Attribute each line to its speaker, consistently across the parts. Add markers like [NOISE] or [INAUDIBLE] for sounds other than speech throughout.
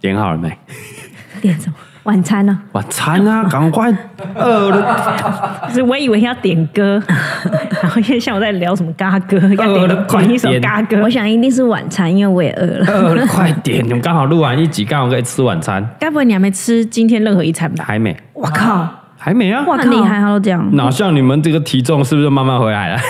Speaker 1: 点好了没？
Speaker 2: 点什么？晚餐呢、
Speaker 1: 晚餐啊，赶快饿了
Speaker 3: 就是我以为要点歌， [LAUGHS] 然后因为像我在聊什么嘎
Speaker 1: [LAUGHS]
Speaker 3: 歌，要
Speaker 1: 饿了
Speaker 3: 点
Speaker 1: 哦快
Speaker 3: 点一首
Speaker 1: 点
Speaker 3: 嘎歌
Speaker 2: 我。想一定是晚餐，因为我也
Speaker 1: [LAUGHS]
Speaker 2: 饿了。
Speaker 1: 饿了，呃快点！你们刚好录完一集，刚好可以吃晚餐。
Speaker 3: 该不会你还没吃今天任何一餐吧？
Speaker 1: 还没，
Speaker 3: 我靠！
Speaker 1: 还没啊！
Speaker 3: 哇
Speaker 2: 很厉害，他都这样。
Speaker 1: 哪像你们这个体重是不是慢慢回来了？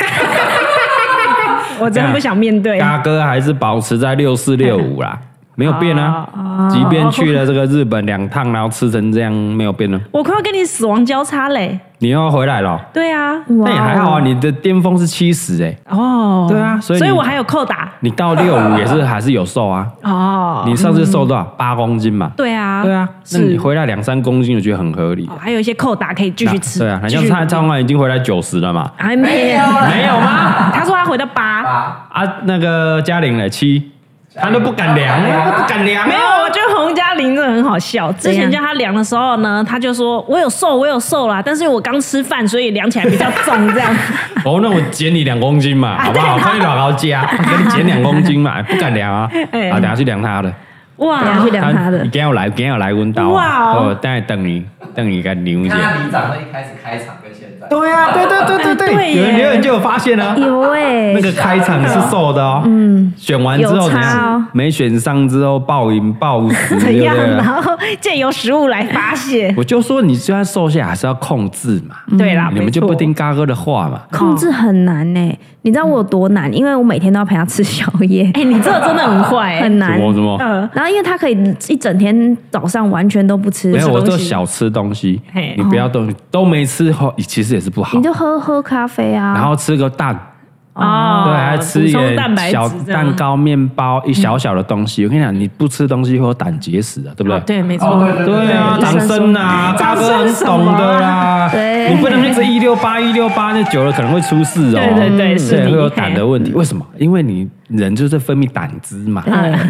Speaker 3: 我真的不想面对。
Speaker 1: 嘎哥还是保持在六四六五啦，没有变啊。即便去了这个日本两趟，然后吃成这样，没有变呢。啊
Speaker 3: 我快要跟你死亡交叉嘞！
Speaker 1: 你又回来了，
Speaker 3: 对啊，
Speaker 1: 那也还好啊。你的巅峰是七十哎，
Speaker 3: 哦，
Speaker 1: 对啊所以你
Speaker 3: 我还有扣打
Speaker 1: 你到六五也是还是有瘦啊。
Speaker 3: 哦。
Speaker 1: 你上次瘦多少？八公斤嘛。
Speaker 3: 对啊，
Speaker 1: 对啊，那你
Speaker 3: 是
Speaker 1: 回来两三公斤，我觉得很合理
Speaker 3: 哦，。还有一些扣打可以继续吃。
Speaker 1: 对啊，好
Speaker 3: 继
Speaker 1: 像
Speaker 3: 续
Speaker 1: 他张完已经回来九十了嘛。
Speaker 2: 还没有，
Speaker 1: 没有吗？
Speaker 3: 他说他回到八，
Speaker 1: 啊，那个嘉玲嘞七，他都不敢量，
Speaker 3: 哎
Speaker 1: 他不敢量啊。
Speaker 3: 没有。我觉得洪嘉玲真的很好笑。之前叫他量的时候呢，他就说我有瘦，我有瘦啦，但是我刚吃饭，所以量起来比较重这样。
Speaker 1: 哦，那我减你两公斤
Speaker 3: [LAUGHS] 啊
Speaker 1: 嘛，好不好？欢迎老高家，给你减两公斤嘛，不敢量啊。
Speaker 3: 哎
Speaker 1: 啊，等下去量他的，
Speaker 3: 哇，
Speaker 2: 等一下去量他的
Speaker 1: 你今天有来，今天有来温刀
Speaker 3: 哇
Speaker 1: 啊，
Speaker 3: 哦
Speaker 1: 我等下等你，等你给量一
Speaker 4: 你看
Speaker 1: 下。
Speaker 3: [LAUGHS]
Speaker 4: 他里长会一开始开场跟现在，
Speaker 1: 对啊，对对对对
Speaker 3: 对耶
Speaker 1: 有人有人就有发现啊，
Speaker 2: [LAUGHS] 有哎、
Speaker 1: 那个开场是瘦的哦，嗯，选完之后
Speaker 2: 有
Speaker 1: 怎
Speaker 2: 差
Speaker 1: 样
Speaker 2: 哦？
Speaker 1: 没选上之后暴饮暴食，
Speaker 3: [LAUGHS] 怎
Speaker 1: 对
Speaker 3: 样？
Speaker 1: 不对
Speaker 3: 然？后借由食物来发泄。
Speaker 1: [LAUGHS] 我就说你虽然瘦下来还是要控制嘛，
Speaker 3: 对啦，
Speaker 1: 你们
Speaker 3: 嗯啊没
Speaker 1: 就
Speaker 3: 错
Speaker 1: 不听嘎哥的话嘛。
Speaker 2: 控制很难呢、你知道我有多难？因为我每天都要陪他吃宵
Speaker 3: [LAUGHS]
Speaker 2: 夜，
Speaker 3: 哎、你这个真的很坏、欸，
Speaker 2: 很难。呃
Speaker 1: 怎么
Speaker 3: 嗯、
Speaker 2: 然后因为他可以一整天早上完全都不吃，
Speaker 1: 没有，我
Speaker 3: 东
Speaker 1: 都
Speaker 3: 西
Speaker 1: 小吃东西
Speaker 3: 嘿，哦
Speaker 1: 你不要都都没吃后，其实也是不好
Speaker 2: 你。就喝喝咖啡啊，
Speaker 1: 然后吃个蛋，
Speaker 3: 哦，
Speaker 1: 对，还吃一
Speaker 3: 补充蛋
Speaker 1: 点
Speaker 3: 白质
Speaker 1: 小
Speaker 3: 这样嗯
Speaker 1: 蛋糕、面包，一小小的东西。我跟你讲，你不吃东西会有胆结石的，对不
Speaker 3: 哦
Speaker 1: 对？
Speaker 3: 对，没错。
Speaker 4: 哦对
Speaker 1: 对啊，
Speaker 2: 对
Speaker 1: 长生啊，大哥很懂的啦。
Speaker 2: 对
Speaker 1: 你不能一直一六八一六八，那久了可能会出事哦。
Speaker 3: 对对对是
Speaker 1: 对，
Speaker 3: 你
Speaker 1: 会有胆的问题。为什么？因为你人就是分泌胆汁嘛，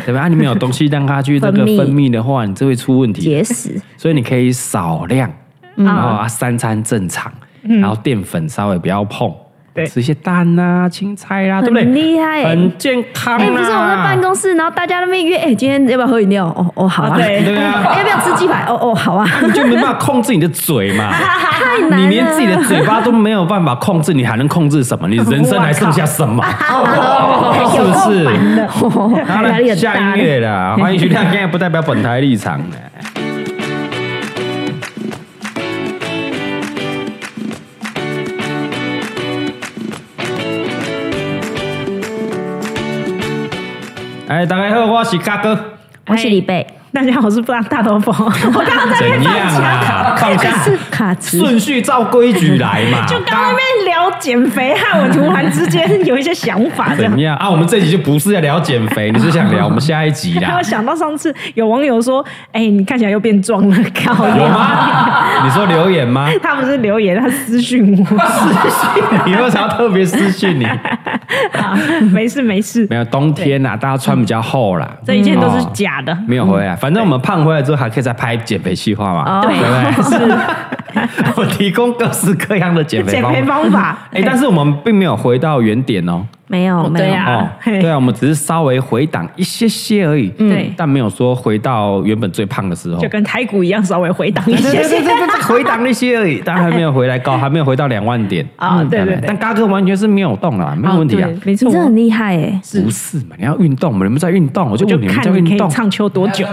Speaker 1: 对吧？啊你没有东西让它去这个
Speaker 2: 嗯 [LAUGHS] 分泌
Speaker 1: 分泌的话，你就会出问题。[LAUGHS]
Speaker 2: 节食，
Speaker 1: 所以你可以少量，
Speaker 2: 嗯
Speaker 1: 然后啊三餐正常，然后淀粉稍微不要碰
Speaker 3: 对，
Speaker 1: 吃一些蛋啊、青菜啦、对不
Speaker 2: 很
Speaker 1: 对？
Speaker 2: 厉害欸
Speaker 1: 很健康啊。
Speaker 2: 哎、不是我在办公室，然后大家都在那边约，哎、今天要不要喝饮料？哦哦，好啊。
Speaker 3: 啊对
Speaker 1: [LAUGHS] 对啊，
Speaker 2: [LAUGHS] 哎要不要吃鸡排？哦哦，好啊。
Speaker 1: 你就没办法控制你的嘴嘛，
Speaker 2: [LAUGHS] 太难了。
Speaker 1: [LAUGHS] 你连自己的
Speaker 3: 啊
Speaker 1: 嘴巴都没有办法控制，你还能控制什么？你
Speaker 3: [LAUGHS]
Speaker 1: 人生还剩下什么？ [LAUGHS]
Speaker 2: 啊
Speaker 1: 是不是？
Speaker 2: [LAUGHS]
Speaker 3: [LAUGHS]
Speaker 1: 好
Speaker 2: 压力
Speaker 1: 了，
Speaker 2: 很
Speaker 1: 下
Speaker 2: 大
Speaker 1: 音乐啦，欢迎徐亮，现在不代表本台立场的。哎，大家好，我是嘎
Speaker 3: [LAUGHS]
Speaker 1: 哥，
Speaker 2: 我是李贝，
Speaker 3: 大家好，我是不大头佛， [LAUGHS] 我刚刚在那
Speaker 1: 怎
Speaker 3: 边
Speaker 1: 样
Speaker 3: 放假，
Speaker 1: 啊？放
Speaker 3: [LAUGHS]
Speaker 1: 下，
Speaker 2: 是卡兹。
Speaker 1: 顺序照规矩来嘛。
Speaker 3: 就刚刚在那边聊减肥，害我突然之间有一些想法，这
Speaker 1: [LAUGHS]
Speaker 3: 样
Speaker 1: 怎。样啊？我们这集就不是在聊减肥，你是想聊我们下一集
Speaker 3: 然
Speaker 1: 啦
Speaker 3: [LAUGHS] 后？想到上次有网友说：“哎、你看起来又变壮了，
Speaker 1: [LAUGHS]
Speaker 3: 靠
Speaker 1: 有
Speaker 3: 腰
Speaker 1: 吗？你说留言吗？
Speaker 3: [LAUGHS] 他不是留言，他私讯
Speaker 1: [LAUGHS]
Speaker 3: 我。
Speaker 1: 你为啥特别私讯你？
Speaker 3: 啊没事没事
Speaker 1: 没，有冬天啦，大家穿比较厚啦，
Speaker 3: 这一切都是
Speaker 1: 哦
Speaker 3: 假的。
Speaker 1: 没有回来。反正我们胖回来之后还可以再拍减肥计划嘛，
Speaker 2: 哦
Speaker 1: 对不对？
Speaker 3: [LAUGHS] 是
Speaker 1: [LAUGHS] 我提供各式各样的减肥
Speaker 3: 减
Speaker 1: 方
Speaker 3: [LAUGHS] 肥
Speaker 1: 法。
Speaker 3: 方法。
Speaker 1: 哎，但是我们并没有回到原点哦。
Speaker 2: 没有没有。
Speaker 3: 对啊
Speaker 1: 哦，
Speaker 3: 嘿
Speaker 1: 对啊，我们只是稍微回档一些些而已，
Speaker 3: 对
Speaker 1: 但没有说回到原本最胖的时候
Speaker 3: 就。跟台股一样，稍微回档一
Speaker 1: 哦 [LAUGHS] 对对
Speaker 3: 些 [LAUGHS]
Speaker 1: 对
Speaker 3: 些。
Speaker 1: 对对，回档了一些而
Speaker 3: [LAUGHS]
Speaker 1: 已，但还没有回来高，还没有回到两万点
Speaker 3: 啊
Speaker 1: 嗯
Speaker 3: 对对对
Speaker 1: 但嘎哥完全是没有动啦，没有问题啊
Speaker 3: 哦。对没错
Speaker 2: 你。真的很厉害哎、
Speaker 1: 不是嘛？你要运动嘛？你们在运动，我就
Speaker 3: 就
Speaker 1: 问你们
Speaker 3: 看
Speaker 1: 在
Speaker 3: 你可
Speaker 1: 运
Speaker 3: 以
Speaker 1: 动，
Speaker 3: 唱秋多久。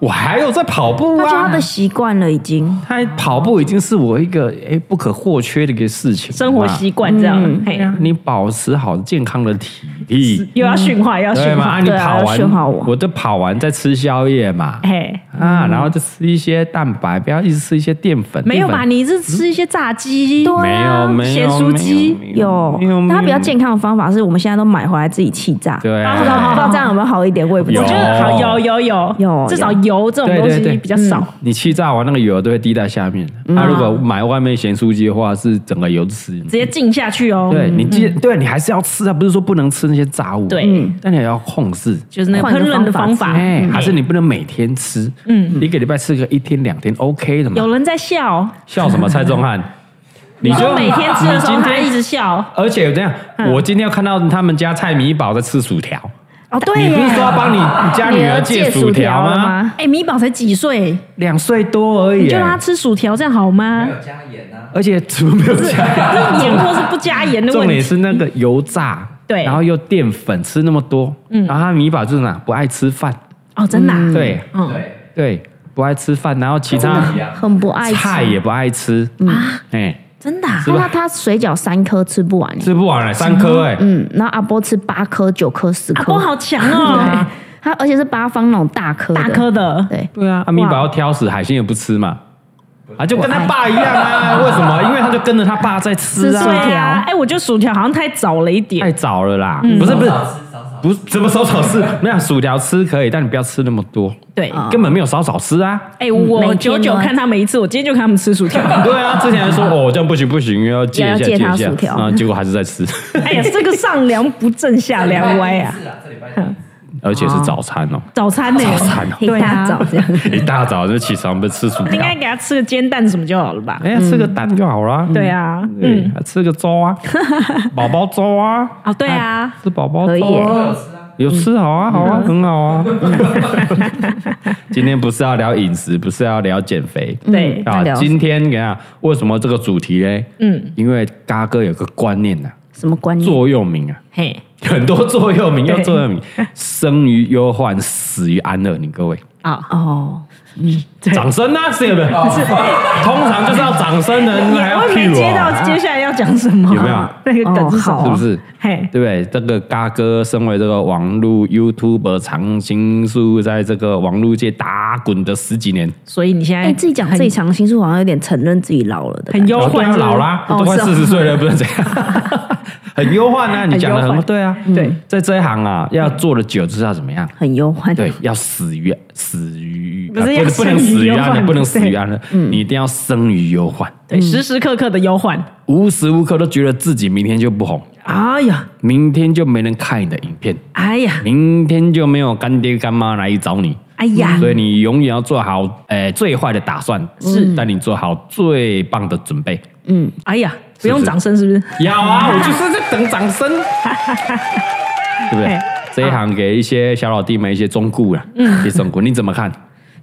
Speaker 1: 我还有在跑步
Speaker 2: 他觉得他
Speaker 1: 啊
Speaker 2: 的。习惯了已经。
Speaker 1: 他跑步已经是我一个哎不可或缺的一个事情，
Speaker 3: 生活习惯这样，
Speaker 2: 嗯
Speaker 3: 嘿
Speaker 1: 对啊，你保持好健康的体力，
Speaker 3: 又要训话，又要
Speaker 1: 对
Speaker 3: 训
Speaker 1: 吗？啊
Speaker 3: 话，
Speaker 1: 你
Speaker 2: 对啊
Speaker 1: 跑
Speaker 2: 要训好
Speaker 1: 完，
Speaker 2: 我
Speaker 1: 我就跑完再吃宵夜嘛，
Speaker 3: 嘿，
Speaker 1: 啊，然后就吃一些蛋白，不要一直吃一些淀粉。
Speaker 3: 没
Speaker 1: 淀
Speaker 3: 有
Speaker 1: 粉
Speaker 3: 吧？你是吃一些炸鸡，
Speaker 2: 对
Speaker 1: 没有
Speaker 2: 啊
Speaker 1: 没有
Speaker 2: 咸酥鸡
Speaker 1: 没有
Speaker 2: 有
Speaker 1: 没有，没有
Speaker 2: 但他比较健康的方法是我们现在都买回来自己气炸。
Speaker 1: 对啊
Speaker 2: 不知道不知道这样有没有好一点，我也不知
Speaker 3: 我觉
Speaker 2: 道。
Speaker 3: 得好有有有
Speaker 2: 有
Speaker 3: 至少油这种
Speaker 1: 对
Speaker 3: 东
Speaker 1: 对对，嗯
Speaker 3: 西比较少。
Speaker 1: 你气炸完那个油都会滴在下面。
Speaker 3: 嗯
Speaker 1: 那、如果买外面咸酥鸡的话，是整个油都吃进去。
Speaker 3: 直接浸下去哦。
Speaker 1: 对你记，对你还是要吃啊，不是说不能吃那些炸物。
Speaker 3: 对
Speaker 1: 嗯但你也要控制。
Speaker 3: 就是那个烹饪的方法。
Speaker 1: 哎、
Speaker 3: 嗯
Speaker 1: 还是你不能每天吃，嗯，一个礼拜吃个一天两天 OK 的嘛。
Speaker 3: 有人在笑，
Speaker 1: 笑什么？蔡宗
Speaker 3: [LAUGHS]
Speaker 1: 翰，你就
Speaker 3: 我每天吃的时候嗯
Speaker 1: 你今
Speaker 3: 还
Speaker 1: 天
Speaker 3: 一直笑。
Speaker 1: 而且这样，我今天要看到他们家蔡米宝在吃薯条，
Speaker 2: 哦，对
Speaker 1: 你
Speaker 2: 耶，
Speaker 1: 不是说要帮你你家女儿戒薯条
Speaker 2: 了
Speaker 1: 吗？？
Speaker 3: 哎、米宝才几岁，
Speaker 1: 两岁多而已啊
Speaker 3: 你
Speaker 1: 耶，
Speaker 3: 就让他吃薯条，这样好
Speaker 1: [LAUGHS]
Speaker 3: 吗
Speaker 4: 没？有加盐啊，
Speaker 1: 而且怎么没有加？
Speaker 3: 这盐或是不加盐的
Speaker 1: 重
Speaker 3: 问
Speaker 1: 点
Speaker 3: 题。
Speaker 1: 是那个油炸，
Speaker 3: 对
Speaker 1: 然后又淀粉，吃那么多，然后他米宝就是哪不爱吃饭，
Speaker 3: 哦，真的、啊，
Speaker 1: 对
Speaker 3: 嗯，
Speaker 4: 对，
Speaker 1: 对，不爱吃饭，然后其他
Speaker 4: 一样。
Speaker 2: 很不爱吃
Speaker 1: 菜也不爱吃，
Speaker 3: 啊，
Speaker 1: 哎，
Speaker 3: 真的、啊
Speaker 1: 是，吧
Speaker 2: 那他水饺三颗吃不完耶，
Speaker 1: 吃不完了，三颗哎，
Speaker 2: 嗯，然后阿波吃八颗、九颗、十
Speaker 3: 阿
Speaker 2: 颗，
Speaker 3: 公好强
Speaker 2: [LAUGHS]
Speaker 3: 哦，
Speaker 1: [LAUGHS]
Speaker 2: 对，他而且是八方那种大颗的，
Speaker 3: 大颗的，
Speaker 2: 对，
Speaker 1: 对啊，阿米宝要挑食，海鲜也不吃嘛，啊，就跟他爸一样啊，为什么？因为他就跟着他爸在吃
Speaker 2: 吃
Speaker 3: 对
Speaker 2: 素
Speaker 1: 啊，
Speaker 3: 啊，哎、我觉得薯条好像太早了一点
Speaker 1: 太，早了啦，不是不是
Speaker 4: 少少吃少少
Speaker 1: 不是，怎么少少吃？没有薯条吃可以，但你不要吃那么多，
Speaker 3: 对，哎、
Speaker 2: 哦
Speaker 1: 根本没有少少吃啊。
Speaker 3: 我
Speaker 2: 每
Speaker 3: 久
Speaker 2: 天
Speaker 3: 久
Speaker 2: 都
Speaker 3: 看他们一次，我今天就看他们吃
Speaker 1: [LAUGHS]
Speaker 3: 薯条，
Speaker 1: 对啊，之前还说哦这样不行不行，要戒一下
Speaker 2: 要戒
Speaker 1: 一
Speaker 2: 他
Speaker 1: 下
Speaker 2: 薯条
Speaker 1: 啊，结果还是在
Speaker 2: [LAUGHS]
Speaker 1: 吃，
Speaker 3: 哎呀，这个上梁不正下梁
Speaker 1: [LAUGHS]
Speaker 3: 歪啊，
Speaker 4: 是啊，这礼拜天
Speaker 1: 而且是早餐哦，
Speaker 3: 早餐呢、
Speaker 1: 早餐哦
Speaker 2: 一
Speaker 3: 对啊
Speaker 2: 大，早这样，
Speaker 1: 一大早就起床不吃薯
Speaker 3: 应
Speaker 1: 条，
Speaker 3: 该给他吃个煎蛋什么就好了吧？
Speaker 1: 哎呀吃个蛋就好
Speaker 2: 嗯
Speaker 1: 啦。
Speaker 3: 对啊，
Speaker 1: 对，吃个粥
Speaker 2: [LAUGHS]
Speaker 1: 啊，宝宝粥啊，
Speaker 3: 哦，对啊，
Speaker 1: 吃宝宝
Speaker 2: 可以嗯
Speaker 1: 粥
Speaker 2: 耶
Speaker 1: 啊
Speaker 4: 都有吃啊，
Speaker 1: 有吃好啊，好啊，很好
Speaker 2: [LAUGHS]
Speaker 1: 啊。今天不是要聊饮食，不是要聊减肥，
Speaker 2: 嗯
Speaker 3: 对
Speaker 1: 啊
Speaker 2: 那聊，
Speaker 1: 今天你看为什么这个主题呢？
Speaker 3: 嗯，
Speaker 1: 因为嘎哥有个观念呐、啊，
Speaker 2: 什么观念？
Speaker 1: 座右铭啊，
Speaker 3: 嘿，
Speaker 1: 很多座右铭，
Speaker 3: 对
Speaker 1: 要座右
Speaker 3: [LAUGHS]
Speaker 1: 铭，生于忧患，死于安乐。你各位，
Speaker 3: 啊，
Speaker 2: 哦，
Speaker 3: 对
Speaker 1: 掌声
Speaker 3: [LAUGHS]
Speaker 1: 啊，是不是？通常就是要掌声的，你们还要
Speaker 3: 哦我也
Speaker 1: cue
Speaker 3: 没接到
Speaker 1: 我，啊
Speaker 3: 接下来要讲什么，
Speaker 1: 有没有
Speaker 3: 那个梗是什
Speaker 2: 哦
Speaker 3: 么？
Speaker 2: 好
Speaker 1: 是不是？
Speaker 3: 嘿，
Speaker 1: 对不对？这个嘎哥身为这个网络 YouTube 常青树，在这个网络界打滚的十几年，
Speaker 3: 所以你现在
Speaker 2: 哎，自己讲自己常新书，好像有点承认自己老了的感
Speaker 3: 很
Speaker 2: 觉，
Speaker 3: 忧
Speaker 1: 对啊，
Speaker 3: 患是不是
Speaker 1: 老啦，
Speaker 2: 哦
Speaker 1: 都快
Speaker 2: 是哦
Speaker 1: 四十岁了，不是这
Speaker 3: [LAUGHS]
Speaker 1: 样，很忧患啊！你讲的
Speaker 3: 很忧
Speaker 1: 很
Speaker 3: 患嗯
Speaker 1: 对啊，
Speaker 3: 对，
Speaker 1: 在这一行啊，要做的久，知道怎么样？
Speaker 2: 很忧
Speaker 3: [LAUGHS]
Speaker 2: 患，
Speaker 1: 对，要死于死于，
Speaker 3: 不是
Speaker 1: 啊
Speaker 3: 要
Speaker 1: 不能
Speaker 3: 生于
Speaker 1: 死于
Speaker 3: 忧
Speaker 1: 安乐，
Speaker 3: 患
Speaker 1: 不能死于
Speaker 3: 对嗯
Speaker 1: 安乐，你一定要生于忧患，
Speaker 3: 对时时刻刻的忧患，
Speaker 1: 无时无刻都觉得自己明天就不红，
Speaker 3: 哎呀，
Speaker 1: 明天就没人看你的影片，
Speaker 3: 哎呀，
Speaker 1: 明天就没有干爹干妈来找你。
Speaker 3: 哎呀，
Speaker 1: 所以你永远要做好，呃，最坏的打算
Speaker 3: 嗯
Speaker 1: 是，但你做好最棒的准备。
Speaker 3: 哎呀，
Speaker 1: 是
Speaker 3: 不用掌声是不是？
Speaker 1: 要啊，我就是在等掌
Speaker 3: [LAUGHS]
Speaker 1: 声，对不对
Speaker 3: 哎？嗯
Speaker 1: 这一行给一些小老弟们一些忠告啦，一些忠告，你怎么看？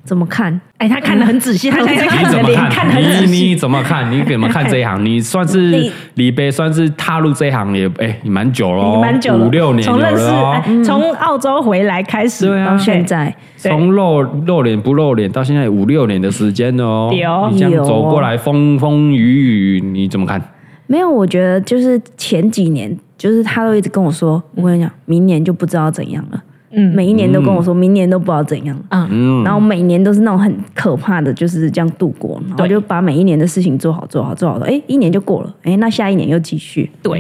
Speaker 2: 怎么看？嗯
Speaker 3: 哎，他看得很仔细，他
Speaker 2: [LAUGHS]
Speaker 3: 现在在
Speaker 1: 你
Speaker 3: 看你
Speaker 1: 怎
Speaker 3: 的
Speaker 1: 么
Speaker 3: 脸，看得
Speaker 1: 看？
Speaker 3: 很仔
Speaker 1: 你
Speaker 3: 细。
Speaker 1: 你怎么看？你怎么看这一
Speaker 3: [LAUGHS]
Speaker 1: 行？你算是
Speaker 2: 你
Speaker 1: 李贝，算是踏入这一行也哎，你蛮久了，
Speaker 3: 你蛮久了，
Speaker 1: 五六年有
Speaker 3: 从认识
Speaker 1: 了哦
Speaker 3: 哎。从澳洲回来开始
Speaker 1: 对啊
Speaker 2: 到现在，
Speaker 3: 对
Speaker 1: 从露露脸不露脸到现在五六年的时间了哦
Speaker 3: 对哦，
Speaker 1: 你这样走过来风风雨雨，你怎么看？
Speaker 2: 没有，我觉得就是前几年，就是他都一直跟我说，
Speaker 3: 嗯
Speaker 2: 我跟你讲，明年就不知道怎样了。嗯，每一年都跟我说，明年都不知道怎样。嗯，然后每年都是那种很可怕的，就是这样度过，然后
Speaker 3: 对
Speaker 2: 就把每一年的事情做好，做好，做好。哎，一年就过了，哎，那下一年又继续。
Speaker 3: 对，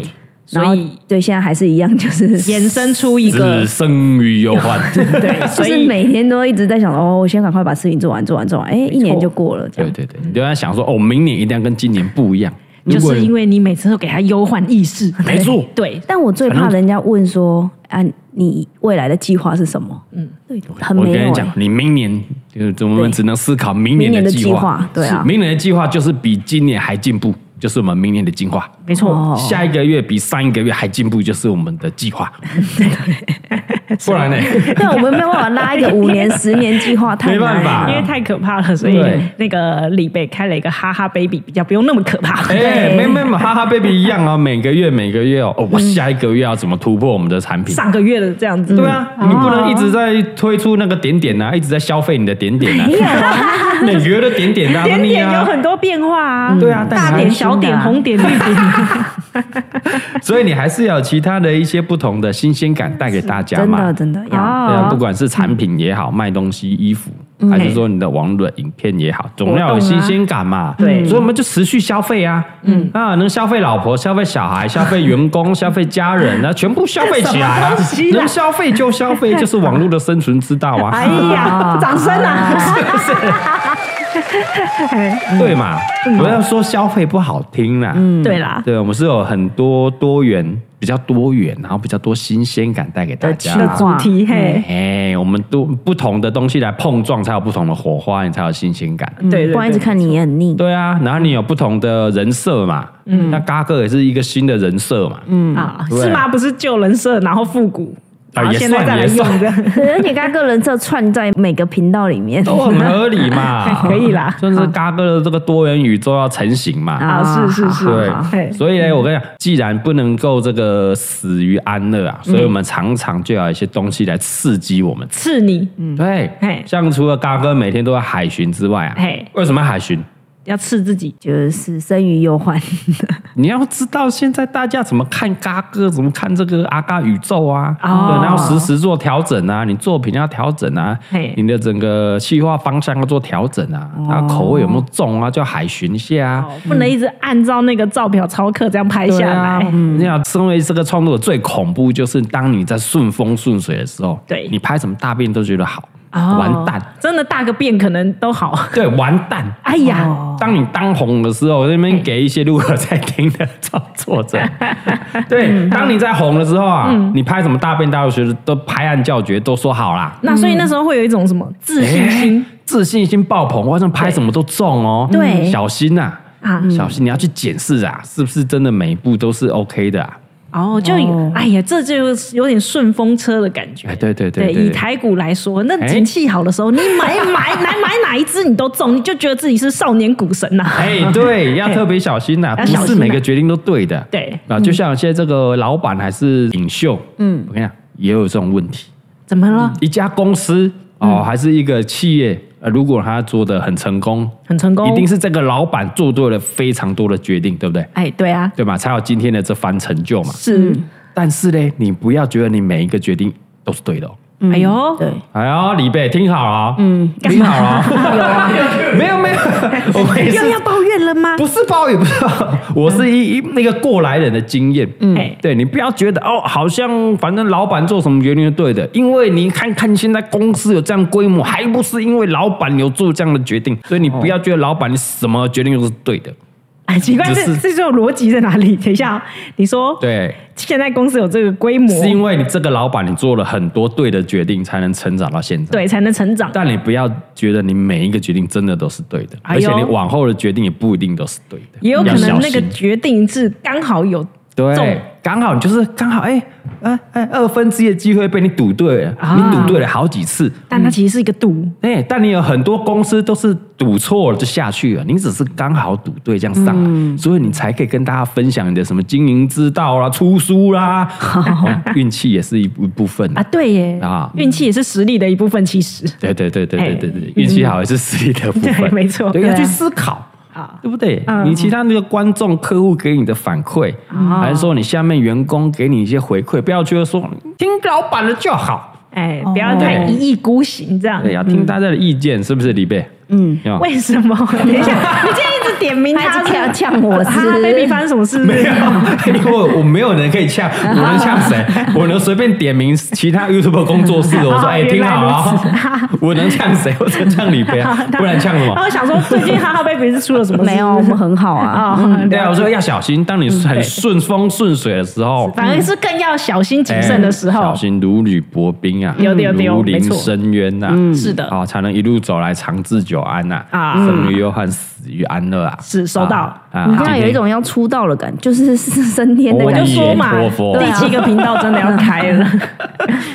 Speaker 2: 然
Speaker 3: 所
Speaker 2: 后
Speaker 3: 以
Speaker 2: 对，现在还是一样，就是
Speaker 3: 衍生出一个
Speaker 1: 只生于忧患，
Speaker 3: [LAUGHS] 对，
Speaker 2: 就
Speaker 3: 所
Speaker 2: 是
Speaker 3: 以
Speaker 2: 每天都一直在想，哦，我先赶快把事情做完，做完，做完。哎，一年就过了，这
Speaker 1: 对
Speaker 2: 样。
Speaker 1: 对对，你就在想说，哦，明年一定要跟今年不一样，
Speaker 3: 就是因
Speaker 1: 为
Speaker 3: 为你每次都给他忧患意识，
Speaker 1: 没错
Speaker 3: 对，
Speaker 2: 但我最怕人家问说，啊，你未来的计划是什么？嗯，对，很
Speaker 1: 我
Speaker 2: 没有、
Speaker 1: 跟你讲
Speaker 2: 哎，
Speaker 1: 你明年就是我们
Speaker 2: 对
Speaker 1: 只能思考明年
Speaker 2: 明年的
Speaker 1: 计
Speaker 2: 计划对啊
Speaker 1: 是明年的计划就是比今年还进步，就是我们明年的计划。
Speaker 3: 没错，
Speaker 2: 哦
Speaker 1: 下一个月比上一个月还进步，就是我们的计划。不然呢？
Speaker 2: 对，我们没有办法拉一
Speaker 3: [LAUGHS]
Speaker 2: 个五年、十年计划，太
Speaker 1: 没办
Speaker 2: 难
Speaker 1: 法
Speaker 2: 了
Speaker 3: 因为太可怕了，所以
Speaker 1: 对
Speaker 3: 那个李贝开了一个哈哈 baby，比较不用那么可怕。
Speaker 1: 哎，没没没，哈哈 baby 一样啊，每个月每个月哦，哦我下一个月要怎么突破我们的产品？
Speaker 3: [LAUGHS] 上个月的这样子，
Speaker 1: 对啊，你不能一直在推出那个点点啊，一直在消费你的点点啊， [LAUGHS] 每个月的点点啊，
Speaker 3: 点
Speaker 1: 腻
Speaker 3: 点有
Speaker 1: 啊。
Speaker 3: 很多变化啊，
Speaker 1: 对啊但你
Speaker 3: 大
Speaker 1: 还
Speaker 3: 点、小点、红点、绿 [LAUGHS] 点，
Speaker 1: 所以你还是要有其他的一些不同的新鲜感带给大家
Speaker 2: 真
Speaker 1: 嘛
Speaker 2: 的。真的要、
Speaker 3: 哦
Speaker 1: 对啊，不管是产品也好，卖东西、衣服，还是说你的网络影片也好，总要有新鲜感嘛。
Speaker 3: 对
Speaker 1: 所以我们就持续消费啊，嗯啊，能消费老婆、消费小孩、消费员工、消费家人啊，全部消费起来啊
Speaker 3: 什么东西，啦
Speaker 1: 能消费就消费，就是网络的生存之道啊。
Speaker 3: 哎呀，掌声啊！
Speaker 1: 对嘛，不要说消费不好听啦，
Speaker 2: 嗯
Speaker 3: 对啦，
Speaker 1: 对，我们是有很多多元，比较多元，然后比较多新鲜感带给大家
Speaker 2: 的
Speaker 3: 的
Speaker 2: 气
Speaker 1: 啊。
Speaker 3: 主题嘿，
Speaker 1: 哎，我们都不同的东西来碰撞，才有不同的火花，你才有新鲜感。
Speaker 2: 嗯
Speaker 3: 对对对
Speaker 2: 不然一直看你也很腻。
Speaker 1: 对啊，然后你有不同的人设嘛，嗯，那嘎哥也是一个新的人设嘛，嗯，
Speaker 3: 啊，
Speaker 1: 对
Speaker 3: 是吗？不是旧人设，然后复古，然
Speaker 1: 啊，
Speaker 3: 后
Speaker 1: 也
Speaker 3: 现在再
Speaker 1: 算
Speaker 3: 来
Speaker 1: 也
Speaker 3: 用
Speaker 1: 算，
Speaker 3: 的。
Speaker 2: 而且嘎哥人设串在每个频道里面，
Speaker 1: 都
Speaker 3: 哦
Speaker 1: 很合理嘛，
Speaker 3: [LAUGHS] 可以啦
Speaker 1: 就是嘎哥的这个多元宇宙要成型嘛，
Speaker 2: [LAUGHS] 啊
Speaker 3: 是是是
Speaker 2: 好
Speaker 1: 对
Speaker 2: 好好
Speaker 3: 嘿
Speaker 1: 所以哎呢，我跟你讲，既然不能够这个死于安乐
Speaker 3: 嗯
Speaker 1: 啊，所以我们常常就要有一些东西来刺激我们。
Speaker 3: 刺你嗯嘿
Speaker 1: 对，像除了嘎哥每天都要海巡之外啊
Speaker 3: 嘿，
Speaker 1: 为什么要海巡？
Speaker 3: 要刺自己，
Speaker 2: [LAUGHS] 就是生于忧患，
Speaker 1: 你要知道现在大家怎么看嘎哥，怎么看这个阿嘎宇宙啊，
Speaker 3: 哦
Speaker 1: 对，然后实时做调整啊，你作品要调整啊
Speaker 3: 嘿，
Speaker 1: 你的整个企划方向要做调整啊，然后口味有没有重啊，就要海巡一下啊。
Speaker 2: 嗯
Speaker 3: 哦不能一直按照那个照表操课这样拍
Speaker 1: 对
Speaker 3: 哦下
Speaker 1: 啊
Speaker 3: 来。
Speaker 1: 你想，身为这个创作者，最恐怖就是当你在顺风顺水的时候，
Speaker 3: 对
Speaker 1: 你拍什么大便都觉得好，
Speaker 2: 啊
Speaker 3: 哦
Speaker 1: 完蛋，，
Speaker 3: 真的大个便可能都好。
Speaker 2: [LAUGHS]
Speaker 1: 对，完蛋。
Speaker 3: 哎呀，
Speaker 1: 当你当红的时候，那
Speaker 3: 嗯
Speaker 1: 边给一些如何在听的创作
Speaker 3: [LAUGHS]
Speaker 1: 者，
Speaker 3: 嗯
Speaker 1: 对，当你在红的时候啊，你拍什么大便大家都觉得都拍案叫绝，都说好啦，
Speaker 3: 那所以那时候会有一种什么自信心
Speaker 1: 欸，自信心爆棚，好像拍什么都中哦。
Speaker 2: 对
Speaker 1: 小心呐、啊，
Speaker 3: 嗯
Speaker 1: 小心你要去检视啊，是不是真的每一步都是 OK 的啊？
Speaker 3: 哦，就有
Speaker 2: 哦
Speaker 3: 哎呀，这就是有点顺风车的感觉
Speaker 1: 哎，。对对对
Speaker 3: 对，以台股来说，那
Speaker 1: 哎
Speaker 3: 景气好的时候，你买买哪买哪一只你都中，你就觉得自己是少年股神呐、啊
Speaker 1: 哎、对，要特别小心呐、
Speaker 3: [LAUGHS] 要小心啊
Speaker 1: 不是每个决定都对的。
Speaker 3: 对
Speaker 1: 啊，就像现在这个老板还是领袖，嗯，我跟你讲，也有这种问题。
Speaker 3: 怎么了？
Speaker 1: 一家公司
Speaker 3: 嗯
Speaker 1: 哦，还是一个企业，呃，如果他做的很成功，
Speaker 3: 很成功
Speaker 1: 一定是这个老板做对了非常多的决定，对不对？
Speaker 3: 哎，对啊，
Speaker 1: 对吧？才有今天的这番成就嘛。
Speaker 3: 是，
Speaker 1: 但是呢，你不要觉得你每一个决定都是对的、哦。
Speaker 3: 哎呦，
Speaker 2: 对，
Speaker 1: 哎呦，李贝，听好了、哦，嗯，听好了、
Speaker 3: [LAUGHS] 啊
Speaker 1: 哦， [LAUGHS] 没有没有，我每次
Speaker 3: [LAUGHS] 又要抱怨了吗？
Speaker 1: 不是包也不是 [LAUGHS] 抱，我是一一那个过来人的经验。嗯
Speaker 3: 哎
Speaker 1: 对你不要觉得哦，好像反正老板做什么决定是对的，因为你看看现在公司有这样规模，还不是因为老板有做这样的决定，所以你不要觉得老板你什么决定都是对的。
Speaker 3: 哎，奇怪，
Speaker 1: 只
Speaker 3: 这
Speaker 1: 是
Speaker 3: 这种逻辑在哪里？等一下哦，你说，
Speaker 1: 对，
Speaker 3: 现在公司有这个规模，
Speaker 1: 是因为你这个老板你做了很多对的决定，才能成长到现在。。
Speaker 3: 对才能成长。
Speaker 1: 但你不要觉得你每一个决定真的都是对的，
Speaker 3: 哎
Speaker 1: 而
Speaker 3: 呦
Speaker 1: 且你往后的决定也不一定都是对的，
Speaker 3: 也有可
Speaker 1: 要小
Speaker 3: 能那个
Speaker 1: 心
Speaker 3: 决定是刚好有中
Speaker 1: 对，刚好你就是刚好哎，哎哎，二分之一的机会被你赌对了，
Speaker 3: 啊
Speaker 1: 你赌对了好几次。
Speaker 3: 但它其实是一个赌，
Speaker 1: 哎，但你有很多公司都是赌错了就下去了，你只是刚好赌对这样上来，所以你才可以跟大家分享你的什么经营之道啦、出书啦，哦运气也是一部一部分
Speaker 3: 啊，
Speaker 1: 啊。
Speaker 3: 对耶，
Speaker 1: 啊
Speaker 3: 运气也是实力的一部分，其实
Speaker 1: 对对对对对对对，运气好也是实力的部
Speaker 3: 哎嗯对
Speaker 1: 分，
Speaker 3: 没错
Speaker 1: 对，
Speaker 3: 对啊
Speaker 1: 要去思考。
Speaker 3: 啊，
Speaker 1: 对不对？
Speaker 3: 嗯哦
Speaker 1: 你其他那个观众、客户给你的反馈，还是说你下面员工给你一些回馈，不要觉得说听老板的就好，
Speaker 3: 哎，不要太
Speaker 1: 对
Speaker 3: 一意孤行这样。
Speaker 1: 哦对，要听大家的意见，是不是，李贝？嗯，
Speaker 3: 为什么？等一下，你今天一直点名他，
Speaker 2: 他一直呛我是
Speaker 3: 他呃 baby 发生什么事？
Speaker 1: 没有， [LAUGHS] 因为我没有人可以
Speaker 3: 啊
Speaker 1: 呛，我能呛谁？
Speaker 3: [LAUGHS]
Speaker 1: 我能随便点名其他 YouTube 工作室，我说
Speaker 3: 哦
Speaker 1: 哎，
Speaker 3: 原来
Speaker 1: 听好
Speaker 3: 如此
Speaker 1: 啊， [LAUGHS] 我能呛谁？我只能呛李贝
Speaker 3: [LAUGHS]
Speaker 1: 啊，不然呛什
Speaker 3: 然后
Speaker 1: 么
Speaker 3: 我？想说，最近哈哈 baby 是出了什么事？
Speaker 2: 没有，我们很好
Speaker 3: [LAUGHS]
Speaker 2: 啊，
Speaker 3: 啊，嗯
Speaker 1: 对啊，我说要小心，当你
Speaker 3: 对
Speaker 1: 很顺风顺水的时候，
Speaker 3: 反而是更要小心谨慎的时
Speaker 1: 哎
Speaker 3: 候
Speaker 1: 小。心如履薄冰啊，
Speaker 3: 有的有的有
Speaker 1: 如
Speaker 3: 没
Speaker 1: 临
Speaker 3: 错嗯
Speaker 1: 深渊呐、啊，
Speaker 3: 是的
Speaker 1: 啊，才能一路走来长治久安呐、
Speaker 3: 啊
Speaker 1: 生于忧患，死于安乐啊，
Speaker 3: 是收到
Speaker 1: 啊啊哦
Speaker 2: 你突然有一种要出道的感觉，就是是升天的
Speaker 1: 我
Speaker 3: 我
Speaker 2: 感
Speaker 3: 就
Speaker 2: 觉。
Speaker 3: 说嘛
Speaker 1: 阿弥陀，佛啊
Speaker 3: 第七个频道真的要开
Speaker 2: [LAUGHS]
Speaker 3: 了。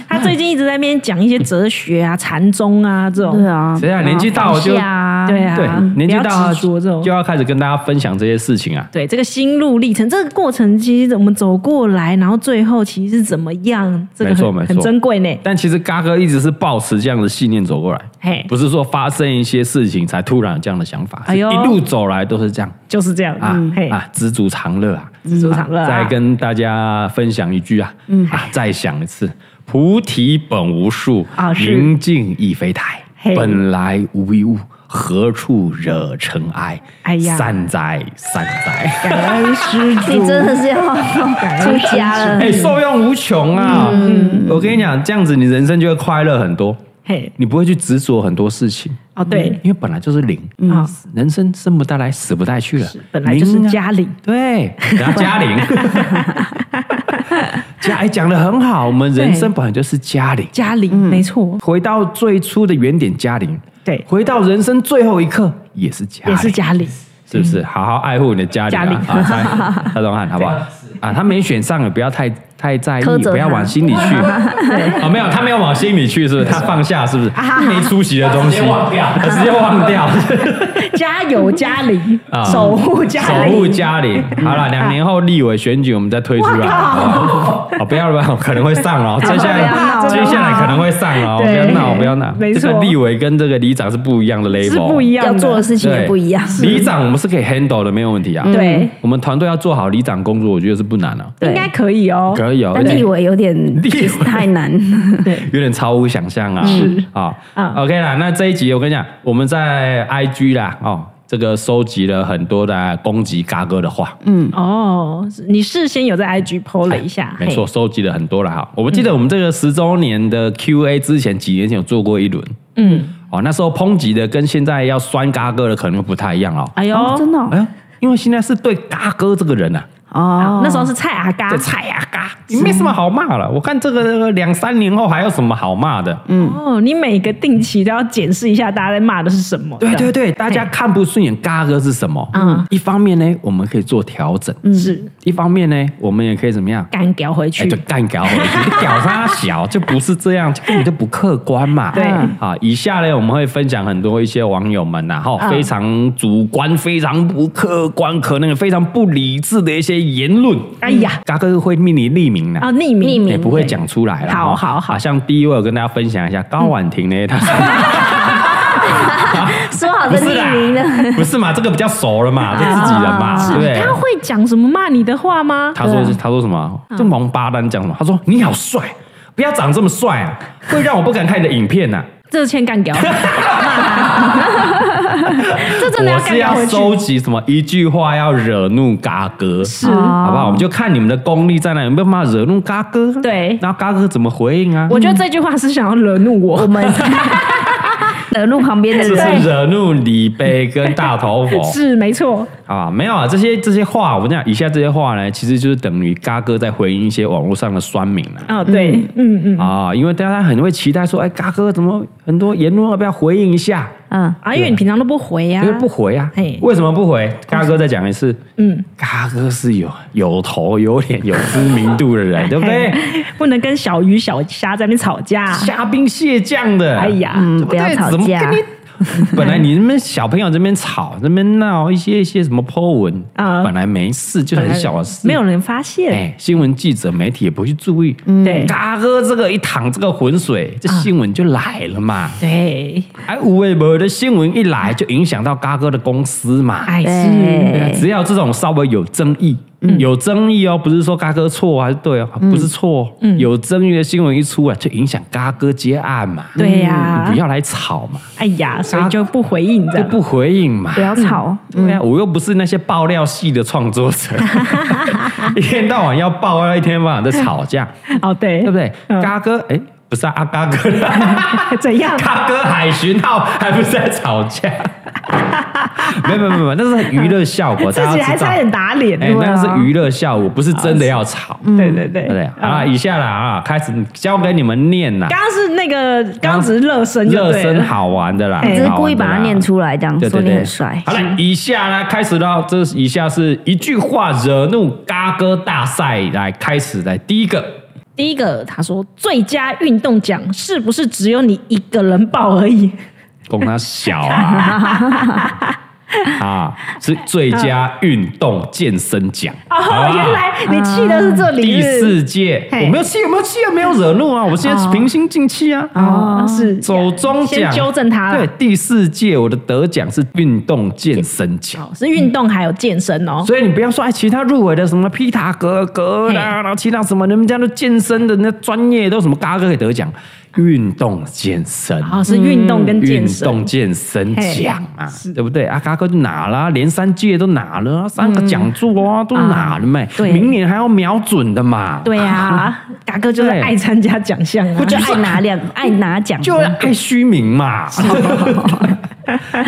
Speaker 3: 他最近一直在那边讲一些哲学啊、禅宗啊这种。
Speaker 2: 对啊，
Speaker 1: 谁啊年纪大我就
Speaker 2: 放下啊，
Speaker 3: 对啊
Speaker 1: 对，年纪大
Speaker 3: 不要
Speaker 1: 了
Speaker 3: 执着这种
Speaker 1: 就要开始跟大家分享这些事情啊。
Speaker 3: 对这个心路历程，这个过程其实我们走过来，然后最后其实是怎么样，这个
Speaker 1: 没错
Speaker 3: 很
Speaker 1: 没错
Speaker 3: 很珍贵呢。
Speaker 1: 但其实嘎哥一直是抱持这样的信念走过来，
Speaker 3: 嘿
Speaker 1: 不是说发生一些事情才突然有这样的想法，
Speaker 3: 哎
Speaker 1: 是
Speaker 3: 呦
Speaker 1: 一路走来都是这样
Speaker 3: 就是这样
Speaker 1: 啊
Speaker 3: 嗯嘿，
Speaker 1: 啊，知足常乐啊，
Speaker 3: 知足常乐啊嗯
Speaker 1: 再跟大家分享一句啊，啊，再想一次，菩提本无树
Speaker 3: 啊，是
Speaker 1: 明镜亦非台
Speaker 3: 嘿，
Speaker 1: 本来无一物，何处惹尘埃？
Speaker 3: 哎呀
Speaker 1: 善哉善哉。 [LAUGHS]
Speaker 3: 感恩师主，
Speaker 2: [LAUGHS] 你真的是要出家了。
Speaker 1: 哎，受用无穷啊！
Speaker 3: 嗯
Speaker 1: 我跟你讲，这样子你人生就会快乐很多，
Speaker 3: 嘿
Speaker 1: 你不会去执着很多事情，
Speaker 3: 哦对
Speaker 1: 因为本来就是零，
Speaker 3: 啊，
Speaker 1: 人生生不带来，死不带去了，
Speaker 3: 本来就是
Speaker 1: 零啊
Speaker 3: 嘉玲，
Speaker 1: 对，然后嘉玲，嘉哎讲的很好，我们人生本来就是嘉玲，
Speaker 3: 嘉
Speaker 2: 嗯
Speaker 3: 玲没错，
Speaker 1: 回到最初的原点嘉玲，
Speaker 3: 对
Speaker 1: 回到人生最后一刻也是嘉玲，
Speaker 3: 也是嘉玲，
Speaker 1: 是不是？好好爱护你的嘉玲
Speaker 3: 嘉玲
Speaker 1: 啊，啊蔡蔡宗翰好不好？啊，他没选上也不要太太在意，
Speaker 2: 苛责
Speaker 1: 不要
Speaker 2: 他
Speaker 1: 往心里去。哦，没有，他没有往心里去，是不是？他放下，是不是？没出息的东西，
Speaker 4: 直接忘掉
Speaker 1: 直接忘掉。
Speaker 3: 加油加零
Speaker 1: 啊，
Speaker 3: 守护加
Speaker 1: 守
Speaker 3: 零，
Speaker 1: 护嘉
Speaker 3: [LAUGHS]
Speaker 1: 玲。好了，两年后立委选举我们再推出来。好不好哦，不要了吧，可能会上
Speaker 3: [LAUGHS]
Speaker 1: 哦。接下来
Speaker 3: 不要闹
Speaker 1: 接下来可能会上哦，不
Speaker 3: 对
Speaker 1: 要闹，不要闹。
Speaker 3: 没
Speaker 1: 这
Speaker 3: 错
Speaker 1: 个立委跟这个里长是不一样的 level，
Speaker 3: 是不一样嗯
Speaker 2: 要做的事情也
Speaker 1: 对
Speaker 2: 不一样。嗯
Speaker 1: 里长我们是可以 handle 的，没有问题啊。
Speaker 3: 对，
Speaker 1: 我们团队要做好里长工作，我觉得是不难啊，
Speaker 2: 对
Speaker 3: 应该可以哦。
Speaker 1: 可以哦。
Speaker 2: 但
Speaker 1: 而且
Speaker 2: 立委有点
Speaker 1: 立委
Speaker 2: 其实太难，
Speaker 1: 有点超乎想象啊。是啊、
Speaker 3: 嗯
Speaker 1: o k 啦。那这一集我跟你讲，我们在 IG 啦，哦，这个收集了很多的攻击嘎哥的话，
Speaker 3: 哦，你事先有在 IG PO 了一下，
Speaker 1: 没错，
Speaker 3: 嘿，
Speaker 1: 收集了很多了哈。我们记得我们这个十周年的 QA 之前几年前有做过一轮，
Speaker 3: 嗯，
Speaker 1: 哦，那时候抨击的跟现在要酸嘎哥的可能不太一样 [LAUGHS] 哦。
Speaker 3: 哎呦，
Speaker 2: 哦真的哦
Speaker 1: 哎呦，因为现在是对嘎哥这个人啊，
Speaker 2: 哦
Speaker 3: 那时候是蔡阿嘎
Speaker 1: 对，蔡啊嘎，你没什么好骂了。我看这个这个两三年后还有什么好骂的？
Speaker 3: 哦，你每个定期都要检视一下大家在骂的是什么，
Speaker 1: 对对
Speaker 3: 对，
Speaker 1: 对，大家看不顺眼嘎哥是什么？
Speaker 3: 嗯
Speaker 1: 一方面呢，我们可以做调整；
Speaker 3: 是
Speaker 1: 一方面呢，我们也可以怎么样？
Speaker 3: 干掉回
Speaker 1: 哎，
Speaker 3: 去
Speaker 1: 就，干搞回去，你屌他小，就不是这样，这根本就不客观嘛。
Speaker 3: 对
Speaker 1: 啊，以下呢我们会分享很多一些网友们呐，哈，
Speaker 3: 嗯
Speaker 1: 非常主观、非常不客观，可能也非常不理智的一些言论。
Speaker 3: 哎呀，
Speaker 1: 嘎哥会命你匿名的
Speaker 3: 啊，，匿名，
Speaker 2: 匿名
Speaker 1: 也不会讲出来了。
Speaker 3: 好
Speaker 1: 哈
Speaker 3: 好好
Speaker 1: 像第一位我跟大家分享一下高婉婷呢，她是
Speaker 2: 说好
Speaker 1: 不
Speaker 2: 的
Speaker 1: 是
Speaker 2: 匿名呢？
Speaker 1: 啦，不是嘛，这个比较熟了嘛，就自己人嘛，对不对
Speaker 3: 嗯啊他。会讲什么骂你的话吗？
Speaker 1: 他说他说什么？
Speaker 3: 嗯
Speaker 1: 这王八蛋讲什么？他说你好帅，不要长这么帅啊，会让我不敢看你的影片啊呐。
Speaker 3: 这欠干掉，这真的
Speaker 1: 我
Speaker 3: 要
Speaker 1: 是
Speaker 3: 干
Speaker 1: 要
Speaker 3: 掉回去，
Speaker 1: 收集什么一句话要惹怒嘎哥，
Speaker 3: 是
Speaker 1: 好不好？我们就看你们的功力在哪，有没有办法惹怒嘎哥？
Speaker 3: 对
Speaker 1: 然后嘎哥怎么回应啊？
Speaker 3: 我觉得这句话是想要惹怒我，
Speaker 2: 嗯我们
Speaker 1: [LAUGHS]
Speaker 2: 的路旁边的
Speaker 1: 这是
Speaker 2: 人，
Speaker 1: 惹怒李贝跟大头佛，
Speaker 3: [LAUGHS] 是没错，
Speaker 1: 好吧？没有啊，这些这些话，我跟你讲，以下这些话呢，其实就是等于嘎哥在回应一些网络上的酸民啊。
Speaker 3: 啊，对，嗯嗯，
Speaker 1: 啊、因为大家很会期待说，哎，嘎哥怎么很多言论要不要回应一下？
Speaker 2: 嗯，
Speaker 3: 啊，因为你平常都不回呀
Speaker 1: 因为，不回啊
Speaker 3: 嘿，
Speaker 1: 为什么不回？嘎哥再讲一次，
Speaker 3: 哎嗯，
Speaker 1: 嘎哥是有有头有脸有知名度的
Speaker 3: [LAUGHS]
Speaker 1: 人，对不对？
Speaker 3: 嘿哎不能跟小鱼小虾在那边吵架，
Speaker 1: 虾兵蟹将的，
Speaker 3: 哎呀，
Speaker 1: 对
Speaker 2: 嗯，
Speaker 1: 对
Speaker 2: 不要吵
Speaker 1: 怎么
Speaker 2: 架
Speaker 1: 跟。
Speaker 3: [LAUGHS]
Speaker 1: 你本来你那边小朋友这边吵，这边闹一些一些什么 po 文，
Speaker 3: 啊
Speaker 1: 本来没事，就很小的事，
Speaker 3: 没有人发
Speaker 1: 哎、嗯
Speaker 3: 现，
Speaker 1: 新闻记者、媒体也不去注意。
Speaker 3: 对
Speaker 1: 嘎哥这个一淌这个浑水，这
Speaker 3: 啊
Speaker 1: 新闻就来了嘛。
Speaker 3: 对，
Speaker 1: 哎，无微博的新闻一来，就影响到嘎哥的公司嘛。
Speaker 3: 哎
Speaker 2: 对
Speaker 3: 是，
Speaker 1: 只要这种稍微有争议，
Speaker 3: 嗯
Speaker 1: 有争议哦，不是说嘎哥错还是对哦，不是错哦，
Speaker 3: 嗯
Speaker 1: 有争议的新闻一出来，就影响嘎哥接案嘛。
Speaker 3: 对呀啊
Speaker 1: 你不要来吵嘛，
Speaker 3: 哎呀，所以就不回应这
Speaker 1: 就
Speaker 3: 样，
Speaker 1: 不回应嘛
Speaker 2: 不。要吵，
Speaker 1: 对
Speaker 3: 嗯
Speaker 1: 啊，我又不是那些爆料系的创作
Speaker 3: [LAUGHS]
Speaker 1: 者，一天到晚要爆料，一天到晚在吵架，
Speaker 3: 哦对，
Speaker 1: 对不对？
Speaker 3: 嗯
Speaker 1: 嘎哥，哎，不是啊，啊嘎
Speaker 3: [LAUGHS]
Speaker 1: 哥，
Speaker 3: 怎
Speaker 1: [LAUGHS]
Speaker 3: 样？
Speaker 1: 嘎哥海巡号还不是在吵架？没有没有没有没有，那是娱乐效果，
Speaker 3: [LAUGHS] 自
Speaker 1: 大
Speaker 3: 己
Speaker 1: 家
Speaker 3: 还
Speaker 1: 知道
Speaker 3: 差。点打脸，
Speaker 1: 哎、
Speaker 2: 啊
Speaker 3: 对
Speaker 1: 那个是娱乐效果，不是真的要吵，
Speaker 2: 嗯
Speaker 3: 对对
Speaker 1: 对
Speaker 3: 对
Speaker 1: 不对？好了，以下啦啊，开始交给你们念啦，
Speaker 3: 刚刚是那个，刚刚只是热身就
Speaker 1: 热
Speaker 3: 对了
Speaker 1: 身好玩的啦，
Speaker 3: 哎
Speaker 2: 只是
Speaker 1: 好玩的啦
Speaker 2: 故意把它念。出来，这样
Speaker 1: 对
Speaker 2: 说
Speaker 1: 对
Speaker 2: 你
Speaker 1: 对，
Speaker 2: 很帅。
Speaker 1: 好了，以下呢开始了，这以下是一句话惹怒嘎哥大赛来开始来，第一个，
Speaker 3: 第一个，他说最佳运动奖是不是只有你一个人报而已？
Speaker 1: 供他小啊
Speaker 2: [LAUGHS]
Speaker 1: 啊，是最佳运动健身奖。好
Speaker 3: 哦，
Speaker 1: 不好
Speaker 3: 原来你气的是这
Speaker 1: 啊
Speaker 3: 里
Speaker 1: 第
Speaker 3: 是
Speaker 1: 四届，
Speaker 3: 嘿
Speaker 1: 我没有气，有没有气啊？没有惹怒啊！我现在平心静气啊。
Speaker 3: 哦，是
Speaker 1: 走中
Speaker 3: 先
Speaker 1: 奖，
Speaker 3: 纠正他了
Speaker 1: 对，，第四届我的得奖是运动健身奖。
Speaker 3: 哦，是运动还有健身哦，
Speaker 1: 所以你不要说哎，其他入围的什么皮塔格格
Speaker 3: 嘿
Speaker 1: 啦，然后其他什么人家都健身的，那专业都什么嘎哥可以得奖，运动健身，
Speaker 3: 哦是运动跟
Speaker 1: 嗯运
Speaker 3: 健身，
Speaker 1: 动健身奖嘛，对不对？啊，嘎哥就拿了啊，连三届都拿了啊，三个讲座啊都拿了没，
Speaker 3: 嗯对
Speaker 1: 明年还要瞄准的嘛，
Speaker 3: 对啊，嘎哥就是爱参加奖项啊，
Speaker 2: 我就
Speaker 3: [LAUGHS]
Speaker 2: 爱拿两爱拿奖，
Speaker 1: 就是爱虚名嘛。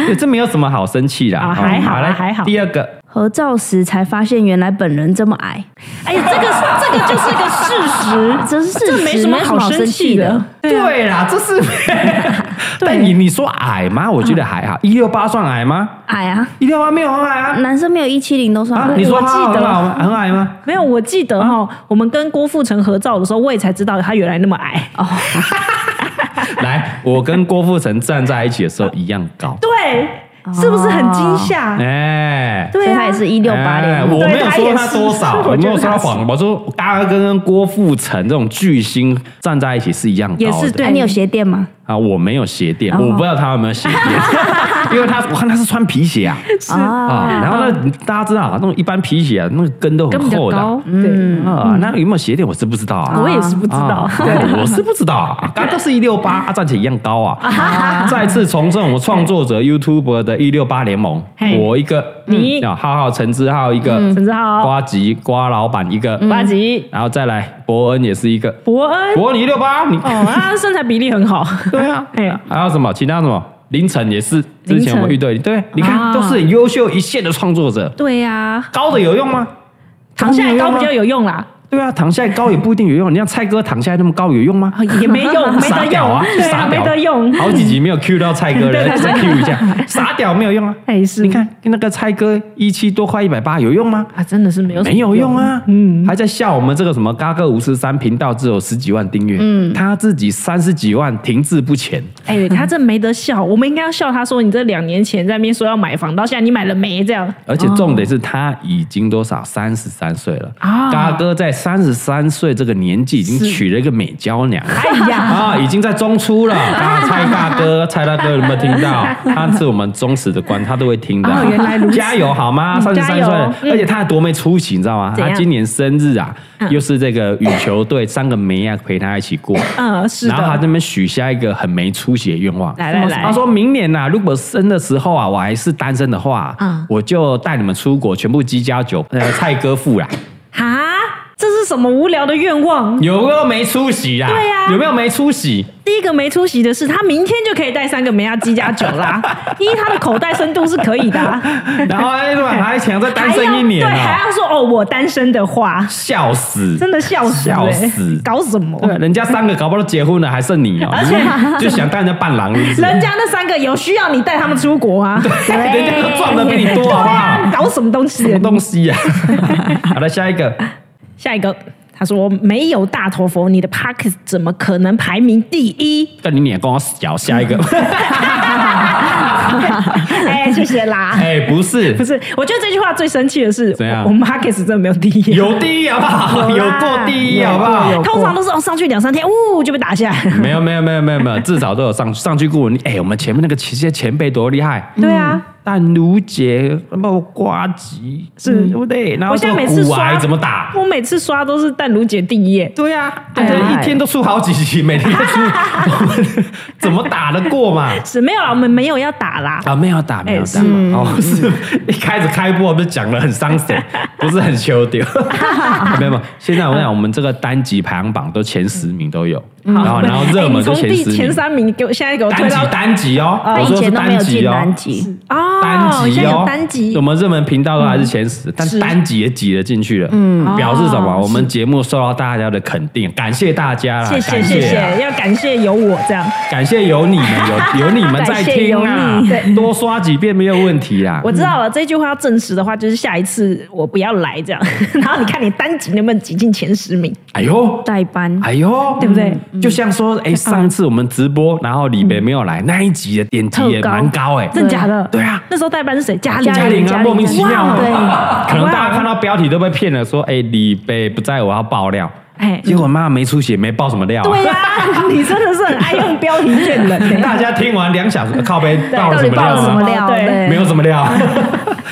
Speaker 1: 对，这没有什么好生气的，
Speaker 3: 啊还好啊
Speaker 1: 来
Speaker 3: 还好
Speaker 1: 第二个，
Speaker 2: 合照时才发现原来本人这么矮，
Speaker 3: 哎呀，这个这个就是个事实，
Speaker 2: 这是事
Speaker 1: 啊
Speaker 3: 这
Speaker 2: 实
Speaker 3: 没什么
Speaker 2: 没什么
Speaker 3: 好
Speaker 2: 好
Speaker 3: 生
Speaker 2: 生
Speaker 3: 气
Speaker 2: 气的
Speaker 3: [LAUGHS] 的，
Speaker 1: 对啦，这是但你你说矮吗？我觉得还
Speaker 3: 啊
Speaker 1: 好，一六八算矮吗？
Speaker 2: 矮啊，
Speaker 1: 一六八没有很矮啊。
Speaker 2: 男生没有一七零都算
Speaker 1: 啊，
Speaker 2: 矮。
Speaker 1: 你说
Speaker 3: 我
Speaker 1: 他
Speaker 3: 记
Speaker 1: 很
Speaker 3: 得
Speaker 1: 矮吗？很矮吗？
Speaker 3: 没有，我记得哈、我们跟郭富城合照的时候，我也才知道他原来那么矮。
Speaker 2: 哦，
Speaker 1: 来，我跟郭富城站在一起的时候一样高。
Speaker 3: 对，是不是很惊吓？
Speaker 1: 哎，
Speaker 3: 对
Speaker 2: 所以
Speaker 3: 啊，
Speaker 2: 他也是一六八
Speaker 1: 哎
Speaker 2: 零。
Speaker 1: 我没有说
Speaker 3: 对
Speaker 1: 他
Speaker 3: 他也是
Speaker 1: 多少，我
Speaker 3: 我觉得
Speaker 1: 没有说他
Speaker 3: 他是
Speaker 1: 谎，我说大哥跟郭富城这种巨星站在一起是一样高的。
Speaker 3: 也是对
Speaker 2: 哎，你有鞋垫吗？
Speaker 1: 啊，我没有鞋垫，
Speaker 2: 哦
Speaker 1: 我不知道他有没有鞋
Speaker 3: [LAUGHS]
Speaker 1: 垫，因为他我看他是穿皮鞋啊。
Speaker 3: 哦
Speaker 1: 啊，
Speaker 2: 啊，
Speaker 1: 然后呢，大家知道啊，那种一般皮鞋啊，那个跟都
Speaker 5: 跟
Speaker 1: 很
Speaker 5: 比较
Speaker 1: 厚的啊
Speaker 5: 高，对，
Speaker 1: 啊。那有没有鞋垫我是不知道啊，
Speaker 3: 嗯我也是不知道。
Speaker 1: 啊对我是不知道啊，刚刚都是一六八，啊站起来一样高
Speaker 3: [LAUGHS]
Speaker 1: 啊。再次重振我创作者 YouTube 的一六八联盟
Speaker 3: 嘿，
Speaker 1: 我一个
Speaker 3: 你嗯
Speaker 1: 啊浩浩陈志浩一个，
Speaker 3: [LAUGHS] 陈志嗯浩、
Speaker 1: 瓜吉瓜老板一个，
Speaker 3: 八级、
Speaker 1: 然后再来伯恩也是一个，
Speaker 3: 伯恩，
Speaker 1: 伯恩一六八，你
Speaker 3: 哦，他身材比例很好。
Speaker 1: 对啊
Speaker 3: 哎，
Speaker 1: 还有什么其他什么凌晨也是，之前我们遇对对，你看
Speaker 3: 啊
Speaker 1: 都是很优秀一线的创作者，
Speaker 3: 对呀，
Speaker 1: 高的有用吗？
Speaker 3: 躺下来高比较
Speaker 1: 有用吗
Speaker 3: 有用啊啦，
Speaker 1: 对啊，躺下来高也不一定有用，你像蔡哥躺下来那么高啊有用吗？
Speaker 3: 也没用， [LAUGHS] 没
Speaker 1: 傻
Speaker 3: 得
Speaker 1: 屌
Speaker 3: 用
Speaker 1: 啊，，
Speaker 3: 对
Speaker 1: 傻
Speaker 3: 啊，
Speaker 1: 屌
Speaker 3: 没得用。
Speaker 1: 好几集没有 Q 到蔡
Speaker 3: [LAUGHS]
Speaker 1: 哥了，再 Q 一下，傻屌没有用啊！
Speaker 3: 哎，是
Speaker 1: 你看那个蔡哥一七多花一百八有用吗？
Speaker 5: 啊，真的是没有什么
Speaker 1: 没有用啊，
Speaker 3: 嗯
Speaker 1: 还在笑我们这个什么嘎哥五十三频道只有十几万订阅，
Speaker 3: 嗯
Speaker 1: 他自己三十几万停滞不前，
Speaker 3: 哎，他这没得笑，我们应该要笑他说你这两年前在那边说要买房，到现在你买了没？这样
Speaker 1: 而且重点是他已经多少三十三岁了，
Speaker 3: 哦啊
Speaker 1: 嘎哥在三十三岁这个年纪已经娶了一个美娇娘，
Speaker 3: [LAUGHS] 哎呀
Speaker 1: 啊，已经在中出
Speaker 3: 啊
Speaker 1: 了，大家蔡大哥，蔡大哥有没有听到？他是我们忠实的观，他都会听的。
Speaker 3: 哦原来如此
Speaker 1: 加油好吗？三十
Speaker 3: 加
Speaker 1: 三
Speaker 3: 油
Speaker 1: 岁了，
Speaker 3: 嗯
Speaker 1: 而且他还多没出息，你知道吗？
Speaker 3: 怎
Speaker 1: 他
Speaker 3: 样嗯
Speaker 1: 今年生日啊，又是这个羽球队三个梅亚陪他一起
Speaker 3: [LAUGHS]
Speaker 1: 过，
Speaker 3: 嗯，是
Speaker 1: 然后他
Speaker 3: 的，
Speaker 1: 这边许下一个很没出息的愿望，
Speaker 3: 来来来
Speaker 1: 他说明年呐、如果生的时候啊，我还是单身的话，
Speaker 5: 嗯
Speaker 1: 我就带你们出国，全部鸡加酒，呃，蔡哥付
Speaker 3: [LAUGHS]
Speaker 1: 啦，
Speaker 3: 哈，这是什么无聊的愿望？
Speaker 1: 有没有没出息啦？
Speaker 3: 对啊
Speaker 1: 有没有没出
Speaker 3: [LAUGHS]
Speaker 1: 息？
Speaker 3: 第一个没出息的是，他明天就可以带三个梅亚鸡加酒啦，因为他的口袋深度是可以的、啊。
Speaker 1: 然后哎，对吧？还想再 [LAUGHS] 单身一年
Speaker 3: 还要对，
Speaker 1: 哦，
Speaker 3: 还要说哦，我单身的话，
Speaker 1: 笑死！
Speaker 3: 真的笑死、欸，
Speaker 1: 笑死
Speaker 3: 搞什么？
Speaker 1: 对，人家三个搞不好都结婚了，还剩
Speaker 3: [LAUGHS]
Speaker 1: 你哦，而且 [LAUGHS]
Speaker 3: 啊
Speaker 1: 就想当人家伴郎，是不是
Speaker 3: 人家那三个有需要你带他们出国啊？
Speaker 1: 人家都赚的比你多，好不好？
Speaker 3: 搞什么东西
Speaker 1: 什么？东西呀、 [LAUGHS] 好了，下一个，
Speaker 3: 下一个，他说没有大头佛，你的 Park 怎么可能排名第一？ [LAUGHS]
Speaker 1: 但你脸跟我小，下一个。
Speaker 3: 哎、谢谢啦。 [LAUGHS]
Speaker 1: 哎、不是，
Speaker 3: 不是，我觉得这句话最生气的是，
Speaker 1: 怎样
Speaker 3: 我我们 Park 真的 [LAUGHS] 没有第一、
Speaker 1: [LAUGHS]
Speaker 3: 啊，
Speaker 1: 有第一好不好？有过第一好不好？
Speaker 3: 通常都是哦上去两三天，呜就被打下来。
Speaker 1: 没有没有没有没有没 [LAUGHS] 有，至少都有上上去过。你哎、我们前面那个其些前辈多厉害，
Speaker 3: 对啊，
Speaker 1: 但如姐，包括瓜吉，是对不对？然后
Speaker 3: 我现在
Speaker 1: 这
Speaker 3: 每
Speaker 1: 个
Speaker 3: 次
Speaker 1: 骨
Speaker 3: 刷
Speaker 1: 癌怎么打？
Speaker 3: 我每次刷都是淡如姐第一耶，
Speaker 1: 对呀、啊，这
Speaker 3: 哎
Speaker 1: 一天都出好几集，每天都出，我
Speaker 3: [LAUGHS]
Speaker 1: 们 [LAUGHS] 怎么打得过嘛？
Speaker 3: 是没有啦，我们没有要打哎嗯啦。
Speaker 1: 啊，没有打，没有打，哦，是 [LAUGHS] 一开始开播我们就讲了很伤神，不是
Speaker 3: [LAUGHS]
Speaker 1: 很羞丢，没有没有。现在我想，我们这个单集排行榜都前十名都有，然后然后热门都
Speaker 3: 嗯哎
Speaker 1: 前
Speaker 3: 你
Speaker 1: 十
Speaker 3: 从第前
Speaker 1: 名，
Speaker 3: 三名，你给我现在给我推
Speaker 1: 单集
Speaker 3: 到
Speaker 1: 单集哦，
Speaker 2: 他
Speaker 1: 我
Speaker 2: 以
Speaker 1: 说是
Speaker 2: 前都没
Speaker 1: 单
Speaker 2: 有进
Speaker 1: 集哦
Speaker 2: 南。极，
Speaker 3: 哦，
Speaker 1: 单集
Speaker 3: 现在
Speaker 1: 哦
Speaker 3: 有，单集嗯
Speaker 1: 我们热门频道都还是前十，但单集也挤了进去了，嗯，表示什么？我们节目受到大家的肯定，感谢大家啦，
Speaker 3: 哦谢谢
Speaker 1: 感
Speaker 3: 谢
Speaker 1: 啊
Speaker 3: 谢，要感谢有我这样，
Speaker 1: 感谢有你们，有有你们
Speaker 3: [LAUGHS]
Speaker 1: 在听啊
Speaker 2: 感谢，
Speaker 1: 多刷几遍没有问题啦。
Speaker 3: 我知道了。这句话要证实的话，就是下一次我不要来这样， [LAUGHS] 然后你看你单集能不能挤进前十名？
Speaker 1: 哎呦，
Speaker 2: 代班。
Speaker 1: 哎呦，
Speaker 3: 对不对？
Speaker 1: 就像说，哎，上次我们直播，然后李北没有来，那一集的点击也蛮高哎。
Speaker 3: 真假的？
Speaker 1: 对啊
Speaker 3: 那时候代班是谁？嘉玲，
Speaker 1: 嘉玲啊，莫名其妙
Speaker 2: 哇对
Speaker 1: 啊，可能大家看到标题都被骗了，说哎李北不在，我要爆料。
Speaker 3: 哎，
Speaker 1: 结果妈没出血，没爆什么料啊。[LAUGHS]
Speaker 3: 对呀，你真的是很爱用标题骗人欸。
Speaker 1: 大家听完两小时，靠背
Speaker 3: 对
Speaker 1: 爆了
Speaker 2: 到
Speaker 1: 什么
Speaker 2: 底爆
Speaker 1: 料
Speaker 2: 了什
Speaker 1: 吗
Speaker 2: 么？料？
Speaker 3: 对
Speaker 2: 对 [LAUGHS]
Speaker 1: 没有什么料。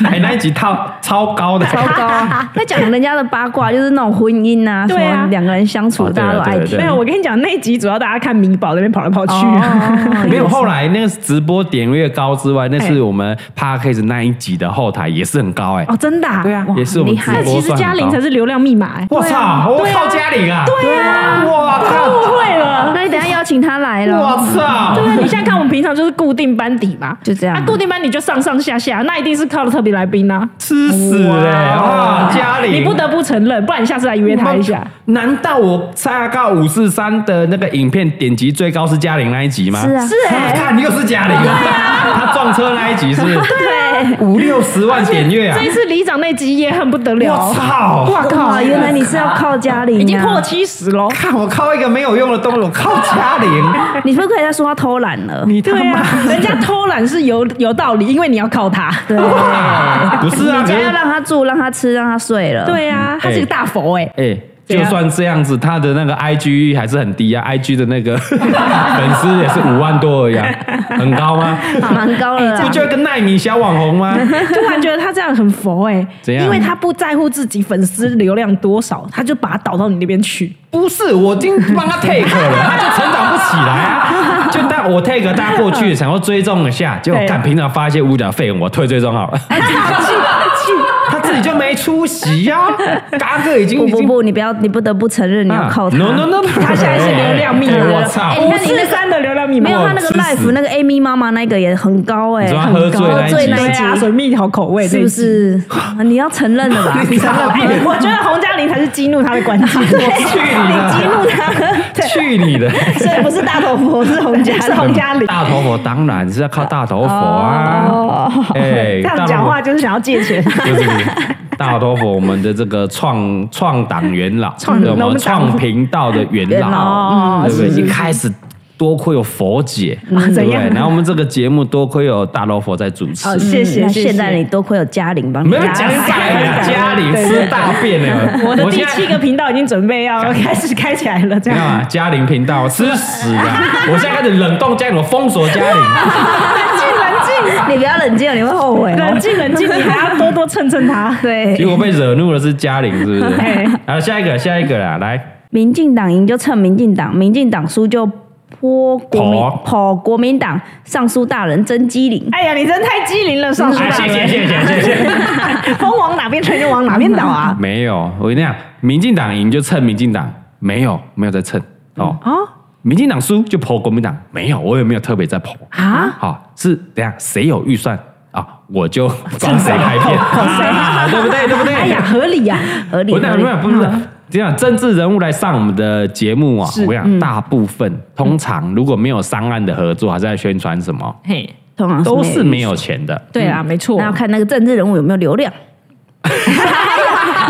Speaker 1: 哎，那一集套超高的，
Speaker 2: 糟糕，在讲人家的八卦，就是那种婚姻啊，什
Speaker 3: 对啊
Speaker 2: 么两个人相处，
Speaker 1: 哦对啊
Speaker 2: 大家都爱
Speaker 1: 对
Speaker 2: 听
Speaker 1: 啊。
Speaker 3: 没有，我跟你讲，那一集主要大家看米宝那边跑来跑去啊。
Speaker 2: 哦
Speaker 1: 没有，后来那个直播点越高之外，那是我们 podcast 那一集的后台也是很高哎、
Speaker 3: [LAUGHS] 哦，真的、啊？
Speaker 1: 对啊，也是我们直
Speaker 2: 哇很
Speaker 3: 那
Speaker 2: 厉害
Speaker 1: 播啊
Speaker 3: 其实
Speaker 1: 算
Speaker 3: 嘉
Speaker 1: 很
Speaker 3: 玲才
Speaker 1: 高。
Speaker 3: 是流量密码、欸。
Speaker 1: 我操！我
Speaker 3: 对啊
Speaker 1: 靠，嘉嘉玲啊？
Speaker 3: 对啊，
Speaker 1: 哇靠！
Speaker 3: 误会了。
Speaker 2: 那你等一下邀请他来
Speaker 1: 我
Speaker 2: 了，
Speaker 1: 操！
Speaker 3: 对啊，你现在看我们平常就是固定班底嘛，
Speaker 2: 就这样
Speaker 3: 啊，固定班底就上上下下，那一定是靠了特别来宾呐、啊。
Speaker 1: 吃屎哎！哇，嘉玲，
Speaker 3: 你不得不承认，不然你下次来约他一下。
Speaker 1: 难道我蔡阿告五四三的那个影片点击最高是嘉玲那一集吗？
Speaker 2: 是啊，
Speaker 1: 啊，看又是嘉玲，啊他撞车那一集是不是
Speaker 2: 对，
Speaker 1: 五六十万点阅啊
Speaker 3: 这！一次里长那集也很不得了
Speaker 1: 我，操！
Speaker 3: 哇靠
Speaker 2: 哇，原来你是要靠嘉玲、啊，
Speaker 3: 已经破七十喽。
Speaker 1: 看我靠一个没有用的东西，我靠嘉玲，
Speaker 2: 你是不是可以再说他偷懒了？
Speaker 1: 你他
Speaker 3: 对
Speaker 1: [LAUGHS] 妈
Speaker 3: 啊！，人家偷懒是有有道理，因为你要靠他。
Speaker 2: 对，
Speaker 1: 不是啊，可
Speaker 2: 你家
Speaker 1: 是
Speaker 2: 要让他住，让他吃，让他睡了。，
Speaker 3: 对啊，
Speaker 1: 嗯
Speaker 3: 他是个大佛哎、
Speaker 1: 哎、
Speaker 3: 怎
Speaker 1: 就
Speaker 3: 样
Speaker 1: 算这样子，他的那个 IG 还是很低啊，IG 的那个 [LAUGHS] 粉丝也是五万多
Speaker 3: [LAUGHS]
Speaker 1: 而已、啊，很高吗？
Speaker 2: [LAUGHS] 蛮高了
Speaker 3: 啊
Speaker 1: 不
Speaker 2: 啦。
Speaker 1: 就一个奈米小网红吗？
Speaker 3: 突然觉得他这样很佛哎、
Speaker 1: 哎怎样
Speaker 3: 因为他不在乎自己粉丝流量多少，他就把他导到你那边去。
Speaker 1: 不是，我已经帮他 take 了，他就成长不起来啊。就带我 take 他过去，想要追踪一下，结果
Speaker 3: 对啊哎
Speaker 1: 干平常发一些无聊费用，我退追踪好了。 [LAUGHS] 他自己就没出息呀、啊，嘎哥已经啊
Speaker 2: 不
Speaker 1: 已
Speaker 2: 不
Speaker 1: 经
Speaker 2: 不，你不要，你不得不承认你要靠他。
Speaker 1: No no no，
Speaker 3: 他现在是流量
Speaker 1: [LAUGHS]
Speaker 3: 密码
Speaker 1: 我操！
Speaker 2: 哎
Speaker 3: 五
Speaker 2: 那你
Speaker 3: 四
Speaker 2: 那个
Speaker 3: 三的流量密码
Speaker 2: 没有他啊那个
Speaker 1: 吃死
Speaker 2: life 那个 Amy 妈妈那个也很高哎、
Speaker 1: 你说他
Speaker 2: 很
Speaker 1: 喝醉
Speaker 2: 高
Speaker 1: 那一集
Speaker 2: 醉那
Speaker 3: 对
Speaker 2: 一
Speaker 3: 啊，
Speaker 2: 集
Speaker 3: 水蜜桃口味
Speaker 2: 是不？是？啊你要承认了吧？
Speaker 1: [LAUGHS] 你知道吗
Speaker 3: [LAUGHS] 哎、我觉得洪嘉玲才是激怒他的关键，
Speaker 1: 去你的！
Speaker 3: 激怒他， [LAUGHS]
Speaker 2: [LAUGHS]
Speaker 3: 对，
Speaker 1: 去你的！
Speaker 3: 所以不是大头佛，是洪嘉，是洪嘉玲。
Speaker 1: 大头佛当然是要靠大头佛啊！
Speaker 2: 哦，
Speaker 1: 哎，
Speaker 3: 这样
Speaker 1: 大头
Speaker 3: 讲
Speaker 1: 佛
Speaker 3: 话就是想要借钱。
Speaker 1: [LAUGHS] 就是你大头佛，我们的这个创创党元老，
Speaker 3: 创
Speaker 1: 对我
Speaker 3: 我
Speaker 1: 们
Speaker 3: 们党哦
Speaker 1: 创频道的元
Speaker 2: 元
Speaker 1: 老，
Speaker 2: 老
Speaker 1: 对不对？
Speaker 3: 是是
Speaker 1: 一开始多亏有佛姐，
Speaker 3: 啊
Speaker 1: 对
Speaker 3: 怎
Speaker 1: 不对？
Speaker 3: 样
Speaker 1: 然后我们这个节目多亏有大头佛在主持
Speaker 3: 哦，谢谢，
Speaker 2: 嗯那
Speaker 3: 谢谢
Speaker 2: 现在你多亏有嘉玲帮你
Speaker 1: 没有啊
Speaker 2: 加
Speaker 1: 讲
Speaker 2: 油。
Speaker 1: 改了，嘉玲吃大便了，
Speaker 3: [LAUGHS] 我的第
Speaker 1: 现在
Speaker 3: 七个频道已经准备要开始开起来了，这
Speaker 1: 没有啊
Speaker 3: 样。，
Speaker 1: 嘉玲频道吃屎的！我现在开始冷冻嘉玲，我封锁嘉玲。
Speaker 3: 冷静，冷
Speaker 2: 你不要冷静，你会后悔
Speaker 3: 静，
Speaker 2: 哦
Speaker 3: 冷。静，冷静，你还要多多蹭蹭他。
Speaker 1: 结
Speaker 2: 对，
Speaker 1: 果被惹怒的是嘉玲，是不是
Speaker 3: 哎？
Speaker 1: 好，下一个，下一个啦，来，
Speaker 2: 民进党赢就蹭民进党，民进党输就泼国民
Speaker 1: 泼
Speaker 2: 泼国民党尚书大人真机灵。
Speaker 3: 哎呀，你真太机灵了，上
Speaker 1: 哎谢
Speaker 3: 大人
Speaker 1: 谢，谢谢，谢谢。
Speaker 3: 风往哪边吹就往哪边倒啊。
Speaker 1: 没有，我跟你讲，民进党赢就蹭民进党，没有，没有在蹭哦。
Speaker 3: 哦
Speaker 1: 民进党输就剖国民党，没有，我也没有特别在剖。
Speaker 3: 啊，
Speaker 1: 好、是等一下谁有预算啊，我就帮谁拍片，啊对不对？对不对？
Speaker 3: 哎呀，合理呀，
Speaker 2: 合理啊
Speaker 1: 我
Speaker 2: 合
Speaker 1: 讲
Speaker 2: 理
Speaker 1: 没有，不是这样，政治人物来上我们的节目啊，
Speaker 3: 是
Speaker 1: 我想大部分通常如果没有商案的合作，还是在宣传什么，
Speaker 3: 嘿，
Speaker 2: 通常
Speaker 1: 都是没
Speaker 2: 有
Speaker 1: 有钱的。
Speaker 3: 对啊，没
Speaker 2: 嗯
Speaker 3: 错
Speaker 2: 那要看那个政治人物有没有流量。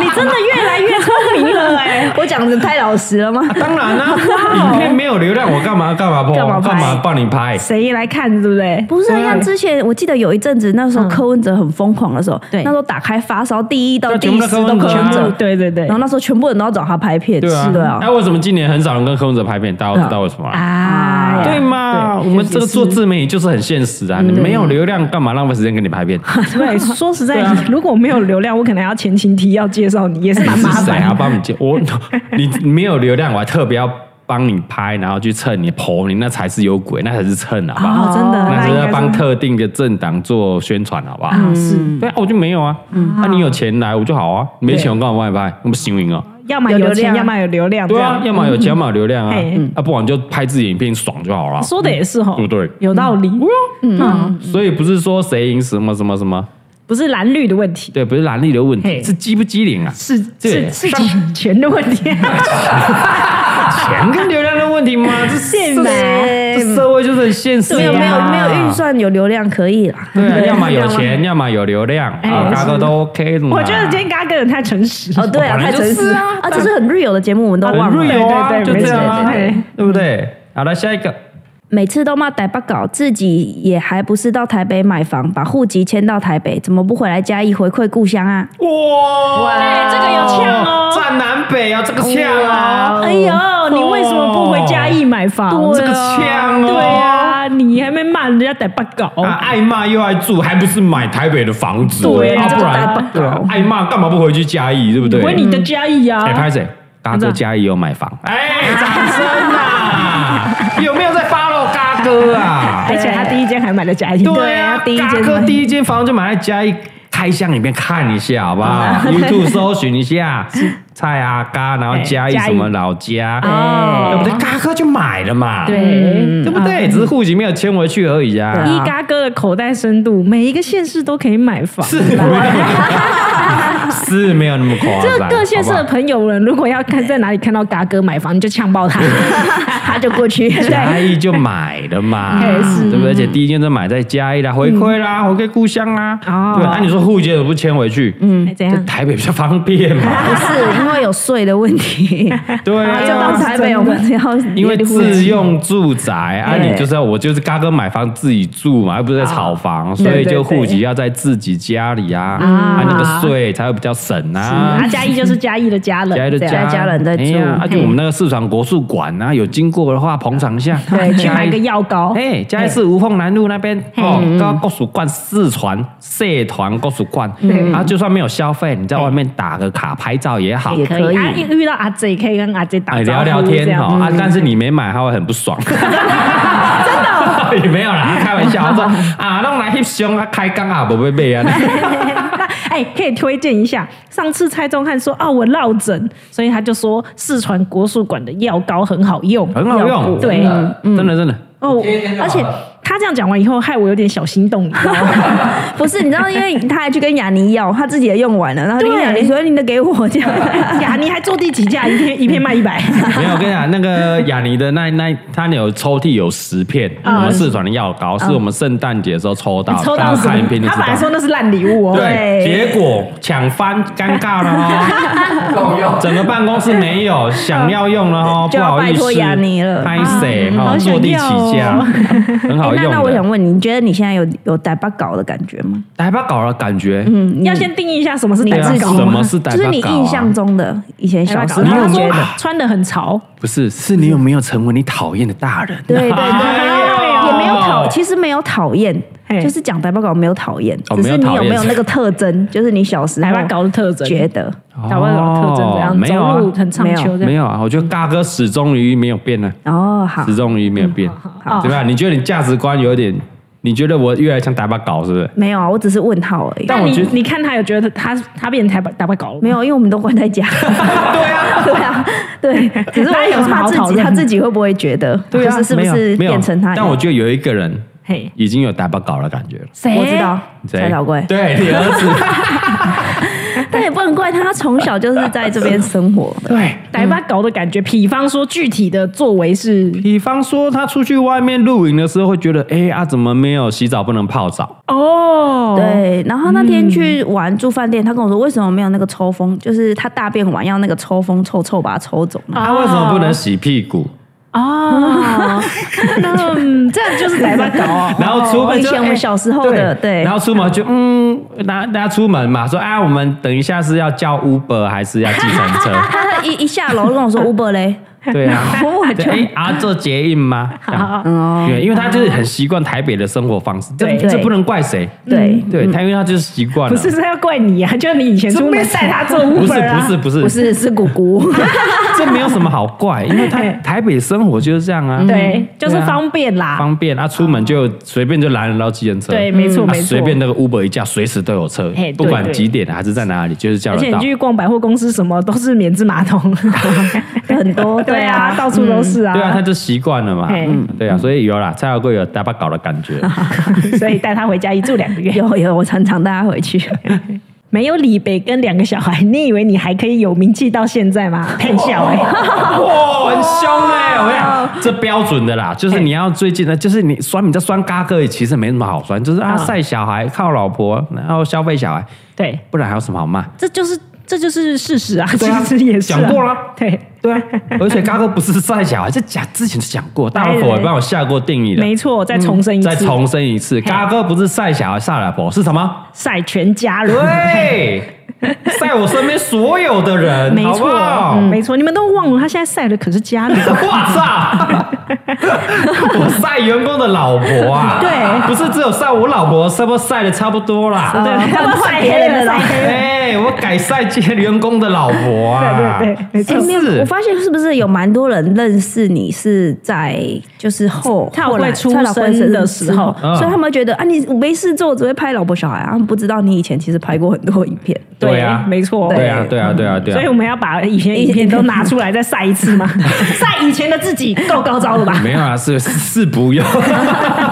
Speaker 3: 你真的越来越聪明了哎。
Speaker 2: 我讲的太老实了吗？
Speaker 1: 啊当然啦、影片没有流量，我干嘛干嘛
Speaker 2: 干嘛
Speaker 1: 剖，
Speaker 2: 拍
Speaker 1: 干嘛帮你拍？
Speaker 3: 谁来看，对不对？
Speaker 2: [LAUGHS] 不是啊，像之前我记得有一阵子，那时候柯文哲很疯狂的时候，
Speaker 3: 对
Speaker 2: 那时候打开发烧第一到第十
Speaker 1: 那全
Speaker 2: 都
Speaker 1: 部
Speaker 2: 柯
Speaker 1: 都柯文哲
Speaker 2: 文哲，
Speaker 3: 嗯对对对
Speaker 2: 然后那时候全部人都要找他拍片，
Speaker 1: 对啊，
Speaker 2: 是的啊
Speaker 1: 那、，为什么今年很少人跟柯文哲拍片？大家都知道为什么啊？
Speaker 2: 哎
Speaker 3: 啊
Speaker 1: 对嘛，我们这个做自媒体就是很现实啊，你没有流量，干嘛浪费时间跟你拍片？
Speaker 3: 对，说实在
Speaker 1: 对啊，
Speaker 3: 如果没有流量，我可能还要前情提要介绍你，也是
Speaker 1: 你
Speaker 3: 蛮
Speaker 1: [LAUGHS] 是
Speaker 3: 麻
Speaker 1: 谁
Speaker 3: 烦
Speaker 1: 啊？
Speaker 3: 的。
Speaker 1: 帮你接我，你没有流量，我还特别要帮你拍，然后去蹭你捧你，那才是有鬼，那才是蹭，好不好？
Speaker 3: 哦，真的，
Speaker 1: 那是
Speaker 3: 应
Speaker 1: 在
Speaker 3: 该是
Speaker 1: 帮特定的政党做宣传，好不好？
Speaker 3: 啊是
Speaker 1: 对啊，我就没有啊，那你有钱来我就好啊，没钱我干嘛帮你拍？那不行赢啊？
Speaker 3: 要么
Speaker 2: 有
Speaker 3: 有
Speaker 2: 流
Speaker 3: 钱，
Speaker 2: 量
Speaker 3: 要么有流量，
Speaker 1: 对
Speaker 3: 这
Speaker 1: 啊，
Speaker 3: 样
Speaker 1: 要么有钱，要么有流量啊
Speaker 3: 嘿，
Speaker 1: 啊，不然就拍自己影片爽就好了，
Speaker 3: 说的也是吼，
Speaker 1: 对不对？
Speaker 3: 有道理。嗯，
Speaker 1: 所以不是说谁赢什么什么什么，
Speaker 3: 不是蓝绿的问题，
Speaker 1: 对，不是蓝绿的问题，
Speaker 3: 嘿
Speaker 1: 是机不机灵啊？
Speaker 3: 是
Speaker 1: 对
Speaker 3: 是是钱钱的问题。
Speaker 1: 钱跟流量的问题
Speaker 3: [LAUGHS]
Speaker 1: 吗？这
Speaker 3: 啊现
Speaker 1: 这
Speaker 2: 实
Speaker 1: 这社会就是很现实、啊，
Speaker 2: 没有没有没有预。算有流量可以啦，
Speaker 1: 对啊，要么有钱，要么有流量，
Speaker 3: 哎
Speaker 1: 啊，大家都 OK 的嘛。
Speaker 3: 我觉得今天嘎哥人太诚实
Speaker 2: 哦
Speaker 3: 了，
Speaker 2: 对啊，
Speaker 1: 本来
Speaker 2: 太
Speaker 1: 就
Speaker 2: 诚实
Speaker 1: 是
Speaker 2: 啊，啊这是很 real 的节目，我们都
Speaker 1: 很
Speaker 2: 忘了。
Speaker 1: real 啊，
Speaker 3: 对
Speaker 1: 就
Speaker 3: 对对
Speaker 1: 这样啊
Speaker 3: 没错对对对，
Speaker 1: 对不对？好了，下一个，
Speaker 2: 每次都骂台北搞，自己也还不是到台北买房，把户籍迁到台北，怎么不回来嘉义回馈故乡啊？
Speaker 1: 哇，
Speaker 3: 哎这个有呛哦
Speaker 1: 站南北啊，这个呛啊，
Speaker 3: 哎呦，你为什么不回嘉义买房？
Speaker 1: 这个呛哦，
Speaker 3: 对啊，你还没骂人家在八搞，
Speaker 1: 啊，爱骂又爱住，还不是买台北的房子？
Speaker 3: 对啊
Speaker 1: 啊，
Speaker 3: 这
Speaker 1: 不
Speaker 3: 个
Speaker 1: 然
Speaker 3: 大不
Speaker 1: 对啊，爱骂干嘛不回去嘉义？对不对？
Speaker 3: 回你的嘉义
Speaker 1: 哎，
Speaker 3: 啊
Speaker 1: 拍。谁？嘎哥家也有买房。哎，掌声啊！
Speaker 3: [LAUGHS]
Speaker 1: 有没有在 follow 嘎哥啊？
Speaker 3: 而且他第一间还买了嘉义，
Speaker 1: 对啊，
Speaker 2: 第一间
Speaker 1: 嘎哥第一间房就买在嘉义，开箱里面看一下，好不好？YouTube
Speaker 3: [LAUGHS]
Speaker 1: 搜寻一下蔡阿嘎，然后加一
Speaker 3: 哎嘉义
Speaker 1: 什么老家，对
Speaker 3: 哦
Speaker 1: 不对？嘎哥就买了嘛，
Speaker 3: 对，嗯
Speaker 1: 对不对？只是户籍没有迁回去而已啊。
Speaker 3: 一嘎哥的口袋深度，每一个县市都可以买房。
Speaker 1: 是没有， [LAUGHS] 是没有那么夸
Speaker 3: 这
Speaker 1: 张。
Speaker 3: 各县市
Speaker 1: 好
Speaker 3: 的
Speaker 1: 不好
Speaker 3: 朋友们，如果要看在哪里看到嘎哥买房，你就呛
Speaker 1: [LAUGHS]
Speaker 3: 爆他，他就过去。
Speaker 1: [LAUGHS] 嘉
Speaker 3: 对，
Speaker 1: 义就买了
Speaker 3: [LAUGHS]
Speaker 1: 嘛，
Speaker 3: 哎是嗯
Speaker 1: 对不对？而且第一件就买在嘉义啦，回馈啦，回馈故乡啦。
Speaker 3: 哦
Speaker 1: 对，那啊你说户籍怎么不迁回去？嗯，
Speaker 3: 哎怎
Speaker 1: 就
Speaker 3: 样？
Speaker 1: 台北比较方便
Speaker 3: [LAUGHS]
Speaker 1: 嘛。
Speaker 2: 不是因为有税的问题，
Speaker 1: 对
Speaker 2: 然后就到
Speaker 1: 啊，
Speaker 2: 台北我们要
Speaker 1: 因为自
Speaker 2: 用。
Speaker 1: 用住宅啊，
Speaker 2: 对
Speaker 1: 你就是要我就是嘎哥买房自己住嘛，又不是在炒房，所以
Speaker 3: 对对
Speaker 1: 就户籍
Speaker 3: 对
Speaker 1: 要在自己家里啊，
Speaker 3: 啊
Speaker 1: 啊那个税才会比较省啊
Speaker 3: 啊，。嘉义就是嘉义的家人，
Speaker 1: 家的
Speaker 3: 这样
Speaker 1: 家
Speaker 2: 家人在住
Speaker 1: 哎呀而且
Speaker 3: 嘿
Speaker 1: 我们那个市场国术馆啊，有经过的话捧场一下，
Speaker 3: 对，
Speaker 1: [LAUGHS]
Speaker 3: 去买个
Speaker 1: 嘉义。
Speaker 3: 药膏。
Speaker 1: 哎，嘉义市吴凤南路那边哦，高国术馆四川社团国术馆，啊，就算没有消费，你在外面打个卡拍照也好，
Speaker 2: 也可以
Speaker 3: 啊，一遇到阿 J 可以跟阿 J 打
Speaker 1: 哎
Speaker 3: 招呼
Speaker 1: 聊聊
Speaker 3: 这
Speaker 1: 天
Speaker 3: 样嗯
Speaker 1: 哈啊，但是你没买他会很不爽， [LAUGHS] 真的也没有啦，开玩笑，我说啊，弄来翕相啊，开工啊，不会被啊，
Speaker 3: 那哎、可以推荐一下。上次蔡宗翰说啊，我落枕，所以他就说四川国术馆的药膏很好用，
Speaker 1: 很好用，嗯
Speaker 3: 对，
Speaker 1: 真的 [LAUGHS] 真的真的。
Speaker 3: 哦，我
Speaker 4: 贴一贴就好
Speaker 3: 而且
Speaker 4: 了
Speaker 3: 他这样讲完以后，害我有点小心动，你知道
Speaker 1: [LAUGHS]
Speaker 3: 吗？
Speaker 2: [LAUGHS] 不是，你知道，因为他还去跟雅尼要，他自己也用完了，然后跟雅尼说：“你的给我这样。
Speaker 3: 呀，你还坐地起价，一片一片卖一
Speaker 1: [LAUGHS]
Speaker 3: 百，
Speaker 1: 没有，我跟你讲，那个雅尼的那那他有抽屉有十片，我们四川的药膏是我们圣诞节的时候抽到，
Speaker 3: 嗯抽
Speaker 1: 大
Speaker 3: 到
Speaker 1: 家
Speaker 3: 什
Speaker 1: 看一
Speaker 3: 么
Speaker 1: 片？就
Speaker 3: 他
Speaker 1: 知
Speaker 3: 本来
Speaker 1: 道。
Speaker 3: 说那是烂礼物哦，
Speaker 1: 对，结果抢翻，尴尬了哦，
Speaker 4: 够用。 [LAUGHS]
Speaker 1: 整个办公室没有，想要用了哦，
Speaker 2: 就
Speaker 1: 不
Speaker 2: 要
Speaker 1: 好意
Speaker 2: 拜托
Speaker 1: 思，
Speaker 2: 雅尼了
Speaker 1: 拍谁
Speaker 3: 啊
Speaker 1: 哈，
Speaker 3: 好想
Speaker 1: 坐地起价
Speaker 3: 要哦，
Speaker 1: [LAUGHS] [LAUGHS] 很好
Speaker 2: 哎那
Speaker 1: 用
Speaker 2: 那我想
Speaker 1: 的。
Speaker 2: 问你，你觉得你现在有有逮八搞的感觉吗？
Speaker 1: 台巴搞了感觉，
Speaker 3: 嗯要先定义一下什么是
Speaker 2: 你
Speaker 3: 奶
Speaker 1: 对啊
Speaker 3: 制高
Speaker 1: 什么是台
Speaker 2: 就是
Speaker 1: 巴
Speaker 2: 你
Speaker 1: 搞
Speaker 2: 印象
Speaker 1: 啊？
Speaker 2: 中的以前小时候
Speaker 3: 他
Speaker 2: 你觉
Speaker 3: 说啊
Speaker 2: 得，
Speaker 3: 穿的很潮，
Speaker 1: 不是，是你有没有成为你讨厌的大人？
Speaker 2: 对对对，
Speaker 3: 啊
Speaker 1: 哎呦
Speaker 2: 也没有讨，其实没有讨厌，
Speaker 3: 嘿
Speaker 2: 就是讲逮八搞没有讨厌，
Speaker 1: 哦
Speaker 2: 只
Speaker 1: 没有
Speaker 2: 是你
Speaker 1: 讨
Speaker 2: 有
Speaker 1: 厌
Speaker 2: 没有那个特征，就是你小时候
Speaker 3: 奶爸搞的特征，
Speaker 2: 觉得
Speaker 3: 台湾有特征怎
Speaker 1: 哦
Speaker 3: 样？
Speaker 1: 没有啊
Speaker 3: 走路很畅
Speaker 2: 没
Speaker 3: 秋这
Speaker 1: 没
Speaker 3: 样。
Speaker 1: 有啊，我觉得嘎哥始终于没有变啊呢。
Speaker 2: 哦好
Speaker 1: 始终于没有变，
Speaker 3: 好
Speaker 1: 对吧？你觉得你价值观有点，你觉得我越来越像打把搞是不是？
Speaker 2: 没有啊，我只是问号而已，
Speaker 1: 但
Speaker 3: 那
Speaker 1: 我
Speaker 3: 你
Speaker 1: 觉得
Speaker 3: 你看他有觉得他他变成台北台北搞了吗
Speaker 2: 没？有，因为我们都关在 [LAUGHS] 家。对啊，对啊，对。只是我
Speaker 3: 哪有
Speaker 2: 想
Speaker 3: 什么
Speaker 2: 他
Speaker 3: 好
Speaker 2: 自
Speaker 3: 讨
Speaker 2: 己
Speaker 3: 论
Speaker 2: 他自己会不会觉得，
Speaker 3: 啊
Speaker 2: 就是是不是
Speaker 1: 没有
Speaker 2: 变成他一样？
Speaker 1: 但我觉得有一个人
Speaker 3: 嘿，
Speaker 1: 已经有打把搞的感觉了，
Speaker 3: 谁
Speaker 2: 我知道
Speaker 1: 谁
Speaker 2: 蔡小贵，
Speaker 1: 对你儿
Speaker 3: [LAUGHS]
Speaker 1: 子，
Speaker 2: 但也不能怪他，他从小就是在
Speaker 1: [LAUGHS]
Speaker 2: 这边生活的。
Speaker 1: 对。
Speaker 3: 台北搞的感觉。比方说，具体的作为是
Speaker 1: 比方说，他出去外面露营的时候，会觉得，哎、啊，怎么没有洗澡，不能泡澡？
Speaker 3: 哦，，
Speaker 2: 对，然后那天去玩住饭店，他跟我说为什么没有那个抽风，就是他大便完要那个抽风臭臭把它抽走嘛。
Speaker 1: 他、为什么不能洗屁股？
Speaker 3: 哦， [LAUGHS] 那嗯这样就是台北搞哦。
Speaker 1: [LAUGHS] 然后出门就
Speaker 2: 以前我们
Speaker 1: 哎
Speaker 2: 小时候的对
Speaker 1: 然后出门就嗯，大大家出门嘛，说啊，我们等一下是要叫 Uber 还是要计程车？
Speaker 2: [LAUGHS] 他一一下楼就跟我 [LAUGHS] 说 Uber 嘞，
Speaker 1: 对啊，
Speaker 3: [LAUGHS]
Speaker 2: 我
Speaker 1: 对
Speaker 2: 就
Speaker 1: 哎啊，做捷运吗？这样
Speaker 3: 好
Speaker 2: 哦，
Speaker 1: 对，因为他就是很习惯台北的生活方式，这
Speaker 3: 对嗯
Speaker 1: 这不能怪谁，
Speaker 2: 对，
Speaker 1: 对他，因为他就是习惯
Speaker 3: [LAUGHS] 不
Speaker 1: 了。
Speaker 3: 是这要怪你啊，就是你以前出门带他做
Speaker 1: 不
Speaker 3: u b
Speaker 1: 是
Speaker 3: e 啊，
Speaker 1: 不是不是
Speaker 2: 不是是姑姑，
Speaker 1: [LAUGHS] 这没有什么好
Speaker 3: [LAUGHS]
Speaker 1: 怪，因为他
Speaker 3: 对嗯
Speaker 1: 台北生活就是这样啊，
Speaker 3: 对，就是
Speaker 1: 对啊
Speaker 3: 方便啦，
Speaker 1: 方便啊，出门就随便就拦得到计程车，
Speaker 3: 对，没错
Speaker 1: 啊，
Speaker 3: 没错，
Speaker 1: 随便那个 Uber 一叫，随时都有车
Speaker 3: 嘿对，
Speaker 1: 不管几点还是在哪里，就是叫
Speaker 3: 而且
Speaker 1: 得
Speaker 3: 你
Speaker 1: 到。
Speaker 3: 去逛百货公司，什么都是免治马桶，
Speaker 2: [LAUGHS]
Speaker 3: [LAUGHS]
Speaker 2: 很多 [LAUGHS]
Speaker 3: 对啊，到处都是啊， [LAUGHS]
Speaker 1: 对啊，他就习惯了嘛
Speaker 3: 嘿嗯，
Speaker 1: 对啊，所以有啦，蔡小贵有大把搞的感
Speaker 3: [LAUGHS]
Speaker 1: 觉，
Speaker 3: 所以带他回家一住两个月，
Speaker 2: 嗯有有，我常常带他回去。
Speaker 3: 没有李北跟两个小孩，你以为你还可以有名气到现在 [LAUGHS] 吗？太笑哎、
Speaker 1: 哇，很凶哎、我跟你
Speaker 3: 哦
Speaker 1: 讲，这标准的啦，就是你要最近的，就是你酸，你这酸嘎哥也其实没什么好酸，就是啊
Speaker 3: 嗯
Speaker 1: 晒小孩、靠老婆，然后消费小孩，
Speaker 3: 对，
Speaker 1: 不然还有什么好骂？
Speaker 3: 这就是这就是事实啊，
Speaker 1: 对啊
Speaker 3: 其实也是、啊、
Speaker 1: 讲过了
Speaker 3: 对。哎
Speaker 1: 对啊，而且嘎哥不是晒小孩，这讲之前就讲过，大老婆也帮我下过定义
Speaker 3: 没
Speaker 1: 了。
Speaker 3: 错，再重申一次，
Speaker 1: 再重申一次，嘎哥不是晒小孩、晒老婆，是什么？
Speaker 3: 晒全家人，
Speaker 1: 对，
Speaker 3: [LAUGHS]
Speaker 1: 晒我身边所有的人，[LAUGHS]
Speaker 3: 没
Speaker 1: 好不
Speaker 3: 错，
Speaker 1: 好？ [LAUGHS]
Speaker 3: 嗯没错，你们都忘了，他现在晒的可是家人。
Speaker 1: 我操！我晒员工的老婆啊，
Speaker 3: 对
Speaker 1: 不是只有晒我老婆，是不是晒的差不多啦？
Speaker 3: 对，
Speaker 2: 他们
Speaker 3: 晒
Speaker 2: 换
Speaker 3: 黑
Speaker 2: 别人
Speaker 3: 了，
Speaker 2: 了
Speaker 3: 晒黑了，
Speaker 1: 哎，我改晒接员工的老婆啊，
Speaker 3: 对对对，没
Speaker 1: 是
Speaker 3: 错
Speaker 1: 不
Speaker 2: 哎没有
Speaker 1: 是
Speaker 2: 我发现是不是有蛮多人认识你是在就是后
Speaker 3: 他
Speaker 2: 后来
Speaker 3: 会出
Speaker 2: 他老会
Speaker 3: 生的时候
Speaker 2: 之后所以
Speaker 1: 嗯
Speaker 2: 他们觉得啊，你没事做只会拍老婆小孩啊，他们不知道你以前其实拍过很多影片。
Speaker 1: 对啊
Speaker 3: 没错，
Speaker 1: 对啊，对啊，对啊，对
Speaker 3: 所以
Speaker 1: 啊
Speaker 3: 我。们要把以前的影片都拿出来再晒一
Speaker 1: [LAUGHS]
Speaker 3: 次嘛，晒以前的自己够高招了吧？
Speaker 1: 没有啊，是是是不用， [LAUGHS]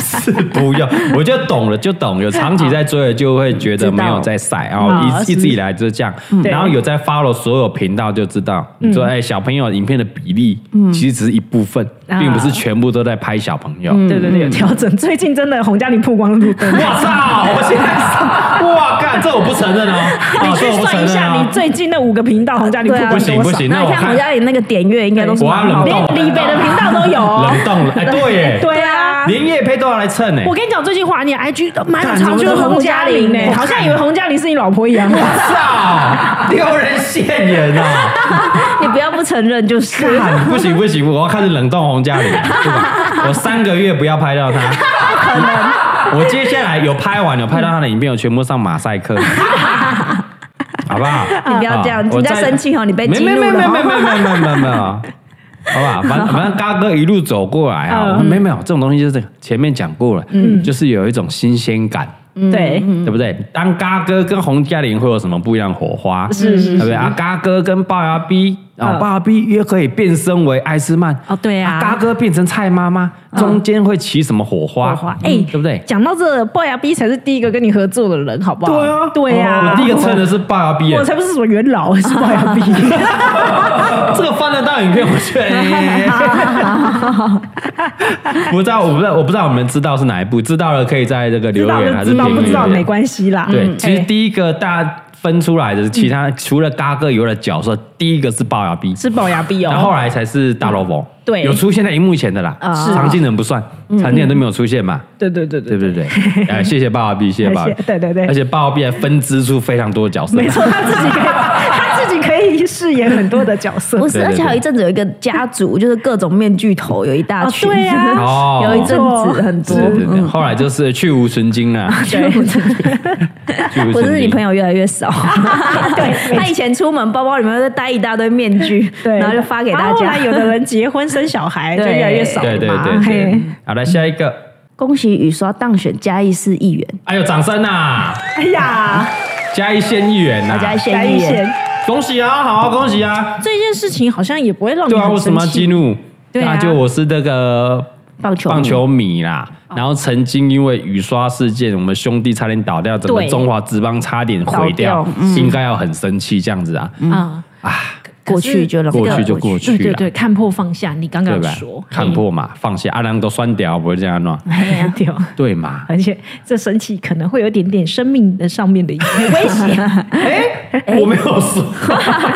Speaker 1: 是不用，我就懂了就懂。有长期在追的就会觉得没有在晒，然后
Speaker 3: 哦
Speaker 1: 一一
Speaker 3: 是嗯
Speaker 1: 直以来就是这样。
Speaker 3: 对
Speaker 1: 然后有在 follow 所有频道就知道，说
Speaker 3: 嗯
Speaker 1: 哎小朋友影片的比例其实只是一部分，
Speaker 3: 啊嗯
Speaker 1: 并不是全部都在拍小朋友。
Speaker 3: 对对对，有调整。最近真的洪嘉玲曝
Speaker 1: [LAUGHS]
Speaker 3: 光度更
Speaker 1: 我
Speaker 3: 大。
Speaker 1: 操！我现在是，
Speaker 3: [LAUGHS]
Speaker 1: 哇干，这我不承认哦，
Speaker 3: 你
Speaker 1: 啊，这
Speaker 3: 去
Speaker 1: 我不承
Speaker 3: 算一
Speaker 1: 认
Speaker 3: 下，
Speaker 1: 哦
Speaker 3: 你。最近那五个频道洪嘉玲曝
Speaker 2: 对啊
Speaker 3: 光
Speaker 1: 不
Speaker 3: 多
Speaker 1: 行
Speaker 3: 少？
Speaker 1: 不行，那
Speaker 2: 那
Speaker 1: 我
Speaker 2: 你看
Speaker 1: 看
Speaker 2: 我家里那个点阅应该都是
Speaker 1: 我要
Speaker 2: 蛮好
Speaker 1: 冷冻
Speaker 2: 的。
Speaker 3: 连李北的频道都有哦。
Speaker 1: 冷冻了，哎，对耶，
Speaker 3: [LAUGHS] 对啊。
Speaker 1: 连叶配都要来蹭呢。
Speaker 3: 我跟你讲，最近华你的 IG 都满
Speaker 1: 干怎
Speaker 3: 场
Speaker 1: 么
Speaker 3: 就是
Speaker 1: 都是
Speaker 3: 洪
Speaker 2: 洪
Speaker 3: 嘉
Speaker 2: 嘉
Speaker 3: 玲
Speaker 2: 玲
Speaker 3: 呢，
Speaker 2: 我
Speaker 3: 好像以为洪嘉玲是你老婆一
Speaker 1: [LAUGHS]
Speaker 3: 样。
Speaker 1: 操，丢人现眼啊！
Speaker 2: 你 [LAUGHS] 不要不承认
Speaker 3: [LAUGHS]
Speaker 2: 就是。
Speaker 1: 干不行不行，我要开始冷冻洪嘉玲，对吧？我三个月不要拍到她，我接下来有拍完有拍到她的影片，我全部上马赛克，好不好？
Speaker 2: 你不要这样
Speaker 1: 啊我
Speaker 2: 人家
Speaker 1: 再
Speaker 2: 生气哦你被
Speaker 1: 没
Speaker 2: 激
Speaker 1: 没
Speaker 2: 怒
Speaker 1: 没
Speaker 2: 了
Speaker 1: 没
Speaker 2: 哦
Speaker 1: 没没没没没没有。好吧，反正反正嘎哥一路走过来啊，我没有没有这种东西就是这个前面讲过了，就是有一种新鲜感，
Speaker 3: 对，
Speaker 1: 对不对？当嘎哥跟洪嘉玲会有什么不一样的火花？
Speaker 3: 是是
Speaker 1: 对不对？啊，嘎哥跟龅牙 B 啊，
Speaker 3: 嗯
Speaker 1: 龅牙 B 也可以变身为艾斯曼
Speaker 3: 哦对啊嗯
Speaker 1: 嘎哥变成蔡妈妈，中间会起什么火花？
Speaker 3: 火花
Speaker 1: 哎
Speaker 3: 哎，
Speaker 1: 对不对？
Speaker 3: 讲到这，龅牙 B 才是第一个跟你合作的人，好不好？对呀，
Speaker 1: 啊哦我第一个蹭的是龅牙 B，
Speaker 3: 我
Speaker 1: 耶
Speaker 3: 才不是什么元老，是龅牙 B。
Speaker 1: [LAUGHS] 这个翻得到影片，我
Speaker 3: [LAUGHS]
Speaker 1: 觉得。不知道，我不知道，我不知道你们知道是哪一部，知道了可以在这个
Speaker 3: 知
Speaker 1: 留
Speaker 3: 道
Speaker 1: 言
Speaker 3: 就
Speaker 1: 还是
Speaker 3: [LAUGHS] 知道，
Speaker 1: 评
Speaker 3: 不知道没
Speaker 1: 论。
Speaker 3: 关系啦。
Speaker 1: 对，
Speaker 3: 嗯
Speaker 1: 其实
Speaker 3: 哎
Speaker 1: 第一个大家分出来的，其他除了嘎哥以外的角色，第一个是龅牙 B，
Speaker 3: 是龅牙 B 哦。嗯
Speaker 1: 然后后来才是大萝卜，
Speaker 3: 对啊嗯
Speaker 1: 有出现在荧幕前的啦，
Speaker 2: 是
Speaker 1: 常进人不算，常进人都没有出现嘛，
Speaker 3: 对对对
Speaker 1: 对
Speaker 3: 对
Speaker 1: 不
Speaker 3: 对，
Speaker 1: 对？
Speaker 3: [LAUGHS]
Speaker 1: 哎，谢谢爸爸 B，谢谢爸爸
Speaker 3: 嗯谢
Speaker 1: B，
Speaker 3: 对对对
Speaker 1: 而且爸爸 B 还分支出非常多的角色，
Speaker 3: 没错，他自己可以，他自己可以饰演很多的角色
Speaker 2: 不。是，
Speaker 1: 对对
Speaker 2: 而且还有
Speaker 1: 对
Speaker 2: 一阵子有一个家族，就是各种面具头，有一大
Speaker 3: 哦
Speaker 2: 群。
Speaker 3: 对啊
Speaker 1: 哦
Speaker 3: 哦
Speaker 2: [LAUGHS] 有一阵子很多嗯
Speaker 1: 对。对
Speaker 3: 嗯
Speaker 1: 对，后来就是去无存精了，
Speaker 3: [LAUGHS] 对，
Speaker 2: [LAUGHS]
Speaker 1: 去无
Speaker 2: 我是
Speaker 1: 存
Speaker 2: 你
Speaker 1: 精
Speaker 2: 朋。友越来越 [LAUGHS] 少。
Speaker 3: 对
Speaker 2: 他以前出门包包里面会带一大堆面具，
Speaker 3: 对，
Speaker 2: 然后就发给大
Speaker 3: 后
Speaker 2: 家
Speaker 3: 来。有的人结婚生小孩就
Speaker 2: 对
Speaker 3: 越来越少了
Speaker 1: 对对
Speaker 3: 嘛。
Speaker 1: 对对
Speaker 3: 嘿，
Speaker 1: 好来下一个，
Speaker 2: 恭喜雨刷当选嘉义市议员，
Speaker 1: 哎呦，掌声呐！
Speaker 3: 哎呀，
Speaker 1: 嘉义县议员
Speaker 2: 大
Speaker 1: 呐，
Speaker 2: 家
Speaker 3: 来
Speaker 2: 县
Speaker 3: 一
Speaker 2: 议员。
Speaker 3: 些
Speaker 1: 恭喜啊，好啊，恭喜啊！
Speaker 3: 这件事情好像也不会让你
Speaker 1: 对啊，
Speaker 3: 很
Speaker 1: 为什么要
Speaker 3: 生气
Speaker 1: 激怒？
Speaker 3: 对啊
Speaker 1: 那就我是那个
Speaker 2: 棒球迷
Speaker 1: 棒球迷啦，然后曾经因为雨刷事件，我们兄弟差点倒掉，整个
Speaker 3: 对
Speaker 1: 中华职棒差点毁
Speaker 2: 倒掉嗯
Speaker 1: 应该要很生气这样子啊，
Speaker 3: 啊？
Speaker 2: 过去就让
Speaker 1: 过去就过去
Speaker 3: 对对
Speaker 1: 了，
Speaker 3: 对，看破放下，你刚
Speaker 1: 对
Speaker 3: 刚
Speaker 1: 吧
Speaker 3: 说？
Speaker 1: 看破嘛，放下，阿郎都酸掉，不会这样弄，
Speaker 3: 嘿对哦。
Speaker 1: 对嘛？
Speaker 3: 而且这生气可能会有一点点生命的上面的一些
Speaker 1: [LAUGHS]
Speaker 3: 威胁。
Speaker 1: 我没有说，我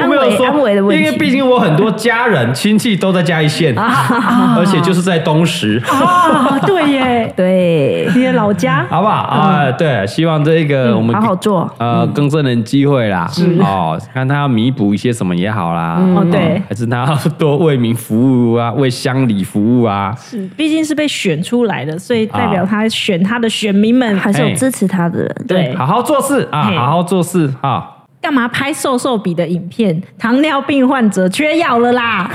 Speaker 2: 安
Speaker 1: 没有
Speaker 2: 慰
Speaker 1: 说
Speaker 2: 安慰的问
Speaker 1: 因为
Speaker 2: 题。
Speaker 1: 毕竟我很多家人亲戚都在嘉义县，而且就是在东石。
Speaker 3: 啊，对耶，
Speaker 2: 对，
Speaker 3: 你的老家
Speaker 1: 好不好
Speaker 3: 嗯
Speaker 1: 啊？对，希望这个我们
Speaker 2: 好好做
Speaker 1: 呃更正人机会啦，哦，看他要弥补一些什么也好啦，
Speaker 3: 哦对
Speaker 1: 还是他要多为民服务啊， [LAUGHS] 为乡里服务啊，
Speaker 3: 是，毕竟是被选出来的，所以代表
Speaker 1: 啊
Speaker 3: 他选他的选民们
Speaker 2: 还是
Speaker 1: 哎
Speaker 2: 有支持他的人。
Speaker 3: 对
Speaker 1: 好好做事啊，
Speaker 3: 嘿
Speaker 1: 好好做事啊。
Speaker 3: 干嘛拍瘦瘦比的影片？糖尿病患者缺药了啦！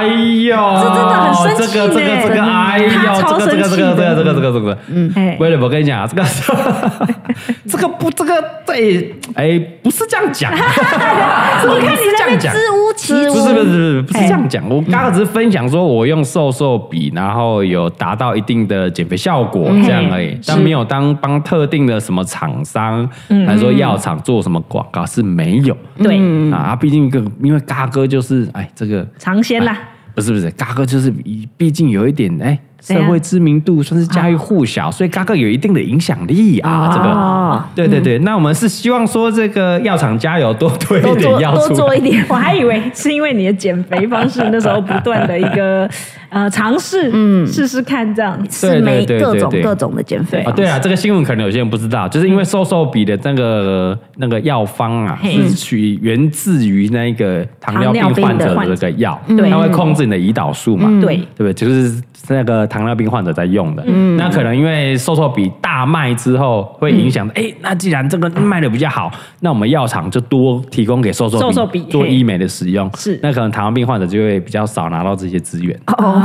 Speaker 1: 哎呦，
Speaker 3: 这真的很生气
Speaker 1: 这个这
Speaker 3: 呢嗯
Speaker 1: 个这个，哎呦，
Speaker 3: 他超
Speaker 1: 这个这个这个这个这个这个这个，嗯
Speaker 3: 哎
Speaker 1: 为了我跟你讲啊，这个
Speaker 3: [LAUGHS]
Speaker 1: 这个不这个对，哎，不是这样
Speaker 3: [LAUGHS]
Speaker 1: 讲， [LAUGHS]
Speaker 3: 你看你
Speaker 1: 这
Speaker 3: 那
Speaker 1: 样
Speaker 3: 边
Speaker 1: 讲
Speaker 3: 支吾其
Speaker 1: 不
Speaker 3: 词，
Speaker 1: 是不是不是不是这样讲，我刚刚只是分享说我用瘦瘦笔，然后有达到一定的减肥效果这样而已，但没有当帮特定的什么厂商来说药厂做什么广告是没有
Speaker 3: 对，
Speaker 1: 啊，毕竟一个因为嘎哥就是哎这个
Speaker 3: 尝鲜啦，
Speaker 1: 不是不是嘎哥就是毕竟有一点哎社会知名度算是家喻户晓，所以嘎哥有一定的影响力啊。这个，
Speaker 2: 哦，
Speaker 1: 对对对，那我们是希望说这个药厂加油，多推一
Speaker 2: 多
Speaker 1: 点
Speaker 2: 做
Speaker 1: 药
Speaker 2: 多
Speaker 1: 出
Speaker 2: 做
Speaker 1: 来
Speaker 2: 一。点，
Speaker 3: [LAUGHS] 我还以为是因为你的减肥方式那时候不断的一个呃尝试，嗯，试试看这样子。
Speaker 2: 是每
Speaker 1: 对对对
Speaker 2: 各种
Speaker 1: 对
Speaker 2: 各种的减肥
Speaker 1: 啊，
Speaker 2: 方
Speaker 1: 对
Speaker 2: 式。
Speaker 1: 啊，这个新闻可能有些人不知道，就是因为瘦瘦比的那个那个药方啊，
Speaker 3: 嗯嘿
Speaker 1: 是取源自于那个糖尿病
Speaker 2: 糖尿病
Speaker 1: 患者
Speaker 2: 的
Speaker 1: 的
Speaker 2: 患
Speaker 1: 这
Speaker 2: 者
Speaker 1: 个药，
Speaker 3: 对嗯
Speaker 1: 它会控制你的胰岛素嘛，
Speaker 3: 对
Speaker 1: 对不对？就是那个糖尿病患者在用的。嗯，那可能因为瘦瘦比大卖之后，会影
Speaker 3: 嗯
Speaker 1: 响，哎，那既然这个卖的比较好，那我们药厂就多提供给瘦瘦
Speaker 3: 瘦瘦比
Speaker 1: 做
Speaker 3: 嘿
Speaker 1: 医美的使用，
Speaker 3: 是
Speaker 1: 那可能糖尿病患者就会比较少拿到这些资源。
Speaker 3: [LAUGHS] 哦，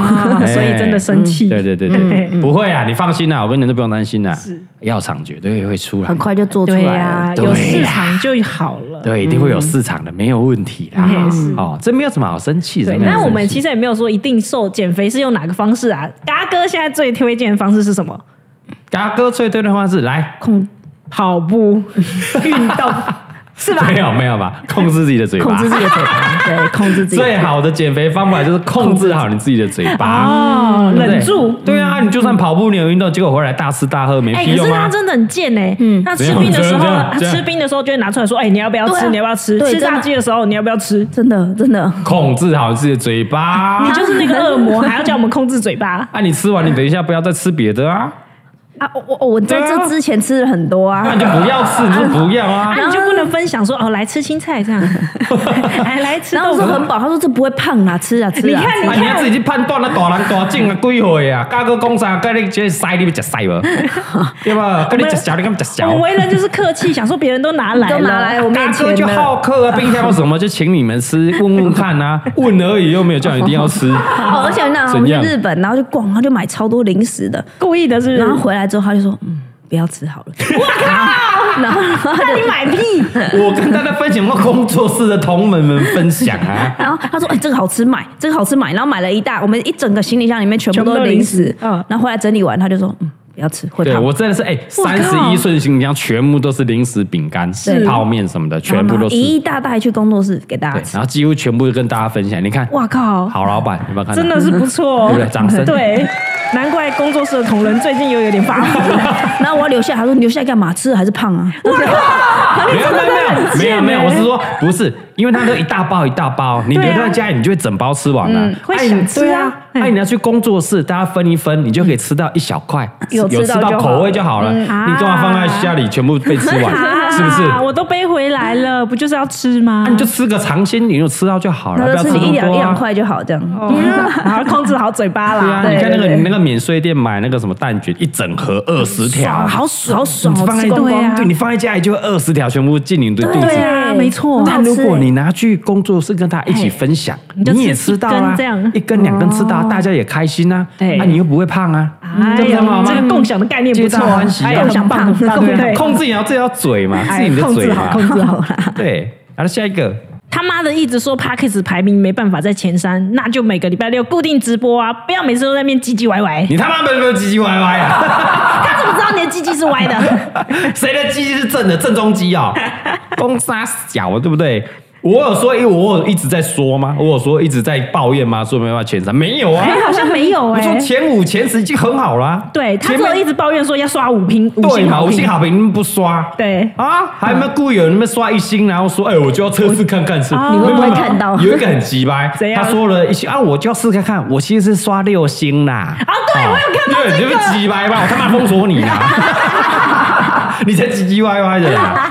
Speaker 3: 所以真的生气。
Speaker 1: 哎嗯
Speaker 3: 嗯
Speaker 1: 对对对对，不会啊，你放心啦，我跟你都不用担心啦啊
Speaker 3: 是，
Speaker 1: 药厂绝对会出来，
Speaker 2: 很快就做出
Speaker 3: 对
Speaker 2: 来
Speaker 3: 呀
Speaker 2: 了，，
Speaker 1: 对
Speaker 3: 有市场就好了。
Speaker 1: 对，一定会有市场的，没有问题啦
Speaker 3: 嗯是。
Speaker 1: 哦，这没有什么好生气的
Speaker 3: 对，。
Speaker 1: 没有
Speaker 3: 但
Speaker 1: 生
Speaker 3: 我们
Speaker 1: 气
Speaker 3: 其实也没有说一定瘦减肥是用哪个方式啊。嘎哥现在最推荐的方式是什么？
Speaker 1: 嘎哥最对的话是来，
Speaker 2: 控
Speaker 3: 跑
Speaker 1: [LAUGHS]
Speaker 3: 步运动是吧
Speaker 1: 没？有没有吧，控制自己的嘴
Speaker 2: 控
Speaker 1: 巴
Speaker 2: 制。自己的嘴
Speaker 1: [LAUGHS]
Speaker 2: 巴，对，控制自己的
Speaker 1: 最
Speaker 2: 嘴巴。
Speaker 1: 好的减肥方法就是控制好你自己的嘴巴，
Speaker 3: 哦，
Speaker 1: 对不对
Speaker 3: 忍住。嗯
Speaker 1: 对啊，你就算跑步，你有运动，结果回来大吃大喝没
Speaker 3: 哎、
Speaker 1: 屁
Speaker 3: 可
Speaker 1: 用
Speaker 3: 是
Speaker 1: 啊
Speaker 3: 他。真的很贱哎、
Speaker 2: 嗯
Speaker 3: 他吃冰的时候
Speaker 1: 怎样
Speaker 3: 呢，他
Speaker 1: 怎样
Speaker 3: 吃冰的时候就会拿出来说：“哎、你要不要吃？
Speaker 2: 对啊
Speaker 3: 你要不要吃？
Speaker 2: 对
Speaker 3: 吃
Speaker 2: 真
Speaker 3: 炸
Speaker 2: 的
Speaker 3: 鸡的时候，你要不要吃？
Speaker 2: 真的真的，
Speaker 1: 控制好自己的嘴
Speaker 3: [LAUGHS]
Speaker 1: 巴
Speaker 3: 你。就是那个恶魔，还要叫我们控制嘴
Speaker 1: [LAUGHS]
Speaker 3: 巴。
Speaker 1: 啊，你吃完你等一下不要再吃别的啊，
Speaker 2: 啊，我我我在
Speaker 1: 对啊
Speaker 2: 这之前吃了很多
Speaker 1: 那
Speaker 2: 啊
Speaker 1: 你，就不要吃，你就不要啊。
Speaker 3: [LAUGHS] 啊，你就不能分享说哦，来吃青
Speaker 1: [LAUGHS]
Speaker 3: 菜这样，来来吃
Speaker 2: 然后
Speaker 3: 豆
Speaker 2: 我
Speaker 3: 腐
Speaker 2: 说。很饱，他说这不会胖啊，吃啊吃
Speaker 3: 你
Speaker 2: 啊，
Speaker 1: [LAUGHS]
Speaker 3: 看，你
Speaker 1: 啊，你要
Speaker 3: 看，
Speaker 1: 自己去判断那大人大种啊，几岁啊？家哥讲啥？跟你这塞，你要食塞
Speaker 3: [LAUGHS]
Speaker 1: 无？对吧？跟你食小，你敢食小
Speaker 3: 我？为人就是客气，想说别人都拿来了，
Speaker 2: 都拿来我面
Speaker 1: 大哥
Speaker 2: 前
Speaker 1: 就
Speaker 2: 了。
Speaker 1: 好客啊，冰箱有什么就请你们吃，问问看啊， [LAUGHS] 问而已，又没有叫你一定要
Speaker 3: [LAUGHS]
Speaker 1: 吃。
Speaker 2: 哦，而且那我
Speaker 1: 怎
Speaker 2: 们去
Speaker 1: 样
Speaker 2: 日本，然后就逛，然后就买超多零食的，
Speaker 3: 故意的是不是？
Speaker 2: 然后回来之后他就说，嗯，不要吃
Speaker 1: [LAUGHS]
Speaker 2: 好了。我靠！ [LAUGHS] 然后然后
Speaker 3: 那你买屁！
Speaker 1: 我跟大家分享，我工作室的同门们分享
Speaker 3: [LAUGHS]
Speaker 1: 啊。
Speaker 2: [LAUGHS] 然后他说：“哎、这个好吃，买这个好吃买。”然后买了一大，我们一整个行李箱里面全部都是零食
Speaker 3: 全。部都零食嗯
Speaker 2: 然后回来整理完，他就说：“嗯，不要吃，会
Speaker 1: 对
Speaker 2: 胖。
Speaker 1: 我真的是哎，三十一顺行李箱全部都是零食、饼干、泡面什么的，全部都是。
Speaker 2: 一一大袋去工作室给大家
Speaker 1: 对，
Speaker 2: 吃
Speaker 1: 然。后几乎全部都跟大家分享。你看，
Speaker 3: 哇靠，
Speaker 1: 好老板，有没有看到？
Speaker 3: 真的是不错、哦，
Speaker 1: 对不对掌声
Speaker 3: 对，难怪工作室的同仁最近又有点发火。
Speaker 2: 然后我要留下，他说：“你留下来干嘛？吃了还是
Speaker 1: [LAUGHS]
Speaker 2: 胖啊
Speaker 1: 没有没有没有没有没有，我是说不是，因为它都一大包一大包，你
Speaker 3: 对
Speaker 1: 留
Speaker 3: 啊
Speaker 1: 在家里，你就会整包吃完了
Speaker 3: 嗯。会
Speaker 1: 哎
Speaker 3: 想
Speaker 1: 你
Speaker 3: 吃
Speaker 1: 对
Speaker 3: 啊
Speaker 1: 啊，哎，你要去工作室，大家分一分，你就可以吃到一小块，
Speaker 2: 有吃到
Speaker 1: 有吃到
Speaker 2: 就好
Speaker 1: 口味就好了。你
Speaker 3: 啊
Speaker 1: 干嘛放在家里全部被吃
Speaker 3: 啊
Speaker 1: 完？是不是？
Speaker 3: 我都背回来了，不就是要吃吗？
Speaker 1: 那 [LAUGHS] 你就吃个尝鲜，你就吃到就好？”了，
Speaker 2: 他
Speaker 1: 不
Speaker 2: 说
Speaker 1: 要：“吃
Speaker 2: 吃
Speaker 1: 那
Speaker 2: 一
Speaker 1: 么
Speaker 2: 两一
Speaker 1: 多
Speaker 2: 两
Speaker 1: 啊。
Speaker 2: 块就好，这样。
Speaker 3: 哦好，控制好嘴巴
Speaker 1: 对啊
Speaker 3: 啦。，
Speaker 1: 你看那个
Speaker 2: 对对
Speaker 1: 你那个免税店买那个什么蛋卷，一整盒二十条，
Speaker 2: 好爽，好爽，
Speaker 1: 你放在
Speaker 2: 吃光光
Speaker 3: 对啊
Speaker 1: 对你放在家里就二十条全部进你的肚
Speaker 2: 对
Speaker 1: 子。
Speaker 3: 啊没错
Speaker 1: 但如果你拿去工作室跟大家一起分享，
Speaker 3: 哎你就
Speaker 1: 你也
Speaker 3: 吃
Speaker 1: 吃
Speaker 3: 一
Speaker 1: 到
Speaker 3: 根
Speaker 1: 啊
Speaker 3: 这样，哦
Speaker 1: 一根两根吃到，大家也开心啊，
Speaker 3: 对
Speaker 1: 啊，你又不会胖啊，这
Speaker 3: 哎
Speaker 1: 不是
Speaker 3: 呀
Speaker 1: 很好，
Speaker 3: 这个
Speaker 1: 吗？
Speaker 3: 共享的概念不
Speaker 1: 皆
Speaker 3: 错
Speaker 1: 大，欢喜啊
Speaker 3: 哎呀
Speaker 2: 共享
Speaker 3: 很棒
Speaker 2: 胖
Speaker 3: 很棒
Speaker 1: 对啊
Speaker 3: 对
Speaker 1: 控制也要自己要嘴嘛，
Speaker 2: 哎
Speaker 1: 是你的
Speaker 3: 控
Speaker 1: 嘴啊
Speaker 3: 制好，
Speaker 1: 嘛，
Speaker 3: 控
Speaker 1: [LAUGHS]
Speaker 3: 制好。
Speaker 1: 对。然后下一个，
Speaker 3: 他妈的，一直说 p a c k e s 排名没办法在前三，那就每个礼拜六固定直播啊，不要每次都在那边唧唧
Speaker 1: [LAUGHS]
Speaker 3: 歪歪。
Speaker 1: 你他妈没有没有唧唧歪歪
Speaker 3: [LAUGHS]
Speaker 1: 啊？
Speaker 3: 他怎么知道你的唧唧是歪的？
Speaker 1: 谁的鸡是正的正中鸡
Speaker 3: [LAUGHS]
Speaker 1: 啊、公杀小对不对？我有说，因为我有一直在说吗？我有说一直在抱怨吗？说没办法前三，没有啊。
Speaker 3: 哎，好像没有
Speaker 1: 我
Speaker 3: 哎
Speaker 1: 说。前五前十已经很好啦。
Speaker 3: 对他
Speaker 1: 前
Speaker 3: 只
Speaker 1: 面
Speaker 3: 有一直抱怨说要刷五星五
Speaker 1: 对
Speaker 3: 星
Speaker 1: 嘛，
Speaker 3: 好
Speaker 1: 五星
Speaker 3: 评，
Speaker 1: 好评你们不刷，
Speaker 3: 对
Speaker 1: 啊，还有没有故意有人们刷一星，然后说，哎，我就要测试看看是，
Speaker 3: 你会不会
Speaker 1: 没有没有
Speaker 2: 看到
Speaker 1: 有一个很鸡掰
Speaker 3: 怎，样
Speaker 1: 他说了一星啊，我就要试看看，我其实是刷六星啦，哦
Speaker 3: 啊对我有看到
Speaker 1: 对，
Speaker 3: 这个
Speaker 1: 你这不鸡掰吧，我他妈封锁你啦， [LAUGHS] 你才唧唧歪歪的
Speaker 3: [LAUGHS]
Speaker 1: 啦，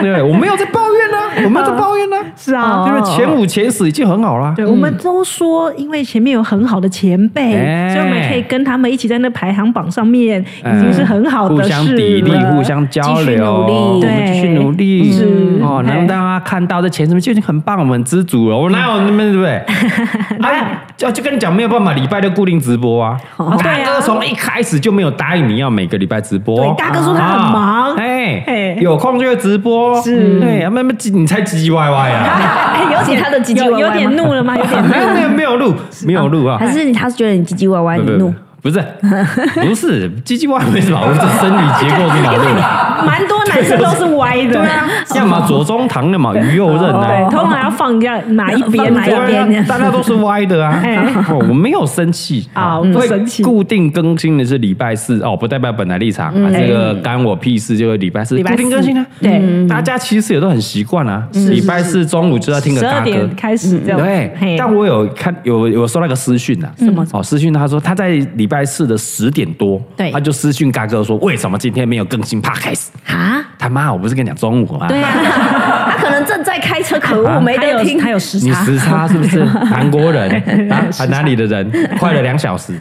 Speaker 1: 对，我没有在抱怨呢，我没有在抱怨呢，
Speaker 3: 是啊，
Speaker 1: 因为前五前十已经很好啦。
Speaker 3: 对，我们都说，因为前面有很好的前辈，
Speaker 1: 哎
Speaker 3: 所以我们可以跟他们一起在那排行榜上面，
Speaker 1: 嗯
Speaker 3: 已经是很好
Speaker 1: 互
Speaker 3: 的事哦了。
Speaker 1: 相砥砺、互相交
Speaker 2: 继续
Speaker 1: 流，
Speaker 2: 努力
Speaker 1: 我们继续
Speaker 3: 对
Speaker 1: 努力，
Speaker 3: 是
Speaker 1: 哦，
Speaker 3: 对
Speaker 1: 能让大家看到这钱什么就已经很棒，我们很知足
Speaker 3: [LAUGHS]
Speaker 1: 了。我哪有那么对不对？哎，就就跟你讲，没有办法，礼拜六固定直播啊。
Speaker 3: 哦对
Speaker 1: 大
Speaker 3: 啊
Speaker 1: 哥从一开始就没有答应你要每个礼拜直播，
Speaker 3: 对大哥说他很
Speaker 1: 啊
Speaker 3: 忙
Speaker 1: 哎
Speaker 3: 嘿，
Speaker 1: 有空就会直播，
Speaker 3: 是
Speaker 1: 对，啊，慢慢你才唧唧歪歪
Speaker 3: [LAUGHS]
Speaker 1: 啊，
Speaker 3: 哎有
Speaker 2: 是
Speaker 3: 点
Speaker 2: 他的唧唧歪歪
Speaker 3: 有
Speaker 2: 吗
Speaker 3: [LAUGHS] 有点怒了吗？有点怒哦
Speaker 1: 没有没有没有录，没有录啊，
Speaker 2: 还是他觉得你唧唧歪歪，你
Speaker 1: 不不
Speaker 2: 怒？
Speaker 1: 不不是不是，唧唧歪没什么好录，这生理结构没什么好录啊的。
Speaker 3: 蛮多男生都是歪的， [LAUGHS] 对啊，
Speaker 1: [LAUGHS] 要么左中堂，要么鱼右任啊。
Speaker 3: 对，通常要放掉哪一边
Speaker 2: 放哪一
Speaker 3: 这样
Speaker 2: 边
Speaker 1: 对啊大家都是歪的啊
Speaker 3: 哦 [LAUGHS] 哎！
Speaker 1: 哦我没有生气
Speaker 3: 啊我不生气
Speaker 1: 会固定更新的是礼拜四哦，不代表本来立场啊，这个干我屁事，就是礼拜四
Speaker 3: 嗯哎礼拜四
Speaker 1: 固定更新啊。
Speaker 3: 对嗯
Speaker 1: 嗯，大家其实也都很习惯啊，礼拜四中午就要听个
Speaker 3: 十
Speaker 1: 大
Speaker 3: 二
Speaker 1: 歌
Speaker 3: 点。开始这样。
Speaker 1: 对
Speaker 3: 嘿，
Speaker 1: 但我有看有有收到个私讯啊，什
Speaker 3: 么
Speaker 1: 哦，私讯他说他在礼拜四的十点多，
Speaker 3: 对
Speaker 1: 他就私讯嘎哥说为什么今天没有更新 podcast？
Speaker 3: 啊，
Speaker 1: 他妈，我不是跟你讲中午吗？
Speaker 3: 对啊， [LAUGHS]
Speaker 2: 他可能正在开车，可
Speaker 1: 啊
Speaker 2: 恶，没
Speaker 3: 他有
Speaker 2: 得听。
Speaker 3: 他有时
Speaker 1: 你
Speaker 3: 差，
Speaker 1: 时差是不
Speaker 3: [LAUGHS]
Speaker 1: 是韩国人啊？啊哪里的人？快了两小时。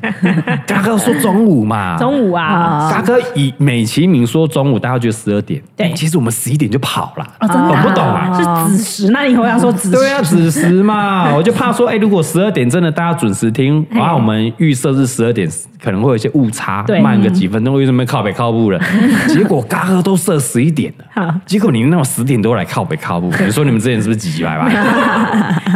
Speaker 1: 嘎哥说中午嘛，
Speaker 3: 中午啊，
Speaker 1: 嘎哥以美其名说中午，大家觉得十二点，哎
Speaker 3: 对
Speaker 1: 其实我们十一点就跑了，
Speaker 3: 哦真的
Speaker 1: 懂
Speaker 3: 啊
Speaker 1: 不懂啊？
Speaker 3: 是子时，那你以后要说子时
Speaker 1: 对啊，子时
Speaker 3: [LAUGHS]
Speaker 1: 嘛，我就怕说，哎，如果十二点真的大家准时听，啊
Speaker 3: 哎
Speaker 1: 然后我们预设是十二点，可能会有一些误差
Speaker 3: 对，
Speaker 1: 慢个几分钟，为什么靠北靠
Speaker 3: [LAUGHS]
Speaker 1: 步了？结果嘎哥都设十一点
Speaker 3: 好
Speaker 1: 了，结果你们那种十点多来靠北靠步，你说你们之前是不是急白白？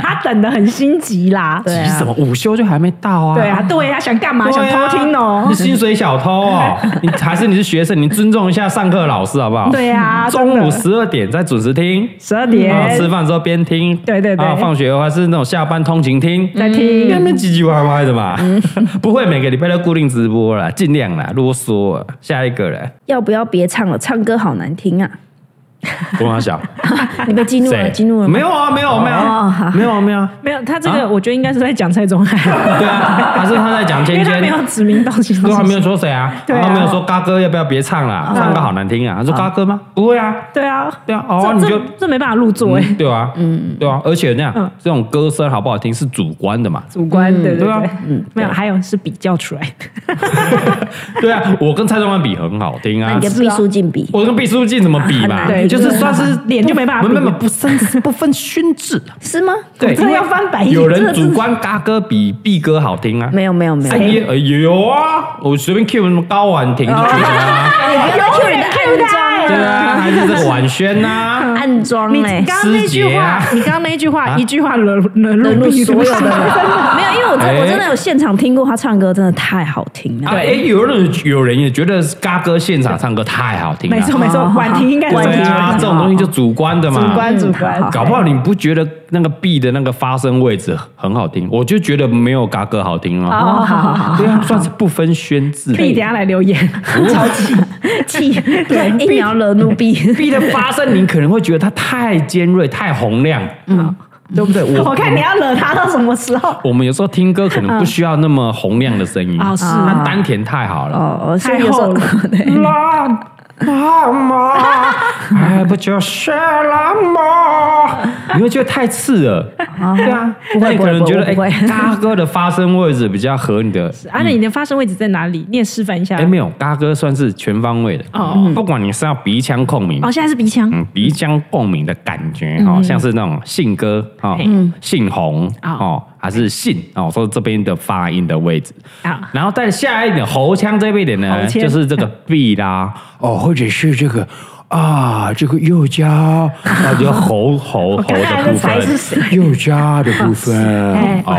Speaker 3: 他等的很心急啦，
Speaker 2: 啊
Speaker 1: 急什么？午休就还没到啊？
Speaker 3: 啊对啊，对啊，想干嘛？想
Speaker 1: 对啊
Speaker 3: 偷听哦
Speaker 1: 你。薪水小偷
Speaker 3: [LAUGHS]
Speaker 1: 哦，你还是你是学生，你尊重一下上课老师好不好？
Speaker 3: 对啊，
Speaker 1: 中午十二点再准时听，
Speaker 3: 十二
Speaker 1: 啊，吃
Speaker 3: 点
Speaker 1: 饭之后边听，
Speaker 3: 对对对
Speaker 1: 啊，放学还是那种下班通勤听，
Speaker 3: 在
Speaker 1: 那
Speaker 3: 听，嗯
Speaker 1: 边唧唧歪歪的嘛， [LAUGHS] 不会每个礼拜都固定直播啦，尽量啦，啰嗦啊，下一个人，
Speaker 2: 要不要别唱了？唱歌好难听啊！
Speaker 1: 我马
Speaker 3: [LAUGHS]
Speaker 1: 小，
Speaker 2: 你被激怒了，
Speaker 1: 谁？
Speaker 2: 激怒了吗。
Speaker 1: 没有啊，没有啊，没有
Speaker 2: 哦好
Speaker 1: 啊，没有啊，没有啊，
Speaker 3: 没有他这
Speaker 1: 啊
Speaker 3: 个，我觉得应该是在讲蔡
Speaker 1: [LAUGHS]
Speaker 3: 宗翰，
Speaker 1: 对啊，还是他在讲
Speaker 3: 因
Speaker 1: 芊
Speaker 3: 为他
Speaker 1: 芊
Speaker 3: 没。有指名道姓。
Speaker 1: 都还没有说谁啊，
Speaker 3: 对啊
Speaker 1: 他没有说嘎哥要不要别唱啦，唱歌好难听啊。他说嘎哥吗？不会啊，
Speaker 3: 对啊，
Speaker 1: 对啊，哦，
Speaker 3: 这
Speaker 1: 你就
Speaker 3: 这这没办法入座哎，
Speaker 1: 嗯对啊，嗯，对啊，而且那样
Speaker 3: 嗯，
Speaker 1: 这种歌声好不好听是主观的嘛
Speaker 3: 主观
Speaker 2: 嗯
Speaker 3: 对对
Speaker 1: 对啊
Speaker 3: 对，没有，还有是比较出来的，
Speaker 2: [LAUGHS]
Speaker 1: 对啊，我跟蔡宗翰比很好听
Speaker 2: 那
Speaker 1: 啊
Speaker 2: 你，跟毕书尽比，
Speaker 1: 我跟毕书尽怎么比嘛
Speaker 2: 很难？比
Speaker 1: 就是算是
Speaker 3: 脸就没办法比
Speaker 1: 没没没不分 [LAUGHS] 不分勋制，
Speaker 2: 是吗？
Speaker 1: 对，
Speaker 3: 真的要翻白眼，
Speaker 1: 有
Speaker 3: 真
Speaker 1: 人
Speaker 3: 的是
Speaker 1: 主观嘎哥比毕哥好听啊，
Speaker 2: 没有没有没有，
Speaker 1: 哎
Speaker 2: 你
Speaker 1: 也哎有啊，我随便 Q 什么高婉婷就觉得啊，
Speaker 2: 哎不要再
Speaker 3: 哎
Speaker 2: Q 人的暗装
Speaker 1: [LAUGHS] 对
Speaker 2: 了，
Speaker 1: 啊，还是这个婉萱啊呐。
Speaker 2: 暗装
Speaker 3: 你
Speaker 2: 嘞
Speaker 3: 刚。刚那句
Speaker 1: 师姐
Speaker 3: 话
Speaker 1: 啊，
Speaker 3: 你刚刚那句话，
Speaker 1: 啊
Speaker 3: 一句话惹惹
Speaker 2: 惹
Speaker 3: 怒
Speaker 2: 怒
Speaker 3: 你
Speaker 2: 所有的
Speaker 3: 真 [LAUGHS]
Speaker 2: 人， [LAUGHS] 没有，因为我真
Speaker 1: 哎
Speaker 2: 我真的有现场听过他唱歌，真的太好听
Speaker 1: 啊，
Speaker 2: 了。
Speaker 1: 哎、有人有人也觉得嘎哥现场唱歌太好听了，啊
Speaker 3: 没错没错，
Speaker 2: 哦
Speaker 3: 婉婷应该是
Speaker 1: 对
Speaker 2: 婉婷
Speaker 1: 啊，这种东西就主观的嘛，
Speaker 3: 主观
Speaker 2: 嗯
Speaker 3: 主观
Speaker 2: 好
Speaker 1: 搞不好你不觉得那个 B 的那个发声位置很好听，我就觉得没有嘎哥好听哦。
Speaker 3: 哦，好好好，
Speaker 1: 对啊，算是不分宣制。
Speaker 3: 必等一下啊
Speaker 1: [LAUGHS]
Speaker 3: 来留言，超气 [LAUGHS] 气，
Speaker 2: 对，一秒惹怒
Speaker 3: [LAUGHS]
Speaker 2: B，
Speaker 1: B 的发声，你可能会觉得它太尖锐、太洪亮，嗯，对不对？我
Speaker 3: 我看你要惹他到什么时候？
Speaker 1: 我们有时候听歌可能不需要那么洪亮的声音，
Speaker 3: 啊是
Speaker 1: 那丹田太好了。
Speaker 2: 哦，所以
Speaker 3: 太
Speaker 2: 有时
Speaker 3: 后
Speaker 2: 候
Speaker 3: 了，
Speaker 2: [LAUGHS]
Speaker 3: 嗯
Speaker 1: 浪漫吗？爱不就是浪漫？你会觉得太刺耳，对啊，
Speaker 2: 不会
Speaker 1: 那你
Speaker 2: 不
Speaker 1: 可
Speaker 2: 会
Speaker 1: 能觉得
Speaker 2: 不会
Speaker 1: 哎，嘎哥的发声位置比较合你的。
Speaker 3: 啊，那你的发声位置在哪里？你也示范一下
Speaker 1: 哎，。没有，嘎哥算是全方位的
Speaker 3: 哦，
Speaker 1: 不管你是要鼻腔共鸣
Speaker 3: 哦，。现在是鼻腔
Speaker 1: 嗯，鼻腔共鸣的感觉
Speaker 2: 嗯
Speaker 1: 哦，像是那种信歌哦
Speaker 3: 嘿，
Speaker 1: 姓洪
Speaker 3: 哦
Speaker 1: 哦，还是信哦，说这边的发音的位置。
Speaker 3: 啊，
Speaker 1: 然后再下一点喉腔这边一点
Speaker 3: 喉
Speaker 1: 呢，
Speaker 3: 腔
Speaker 1: 就是这个 B 啦，哦，或者是这个啊，这个右加，啊，就喉喉喉
Speaker 3: 刚才
Speaker 1: 的部
Speaker 3: 才是谁
Speaker 1: 分，右加的部分
Speaker 3: [LAUGHS] 哎
Speaker 1: 哦，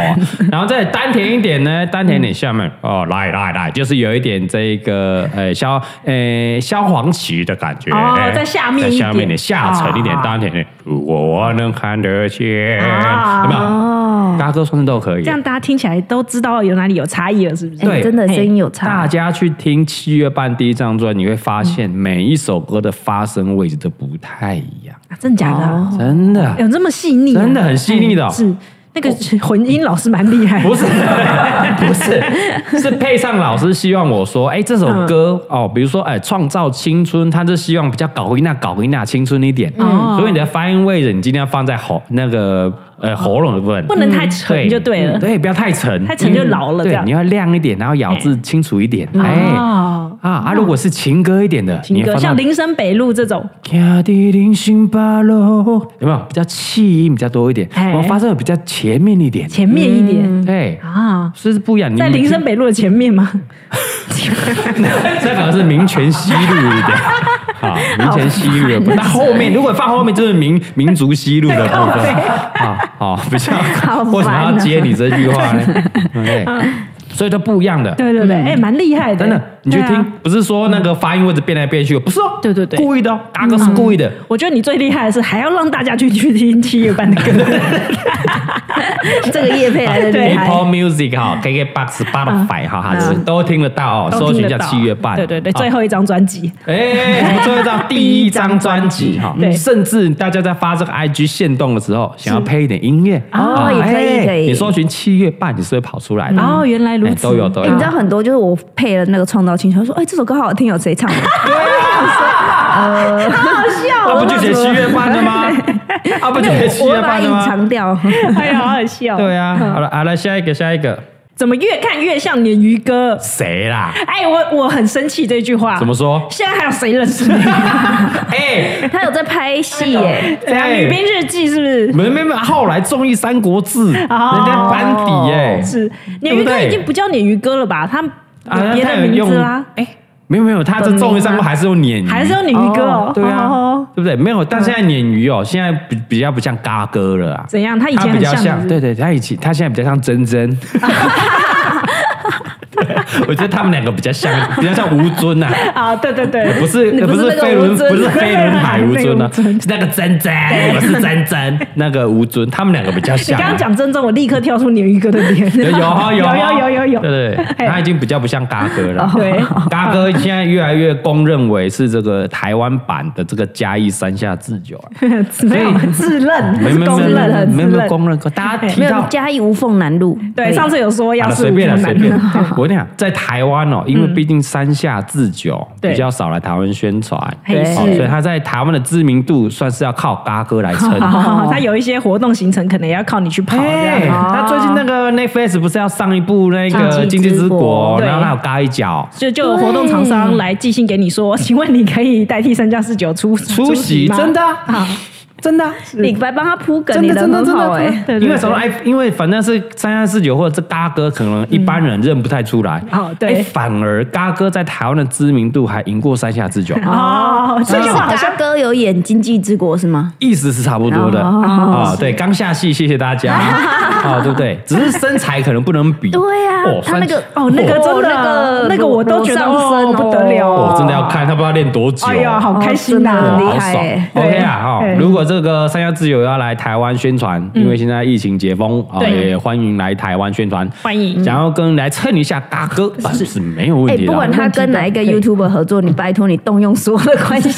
Speaker 1: 然后再丹田一点呢，丹田一点下面哦，来来来，就是有一点这个呃消呃消黄旗的感觉，
Speaker 3: 哦
Speaker 1: 哎
Speaker 3: 在下面
Speaker 1: 在
Speaker 3: 一点
Speaker 1: 下面一点下沉一点
Speaker 3: 哦，
Speaker 1: 丹田一点，如果我能看得见，
Speaker 3: 啊
Speaker 1: 有没有？
Speaker 2: 哦，
Speaker 1: 大哥算是都可以
Speaker 3: 这，样大家听起来都知道有哪里有差异了，是不是？
Speaker 1: 对
Speaker 2: 哎真的声音有
Speaker 1: 大
Speaker 2: 差，
Speaker 1: 家去听七月半第一张专辑，你会发现每一首歌的发声位置都不太一样，
Speaker 3: 啊真的假的
Speaker 2: 哦？
Speaker 1: 真的
Speaker 3: 有这么细腻啊？
Speaker 1: 真的很细腻的哦
Speaker 3: 哎是那个混音老师蛮厉害的，
Speaker 1: 不是 [LAUGHS] 不是是配上老师希望我说，哎，这首歌
Speaker 3: 嗯
Speaker 1: 哦，比如说哎，创造青春，他就希望比较搞音那搞音那青春一点，
Speaker 3: 哦
Speaker 1: 所以你的发音位置你尽量放在喉那个呃喉咙的部分，
Speaker 3: 不能太沉就对了。
Speaker 1: 对，不要太沉，
Speaker 3: 太沉就老了这
Speaker 1: 对
Speaker 3: 样，
Speaker 1: 你要亮一点，然后咬字清楚一点，哎。
Speaker 3: 哦，嗯
Speaker 1: 啊啊！如果是情歌一点的，你
Speaker 3: 情
Speaker 1: 会
Speaker 3: 歌
Speaker 1: 放到
Speaker 3: 像林森北路这种，
Speaker 1: 卡地零星八楼，有没有比较气音比较多一点？
Speaker 3: 哎
Speaker 1: 我发声比较前面一点，
Speaker 3: 前面一点
Speaker 1: 对，
Speaker 3: 啊，
Speaker 1: 是不是不一样？你
Speaker 3: 在林森北路的前面吗？
Speaker 1: 嗯这可能是民权西路一点。好，民权西路的部分，那后面如果放后面就是民民族西路的部分。好好，比较
Speaker 2: 好烦啊
Speaker 1: 为什么要接你这句话呢？对，所以都不一样的。
Speaker 3: 对对对，哎，蛮厉害的，
Speaker 1: 嗯真的，你去
Speaker 3: 对啊
Speaker 1: 听，不是说那个发音位置变来变去，不是哦，
Speaker 3: 对对对
Speaker 1: 故意的哦，大哥是故意的。
Speaker 3: 我觉得你最厉害的是还要让大家去去听七月半
Speaker 1: [LAUGHS]
Speaker 3: 的歌，
Speaker 2: 这个叶配来的厉害
Speaker 1: Apple。Music
Speaker 3: [LAUGHS]
Speaker 1: 哈，KKBox、Spotify 哈，还是都听得到哦。
Speaker 3: 啊都
Speaker 1: 搜
Speaker 3: 听
Speaker 1: 寻一
Speaker 3: 得
Speaker 1: 下
Speaker 3: 到
Speaker 1: 七月半，
Speaker 3: 对对对，
Speaker 1: 好
Speaker 3: 最后一张
Speaker 1: [LAUGHS]
Speaker 3: 专辑，
Speaker 1: 哎，最后一张第一张专辑哈
Speaker 3: [LAUGHS]
Speaker 1: 嗯
Speaker 3: 对，
Speaker 1: 甚至大家在发这个 IG 限动的时候，想要配一点音乐
Speaker 3: 嗯
Speaker 2: 哦
Speaker 1: 啊
Speaker 2: 也可以
Speaker 1: 哎
Speaker 2: 可以
Speaker 1: 你搜寻七月半，你是会跑出来的。
Speaker 3: 哦原来如
Speaker 1: 哎
Speaker 3: 此
Speaker 1: 都有都
Speaker 2: 哎
Speaker 3: [LAUGHS]
Speaker 1: 有
Speaker 2: 你知。道很多就是我配了那个《创造青春》，说哎这首歌好好听，有谁唱的？
Speaker 1: [LAUGHS] 啊，不就写七月半的
Speaker 3: [LAUGHS]
Speaker 1: 吗？啊，不就写七
Speaker 2: 我
Speaker 1: 月
Speaker 2: 会把它
Speaker 1: 半的
Speaker 2: 隐
Speaker 1: 吗？
Speaker 2: 藏掉。
Speaker 3: 哎呀，好好笑。
Speaker 1: 对啊，好了，好了，下一个，下一个，
Speaker 3: 怎么越看越像鲶鱼哥？
Speaker 1: 谁
Speaker 3: [LAUGHS]
Speaker 1: 啦？
Speaker 3: 哎，我我很生气这句话。
Speaker 1: 怎么？
Speaker 3: [LAUGHS]
Speaker 1: 说？
Speaker 3: 现在还有谁认识你？
Speaker 1: [LAUGHS] 哎，
Speaker 2: [LAUGHS] 他有在拍戏耶，
Speaker 3: 怎样？
Speaker 1: 哎
Speaker 3: 女兵日记是不
Speaker 1: [LAUGHS]
Speaker 3: 是？
Speaker 1: 没没没，后来综艺《三国志》，哎人家班底耶，
Speaker 3: 哦是鲶
Speaker 1: 对
Speaker 3: 鱼
Speaker 1: 不
Speaker 3: 哥
Speaker 1: 对
Speaker 3: 已经不叫鲶鱼哥了吧？他有
Speaker 1: 啊
Speaker 3: 别
Speaker 1: 他
Speaker 3: 的
Speaker 1: 有
Speaker 3: 名
Speaker 1: 用
Speaker 3: 字啦。哎，
Speaker 1: 没有没有，他这综艺上面还是有鲶鱼，
Speaker 3: 还是有鲶鱼哥哦。
Speaker 1: 对啊
Speaker 3: 哦哦，
Speaker 1: 对不对？没有，但现在鲶鱼哦，现在比比较不像嘎哥了啊。
Speaker 3: 怎样？他以
Speaker 1: 他
Speaker 3: 前
Speaker 1: 比
Speaker 3: 很
Speaker 1: 较
Speaker 3: 像你
Speaker 1: 对对，他以前他现在比较像珍
Speaker 3: [LAUGHS]
Speaker 1: 珍。我觉得他们两个比较像，比较像吴尊呐、啊，
Speaker 3: 啊，对对对，
Speaker 1: 不是
Speaker 2: 你不是
Speaker 1: 是
Speaker 2: 那个
Speaker 1: 飞轮
Speaker 2: 吴尊
Speaker 1: 不是飞轮海吴尊
Speaker 3: [LAUGHS] 那个
Speaker 1: 啊
Speaker 3: 吴，尊
Speaker 1: 是那个珍珍，我是珍珍，那个吴尊，他们两个比较
Speaker 3: 你
Speaker 1: 像、
Speaker 3: 刚
Speaker 1: 啊
Speaker 3: 刚。讲真正，我立刻跳出鲶鱼哥的脸。
Speaker 1: 有有啊有啊
Speaker 3: [LAUGHS] 有有有有有。
Speaker 1: 对对，
Speaker 3: 嘿哦
Speaker 1: 他已经比较不像嘎哥了。
Speaker 3: 对，
Speaker 1: [LAUGHS] 嘎哥现在越来越公认为是这个台湾版的这个嘉义山下智久
Speaker 3: [LAUGHS]
Speaker 1: 啊，
Speaker 3: 没有自认，
Speaker 1: 没没
Speaker 3: 公
Speaker 1: 没
Speaker 3: 认很
Speaker 1: 没
Speaker 3: 自
Speaker 1: 没
Speaker 3: 认。
Speaker 1: 公认过，大家哎提
Speaker 2: 没有
Speaker 1: 到。
Speaker 2: 嘉义无缝南路。
Speaker 3: 对，上次有说
Speaker 1: 好
Speaker 3: 要
Speaker 1: 了，
Speaker 3: 是
Speaker 1: 随便了，
Speaker 3: 无
Speaker 1: 随
Speaker 3: 缝
Speaker 1: 便
Speaker 3: [LAUGHS] 男。
Speaker 1: 我跟你讲，在台湾哦，因为毕竟山下智久
Speaker 3: 嗯对
Speaker 1: 比较少来台湾宣传，
Speaker 3: 嘿
Speaker 1: 哦
Speaker 2: 是
Speaker 1: 所以他在台湾的知名度算是要靠嘎哥来撑。
Speaker 3: [LAUGHS] 好好好，他有一些活动行程，可能也要靠你去跑。这
Speaker 1: 哎，
Speaker 3: 样
Speaker 1: 他最近那个 Netflix 不是要上一部那个《经
Speaker 2: 啊
Speaker 1: 济之
Speaker 2: 经济之
Speaker 1: 国
Speaker 2: 国》，
Speaker 1: 然后
Speaker 3: 对
Speaker 1: 他有嘎一脚，
Speaker 3: 就就有活动厂商来寄信给你说，请问你可以代替三加四九出
Speaker 1: 出席
Speaker 3: 席吗？
Speaker 1: 真的啊真的啊
Speaker 2: 李白帮他铺梗，
Speaker 1: 真
Speaker 2: 你
Speaker 1: 的真的
Speaker 2: 很
Speaker 1: 真
Speaker 2: 好
Speaker 1: 的，
Speaker 2: 哎。
Speaker 1: 真的
Speaker 3: [LAUGHS] 对对
Speaker 1: 因为什么？哎，因为反正是三三四九或者这嘎哥，可能一般人认不太出来。
Speaker 3: 哦对
Speaker 1: 哎反而嘎哥在台湾的知名度还赢过三下智久，
Speaker 3: 哦，
Speaker 2: 所
Speaker 3: 这
Speaker 2: 以
Speaker 3: 句
Speaker 2: 是
Speaker 3: 话好像
Speaker 2: 嘎哥有演《经济之国》是吗？
Speaker 1: 意思是差不多的
Speaker 2: 哦
Speaker 1: 啊。对，刚下戏，谢谢大
Speaker 3: [LAUGHS]
Speaker 1: 家啊，对不对？只是身材可能不能比。
Speaker 2: 对呀
Speaker 1: 哦，
Speaker 2: 他那个
Speaker 1: 三
Speaker 3: 啊哦，那个真的
Speaker 2: 那个
Speaker 3: 那个我都觉得
Speaker 2: 裸上身
Speaker 3: 哦
Speaker 2: 哦
Speaker 3: 不得了
Speaker 1: 哦，真的要看他不知道练多久。
Speaker 3: 哎呀，好开心
Speaker 1: 哇
Speaker 3: 呐！
Speaker 2: 真
Speaker 1: 哦
Speaker 2: 的
Speaker 1: 好
Speaker 2: 厉害
Speaker 1: 爽
Speaker 2: 欸
Speaker 1: ，OK 啊
Speaker 3: 对
Speaker 1: 哈！
Speaker 3: 对
Speaker 1: 如果这个三幺自由要来台湾宣传，因为现在疫情解封啊，
Speaker 3: 对
Speaker 1: 也欢迎来台湾宣传，
Speaker 3: 欢迎
Speaker 1: 想要跟来蹭一下嘎哥啊是没有
Speaker 2: 哎
Speaker 1: 问，题
Speaker 2: 不
Speaker 1: 的
Speaker 2: 管
Speaker 1: 啊。
Speaker 2: 他跟哪一个 YouTuber 合作，你拜托你动用所有的关系，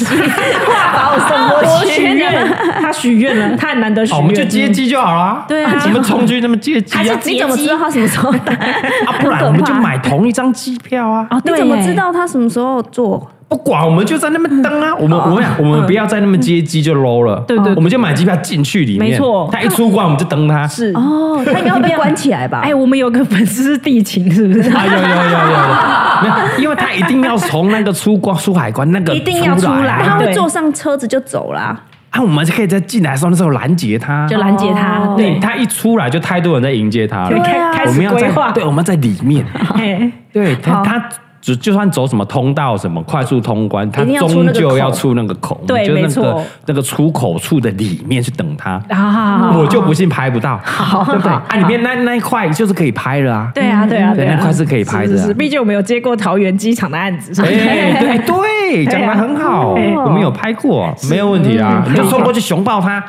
Speaker 2: 把我送过
Speaker 3: 我
Speaker 2: 去。
Speaker 3: 许愿，他许愿了，他很难得许
Speaker 1: 好，哦
Speaker 3: 愿，嗯
Speaker 1: 我们就接机就好了。
Speaker 3: 对啊
Speaker 1: 我们冲去那么接机
Speaker 2: 还是
Speaker 1: 啊，
Speaker 2: 你怎么知 [LAUGHS] 道他什么时候打？
Speaker 1: 啊，不然我们就买同一张机票啊。
Speaker 3: 哦，
Speaker 2: 你
Speaker 3: 对
Speaker 2: 怎么
Speaker 3: 耶
Speaker 2: 知？道他什么时候做？
Speaker 1: 不管，我们就在那边登啊。我们我们我们不要在那么接机就 low 了。
Speaker 3: 对对对
Speaker 1: 我们就买机票进去里面。
Speaker 3: 没错
Speaker 1: 他一出关我们就登他。
Speaker 3: 是
Speaker 2: 哦，他应该会被关起来吧？
Speaker 3: 哎，我们有个粉丝是地勤，是
Speaker 1: [LAUGHS]
Speaker 3: 不是？ [LAUGHS]
Speaker 1: 啊，有有有有有，没有，因为他一定要从那个出关出海关那个
Speaker 3: 一定要
Speaker 1: 出
Speaker 3: 出来
Speaker 2: 他
Speaker 1: 啊
Speaker 2: 会
Speaker 3: 对
Speaker 2: 坐上车子就走啦。
Speaker 1: 啊，我们就可以在进来的时候那时候拦截他。
Speaker 3: 就拦截他，
Speaker 2: 哦
Speaker 1: 对
Speaker 3: 对，
Speaker 1: 他一出来就太多人在迎接他
Speaker 3: 对
Speaker 1: 了，
Speaker 2: 对啊
Speaker 3: 开开
Speaker 1: 我
Speaker 3: 始
Speaker 1: 们要
Speaker 3: 规
Speaker 1: 在
Speaker 3: 划，
Speaker 1: 对，我们在里
Speaker 2: [LAUGHS]
Speaker 1: 面，
Speaker 3: 嘿
Speaker 1: 对他
Speaker 2: 好
Speaker 1: 他。就就算走什么通道、什么快速通关，他
Speaker 2: 一定要出那
Speaker 1: 终
Speaker 2: 个
Speaker 1: 究
Speaker 2: 口
Speaker 1: 要出那个口，我们
Speaker 3: 对
Speaker 1: 就那
Speaker 3: 没
Speaker 1: 个
Speaker 3: 错
Speaker 1: 那个出口处的里面去等他。
Speaker 3: 好好好，
Speaker 1: 我就不信拍不到，对不
Speaker 2: [LAUGHS]
Speaker 1: 对？啊，里面那那一块就是可以拍了啊。
Speaker 3: 对啊，对啊，
Speaker 1: 对
Speaker 3: 啊
Speaker 1: 那块是可以拍的啊
Speaker 3: 是是是毕竟我们有接过桃园机场的案子，所
Speaker 1: [LAUGHS]
Speaker 3: 以 [LAUGHS]
Speaker 1: 哎，对
Speaker 2: [LAUGHS]
Speaker 1: 对，讲的很好，
Speaker 2: 哎呀
Speaker 1: 我们有拍过，没有问题啊。
Speaker 2: 嗯
Speaker 1: 你就送过去熊抱他，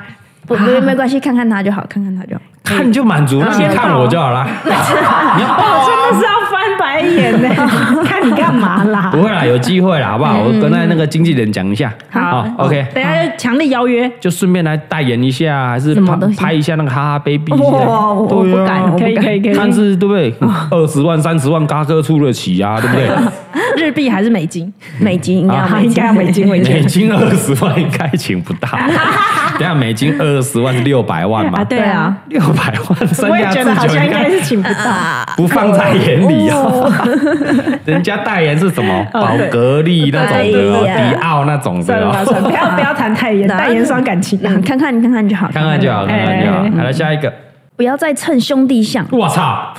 Speaker 2: 不，没没关系，看看他就好，看看他就好。
Speaker 1: 看就满足，那你看我就好
Speaker 2: [LAUGHS]
Speaker 1: 了。你要抱
Speaker 3: 我
Speaker 1: 啊
Speaker 3: 真的是要翻白眼
Speaker 1: [LAUGHS]
Speaker 3: 呢，看你干嘛啦？
Speaker 1: 不会啦，有机会啦，好不好？我
Speaker 2: 嗯
Speaker 1: 跟那那个经纪人讲一下。，OK，哦
Speaker 3: 哦等一下就强力邀约，
Speaker 1: 就顺便来代言一下，还是
Speaker 2: 什么
Speaker 1: 拍
Speaker 2: 东西
Speaker 1: 拍一下那个哈哈 baby 一下。
Speaker 2: 哇，
Speaker 3: 哦
Speaker 2: 我我不敢，啊我
Speaker 3: 可
Speaker 2: 不
Speaker 3: 以可
Speaker 2: 敢。哦
Speaker 3: 以可
Speaker 1: 但
Speaker 3: 以，
Speaker 1: 啊是对不对？二十万、三十万，嘎哥出得起啊，对不
Speaker 2: [LAUGHS]
Speaker 1: 对？
Speaker 3: 日币还是美金？
Speaker 2: 美金应该要
Speaker 3: 啊，应该要美金为
Speaker 1: 美
Speaker 3: 准
Speaker 1: 金二十万应该请不到，等一下美金二十万是六百万
Speaker 2: [LAUGHS]
Speaker 1: 嘛？
Speaker 3: 啊，对啊，
Speaker 1: 六百万 [LAUGHS] 三
Speaker 3: 我也
Speaker 1: 家
Speaker 3: 觉得好
Speaker 1: 自酒
Speaker 3: 像
Speaker 1: 应
Speaker 3: 应该
Speaker 1: 该
Speaker 3: 是请不到。
Speaker 1: [LAUGHS] 不放在眼里哦。 [LAUGHS] 人家代言是什么？
Speaker 3: 哦
Speaker 1: 宝
Speaker 3: 对
Speaker 1: 格丽那种的哦，
Speaker 2: 哎呀
Speaker 1: 迪奥那种
Speaker 3: 算
Speaker 1: 的
Speaker 3: 了吧，算了，
Speaker 1: 哦。
Speaker 3: 不要不要谈太严，
Speaker 1: [LAUGHS]
Speaker 2: 哪
Speaker 3: 代言伤感情啊
Speaker 2: [LAUGHS] 嗯，。看看你看看就好，
Speaker 1: 看看就好，看看就好。
Speaker 3: 哎
Speaker 1: 好了，下一个，
Speaker 2: 不要再称兄弟相
Speaker 3: [LAUGHS]
Speaker 1: 我操！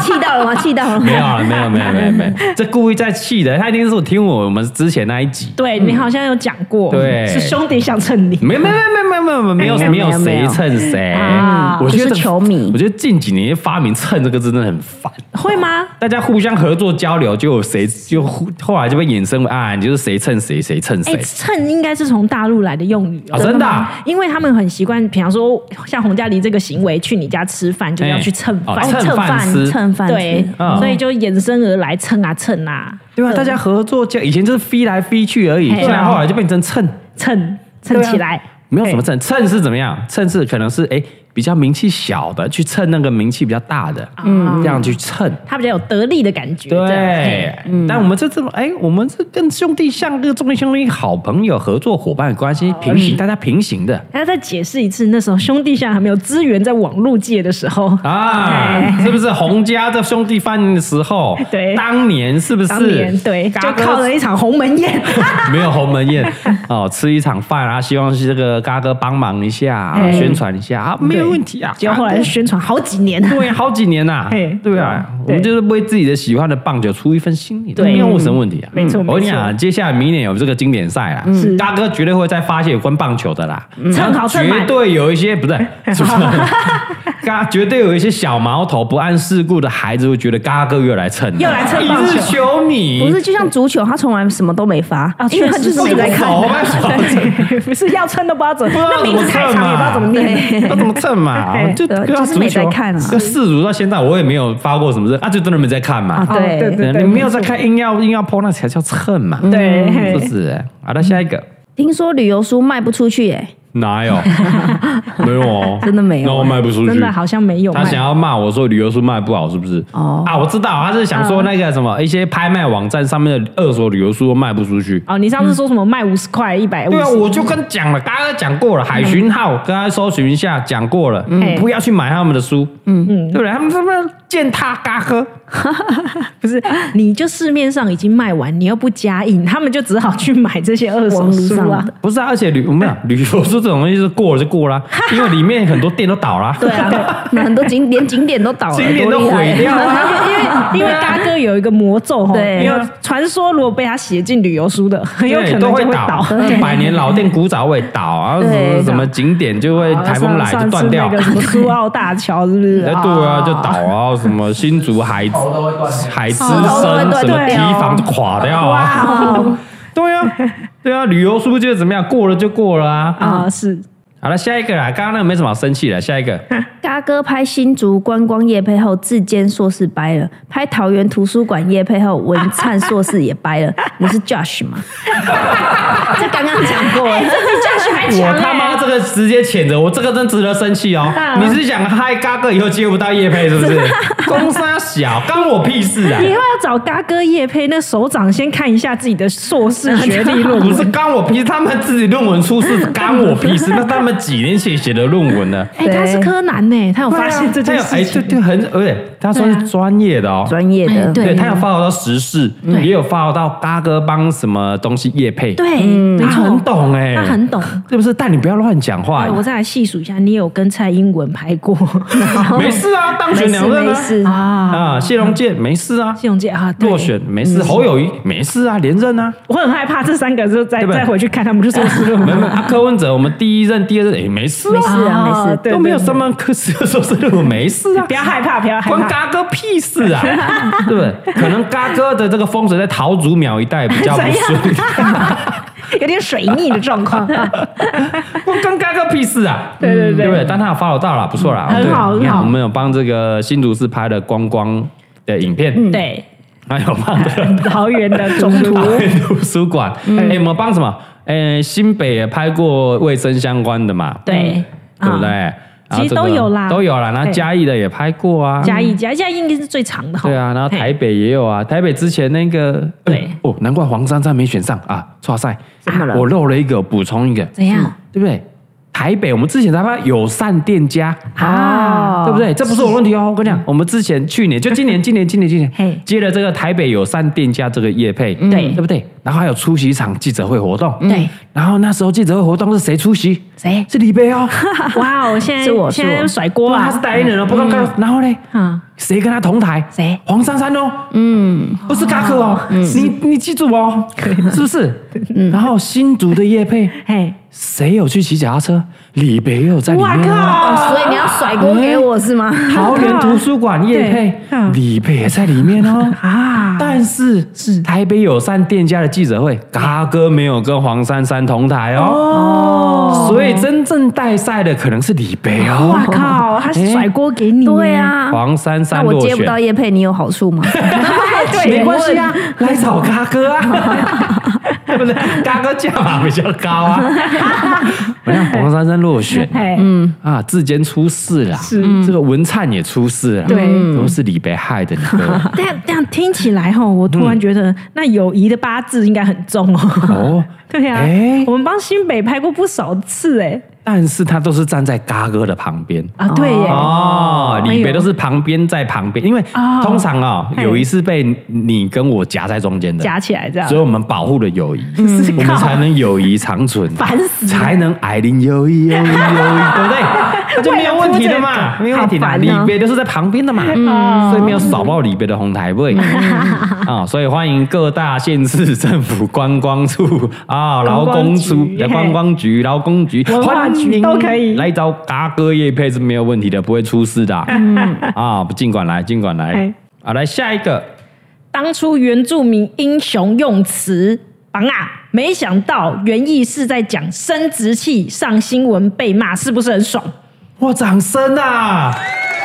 Speaker 2: 气到了吗？气到了吗？
Speaker 1: 没有了，没有，没有，没有，没有，这故意在气的，他一定是我听我们之前那一集。
Speaker 3: 对你好像有讲过，
Speaker 1: 对
Speaker 3: 是兄弟想蹭你。
Speaker 1: 没有没有没有没有没有没有没有谁蹭谁
Speaker 3: 啊，
Speaker 1: 我觉得
Speaker 2: 就是球迷
Speaker 1: 我觉得近几年发明“蹭”这个字真的很烦，
Speaker 3: 会吗？
Speaker 1: 大家互相合作交流，就有谁就互后来就被衍生为啊，你就是谁蹭谁，谁蹭
Speaker 3: 哎、
Speaker 1: 谁。
Speaker 3: 蹭应该是从大陆来的用语、哦
Speaker 1: 啊真的啊
Speaker 3: 吗因为他们很习惯，比方说像洪嘉黎这个行为，去你家吃饭就要去蹭饭，
Speaker 1: 哎哦蹭
Speaker 2: 蹭
Speaker 1: 饭吃
Speaker 2: 饭蹭饭
Speaker 3: 对
Speaker 2: 吃，，
Speaker 1: 嗯
Speaker 3: 所以就衍生而来蹭啊蹭啊，
Speaker 1: 对啊，大家合作交，以前就是飞来飞去而已，
Speaker 3: 嘿啊
Speaker 1: 现在后来就变成蹭，
Speaker 3: 蹭蹭
Speaker 1: 啊
Speaker 3: 起来，
Speaker 1: 没有什么蹭。蹭是怎么样？蹭是可能是哎比较名气小的去蹭那个名气比较大的，
Speaker 3: 嗯
Speaker 1: 这样去蹭。
Speaker 3: 他比较有得力的感觉。这样
Speaker 1: 对
Speaker 3: 嘿，
Speaker 1: 但我们这这种哎，我们是跟兄弟像个兄弟兄弟好朋友合作伙伴关
Speaker 3: 哦
Speaker 1: 系平
Speaker 3: 嗯
Speaker 1: 行，大家平行的
Speaker 3: 还要再解释一次，那时候兄弟像还没有资源在网络界的时候，
Speaker 1: 啊，是不是？洪家这兄弟饭的时候，
Speaker 3: [LAUGHS] 对
Speaker 1: 当年是不是？
Speaker 3: 当年对，
Speaker 1: 嘎
Speaker 3: 就
Speaker 1: 哥
Speaker 3: 靠了一场鸿门宴。
Speaker 1: 没有鸿门宴 [LAUGHS] 哦，吃一场饭啊，希望是这个嘎哥帮忙一下啊、
Speaker 3: 哎
Speaker 1: 宣传一下啊， [LAUGHS] 没有问题啊。
Speaker 3: 结果后来宣传好几年，
Speaker 1: 对，好几年
Speaker 3: [LAUGHS]
Speaker 1: 呐、
Speaker 3: 嘿
Speaker 1: 对啊，我
Speaker 3: 对
Speaker 1: 们就是为自己的喜欢的棒球出一份心力，
Speaker 3: 对
Speaker 1: 没有什么问题啊。
Speaker 3: 没错嗯
Speaker 1: 我跟你
Speaker 3: 没错
Speaker 1: 讲啊，接下来明年有这个经典赛啊，
Speaker 3: 是
Speaker 1: 大哥绝对会再发现有关棒球的啦，啊
Speaker 3: 蹭好蹭满
Speaker 1: 绝对有一些
Speaker 3: [LAUGHS]
Speaker 1: 不是，是 [LAUGHS] 不是？嘎，绝对有一些小毛头不谙世故的孩子会觉得嘎哥又来蹭了，
Speaker 3: 又来蹭棒球
Speaker 1: 一日球迷，
Speaker 2: 不是就像足球，他从来什么都没发
Speaker 3: 啊，
Speaker 2: 因为他就
Speaker 3: 确实
Speaker 2: 是
Speaker 3: 是
Speaker 2: 没在看。
Speaker 1: 手慢手
Speaker 3: 对，不是要蹭都不知道怎么，
Speaker 1: 不知道
Speaker 3: 那名字太长也不知道怎么念。
Speaker 2: [LAUGHS]
Speaker 1: 要怎么蹭嘛？
Speaker 3: 对
Speaker 1: 就
Speaker 2: 对
Speaker 1: 跟他
Speaker 2: 就是没在
Speaker 1: 足球
Speaker 2: 看啊
Speaker 1: 就世足到现在，我也没有发过什么事啊，就真的没在看嘛。
Speaker 2: 啊
Speaker 3: 哦
Speaker 2: 对
Speaker 3: 对对
Speaker 1: 你
Speaker 3: 对，
Speaker 1: 没有在看，硬要硬要泼，那才叫蹭嘛，
Speaker 3: 对
Speaker 1: 是不
Speaker 3: 嘿
Speaker 1: 是？好的，下一个
Speaker 2: 听说旅游书卖不出去，哎，
Speaker 1: 嗯哪
Speaker 2: [LAUGHS]
Speaker 1: 有？没有哦，
Speaker 2: 真的没有
Speaker 1: 那我卖不出去
Speaker 3: 真。的好像没有
Speaker 1: 他想
Speaker 3: 卖。
Speaker 1: 要骂我说旅游书卖不好，是不是？
Speaker 2: 哦嗯
Speaker 1: 啊，我知道，他是想说那个什么一些拍卖网站上面的二手旅游书卖不出去。
Speaker 3: 哦，你上次说什么卖五十嗯块、一哎百五？
Speaker 1: 对啊，我就跟讲了，大家都讲过了，海巡号跟大家搜寻一下，讲过了，
Speaker 3: 嗯
Speaker 1: 嗯不要去买他们的书，嗯嗯，对不对？他们他们践踏嘎喝，
Speaker 3: 不 [LAUGHS] 是，你就市面上已经卖完，你又不加印，他们就只好去买这些二手书
Speaker 2: 网络
Speaker 3: 啊
Speaker 2: 上。的
Speaker 1: 不是啊，而且旅我们
Speaker 3: 哎
Speaker 1: 讲旅游书这种东西是过了就过了，因为里面很多店都倒
Speaker 3: [LAUGHS]
Speaker 1: 了，
Speaker 2: 对啊， [LAUGHS] 那很多景连景点都倒了，
Speaker 1: 景点都
Speaker 2: 多厉害
Speaker 1: 毁掉啊了，
Speaker 3: [LAUGHS] 因为因为嘎哥有一个魔咒哈，
Speaker 2: 对
Speaker 3: 因为传说如果被他写进旅游书的，很有可
Speaker 1: 对
Speaker 3: 能
Speaker 1: 都
Speaker 3: 就
Speaker 1: 会
Speaker 3: 会
Speaker 1: 倒嗯
Speaker 3: 倒。， [LAUGHS]
Speaker 1: 百年老店古早味倒啊，什么
Speaker 2: 对
Speaker 1: 什么景点就会台风来就断掉
Speaker 3: 哦上，次那个哦什么苏澳大桥是不是？
Speaker 1: 哎 [LAUGHS] 对啊就倒
Speaker 3: [LAUGHS]
Speaker 1: 啊，什么新竹海
Speaker 3: 哦
Speaker 4: 头都会断掉。
Speaker 1: 海之
Speaker 2: 头都会
Speaker 1: 声，
Speaker 2: 断
Speaker 1: 什么堤
Speaker 2: 掉
Speaker 1: 防就垮掉啊，
Speaker 3: 哦
Speaker 1: 对啊，对啊，旅游书就是怎么样，过了就过了啊。
Speaker 3: [LAUGHS] 啊，是
Speaker 1: 好了，下一个啦，刚刚那个没什么好生气的，下一个
Speaker 2: 嘎哥拍新竹观光夜配后，自荐硕士掰了；拍桃园图书馆夜配后，文灿硕士也掰了。你是 Josh 吗？哎这刚刚讲过了，欸
Speaker 1: 我
Speaker 3: 欸
Speaker 1: 他妈这个直接谴责，我这个真值得生气哦！
Speaker 3: 嗯
Speaker 1: 你是想害嘎哥以后接不到叶配是不
Speaker 3: [LAUGHS]
Speaker 1: 是？公司要小，干我屁事啊
Speaker 3: 以！后要找嘎哥叶配，那首长先看一下自己的硕士学历论 [LAUGHS]
Speaker 1: 不是
Speaker 3: 文。
Speaker 1: 干我屁事，他们自己论文出事干我屁事，那他们几年前写的论文呢？
Speaker 3: 哎，他是柯南呢，啊他有发现这
Speaker 1: 他
Speaker 3: 件
Speaker 1: 有
Speaker 3: 事
Speaker 1: 哎，对
Speaker 3: 情。
Speaker 1: 对，很而且他算是专业的哦，
Speaker 2: 专业的，
Speaker 3: 哎对
Speaker 1: 对他有发到到时事，也有发到嘎哥帮什么东西叶配，
Speaker 3: 对，没
Speaker 1: 他
Speaker 3: 错
Speaker 1: 很，懂哎，
Speaker 3: 他嗯啊很懂。
Speaker 1: 是不是？但你不要乱讲话
Speaker 3: 哎，，我再来细数一下，你有跟蔡英文拍 [LAUGHS] 过
Speaker 1: [LAUGHS] 没事啊，当选
Speaker 2: 没事
Speaker 1: 两任
Speaker 2: 没
Speaker 1: 啊。
Speaker 2: 事，
Speaker 3: [LAUGHS] 啊？
Speaker 1: 啊，谢龙介没事啊，
Speaker 3: 谢永健啊，对
Speaker 1: 落选没事，侯友谊没事啊，连任
Speaker 3: [LAUGHS]
Speaker 1: 啊，
Speaker 3: 我很害怕这三个，就再
Speaker 1: 对不对
Speaker 3: 再回去看他们就硕士论
Speaker 1: 没有
Speaker 3: 文
Speaker 1: 没有啊，柯文哲我们第一任、第二任也没事
Speaker 2: 没
Speaker 1: 啊，
Speaker 2: 事啊，没
Speaker 3: 啊
Speaker 2: 事。
Speaker 3: 对
Speaker 1: 都没有什么可是说是 [LAUGHS] 我没事啊
Speaker 3: [LAUGHS] 不。要害怕，不要害
Speaker 1: 关
Speaker 3: [LAUGHS] 怕。
Speaker 1: 嘎哥屁事啊， [LAUGHS] 对不对？可能嘎哥的这个风水在桃竹苗一带
Speaker 3: [LAUGHS]
Speaker 1: 比较不顺，
Speaker 3: 有点水逆的状 [LAUGHS] 况，啊
Speaker 1: 关关嘎哥屁事啊，
Speaker 3: [LAUGHS] 对对对
Speaker 1: 对不对？但他有 follow 到了，不错啦，
Speaker 3: 嗯
Speaker 1: 对
Speaker 3: 很好
Speaker 1: 你看
Speaker 3: 很好
Speaker 1: 我们有帮这个新竹市拍的观光的影片，
Speaker 3: 嗯对，
Speaker 1: 还有帮
Speaker 3: [LAUGHS]
Speaker 1: 这个
Speaker 3: 桃园的总
Speaker 1: [LAUGHS]
Speaker 3: [LAUGHS] 图
Speaker 1: 桃园图书馆，哎、
Speaker 3: 嗯
Speaker 1: 我们帮什么？哎、新北也拍过卫生相关的嘛，
Speaker 3: 对
Speaker 1: 对不对？
Speaker 3: 啊
Speaker 1: 然后
Speaker 3: 其实
Speaker 1: 这个
Speaker 3: 都有啦
Speaker 1: 都有啦。然后
Speaker 3: 对
Speaker 1: 嘉义的也拍过啊，
Speaker 3: 嘉义，嘉义嘉义应该是最长的哈。
Speaker 1: 对啊，然后
Speaker 3: 嘿
Speaker 1: 台北也有啊。台北之前那个，
Speaker 3: 对
Speaker 1: 哎哦，难怪黄珊珊没选上啊，哇塞，
Speaker 2: 怎么了
Speaker 1: 我漏了一个，补充一个，
Speaker 3: 怎样？
Speaker 1: 对不对？台北，我们之前才发友善店家
Speaker 3: 嗯
Speaker 2: 啊
Speaker 1: 对不对？这不是我问题哦，我跟你讲，我们之前去年就今年，今年，今年，今
Speaker 3: 嘿
Speaker 1: 年接了这个台北友善店家这个业配，
Speaker 3: 对
Speaker 1: 对不对？然后还有出席一场记者会活动，嗯
Speaker 3: 对。
Speaker 1: 然后那时候记者会活动是谁出席？
Speaker 2: 谁
Speaker 1: 是李贝哦，
Speaker 3: 哇哦，现在
Speaker 2: 是我是
Speaker 3: 现
Speaker 2: 我
Speaker 3: 在又甩锅
Speaker 1: 哇，
Speaker 3: 啊
Speaker 1: 他是！代言人哦，不刚刚。然后呢，
Speaker 3: 啊，
Speaker 1: 谁跟他同台？
Speaker 2: 谁？
Speaker 1: 黄珊珊哦，
Speaker 2: 嗯，
Speaker 1: 不是嘎克哦，你你记住哦，是不是？然后新竹的叶配，
Speaker 3: 嘿，
Speaker 1: 谁有去骑脚踏车？李北有在里
Speaker 3: 哇
Speaker 1: 面哦。
Speaker 3: 靠！
Speaker 2: 所以你要甩锅给我是吗？
Speaker 1: [LAUGHS] 桃园图书馆叶配
Speaker 3: 对嗯，
Speaker 1: 李北也在里面哦。
Speaker 3: [LAUGHS] [LAUGHS] 啊，
Speaker 1: 但是是台北友善店家的记者会，嘎哥没有跟黄珊珊同台哦，
Speaker 3: 哦，
Speaker 1: 所以真正带赛的可能是李北哦。
Speaker 3: 哇靠，他是甩锅给你，
Speaker 2: 对，啊，
Speaker 1: 黄珊
Speaker 2: 那
Speaker 1: 珊
Speaker 2: 我
Speaker 1: 落
Speaker 2: 接不到
Speaker 1: 选，
Speaker 2: 叶配，你有好处吗？
Speaker 1: 没关系
Speaker 3: [LAUGHS]
Speaker 1: 啊，来找嘎哥啊，对不对？嘎哥价码比较高
Speaker 3: [LAUGHS]
Speaker 1: 啊。我让黄珊珊落选，
Speaker 3: 嘿，
Speaker 1: 啊，志坚出事了，
Speaker 3: 哎是
Speaker 1: 这个文灿也出事了，
Speaker 3: 对
Speaker 1: 都是李白害的，你各
Speaker 3: [LAUGHS]
Speaker 1: 位
Speaker 3: 但这样听起来哈，我突然觉得那友谊的八字应该很重哦。 [LAUGHS]
Speaker 1: 哦，
Speaker 3: 对呀、
Speaker 1: 哎
Speaker 3: 我们帮新北拍过不少次哎、
Speaker 1: 但是他都是站在嘎哥的旁边。
Speaker 3: 啊，对耶，
Speaker 1: 哦，李
Speaker 3: 哎呦
Speaker 1: 白都是旁边在旁边，因为
Speaker 3: 哦
Speaker 1: 通常哦，
Speaker 3: 嘿
Speaker 1: 友谊是被你跟我夹在中间的，
Speaker 3: 夹起来这样
Speaker 1: 所以我们保护了友谊，
Speaker 3: 是
Speaker 1: 我们
Speaker 3: 靠
Speaker 1: 才能友谊长存，
Speaker 3: 烦死了
Speaker 1: 才能爱邻友谊，友谊，
Speaker 3: [LAUGHS]
Speaker 1: 友谊，对不对？那就没有问题的嘛，没有问题
Speaker 2: 好
Speaker 1: 的，
Speaker 2: 烦
Speaker 1: 李
Speaker 2: 哦
Speaker 1: 白都是在旁边的嘛，
Speaker 3: 啊嗯
Speaker 1: 所以没有扫爆李白的红台位啊，所以欢迎各大县市政府观光处啊、劳工处
Speaker 3: 观光局、
Speaker 1: 观光局、
Speaker 3: 嘿
Speaker 1: 劳工局、
Speaker 3: 文化局
Speaker 1: 欢迎
Speaker 3: 都可以
Speaker 1: 来找嘎哥叶配是没有问题的，不会出事的啊啊，尽管来，尽管来
Speaker 3: 嗯嘿
Speaker 1: 啊，来下一个。
Speaker 3: 当初原住民英雄用词榜啊，没想到原意是在讲生殖器上新闻被骂，是不是很爽？
Speaker 1: 哇，掌声啊！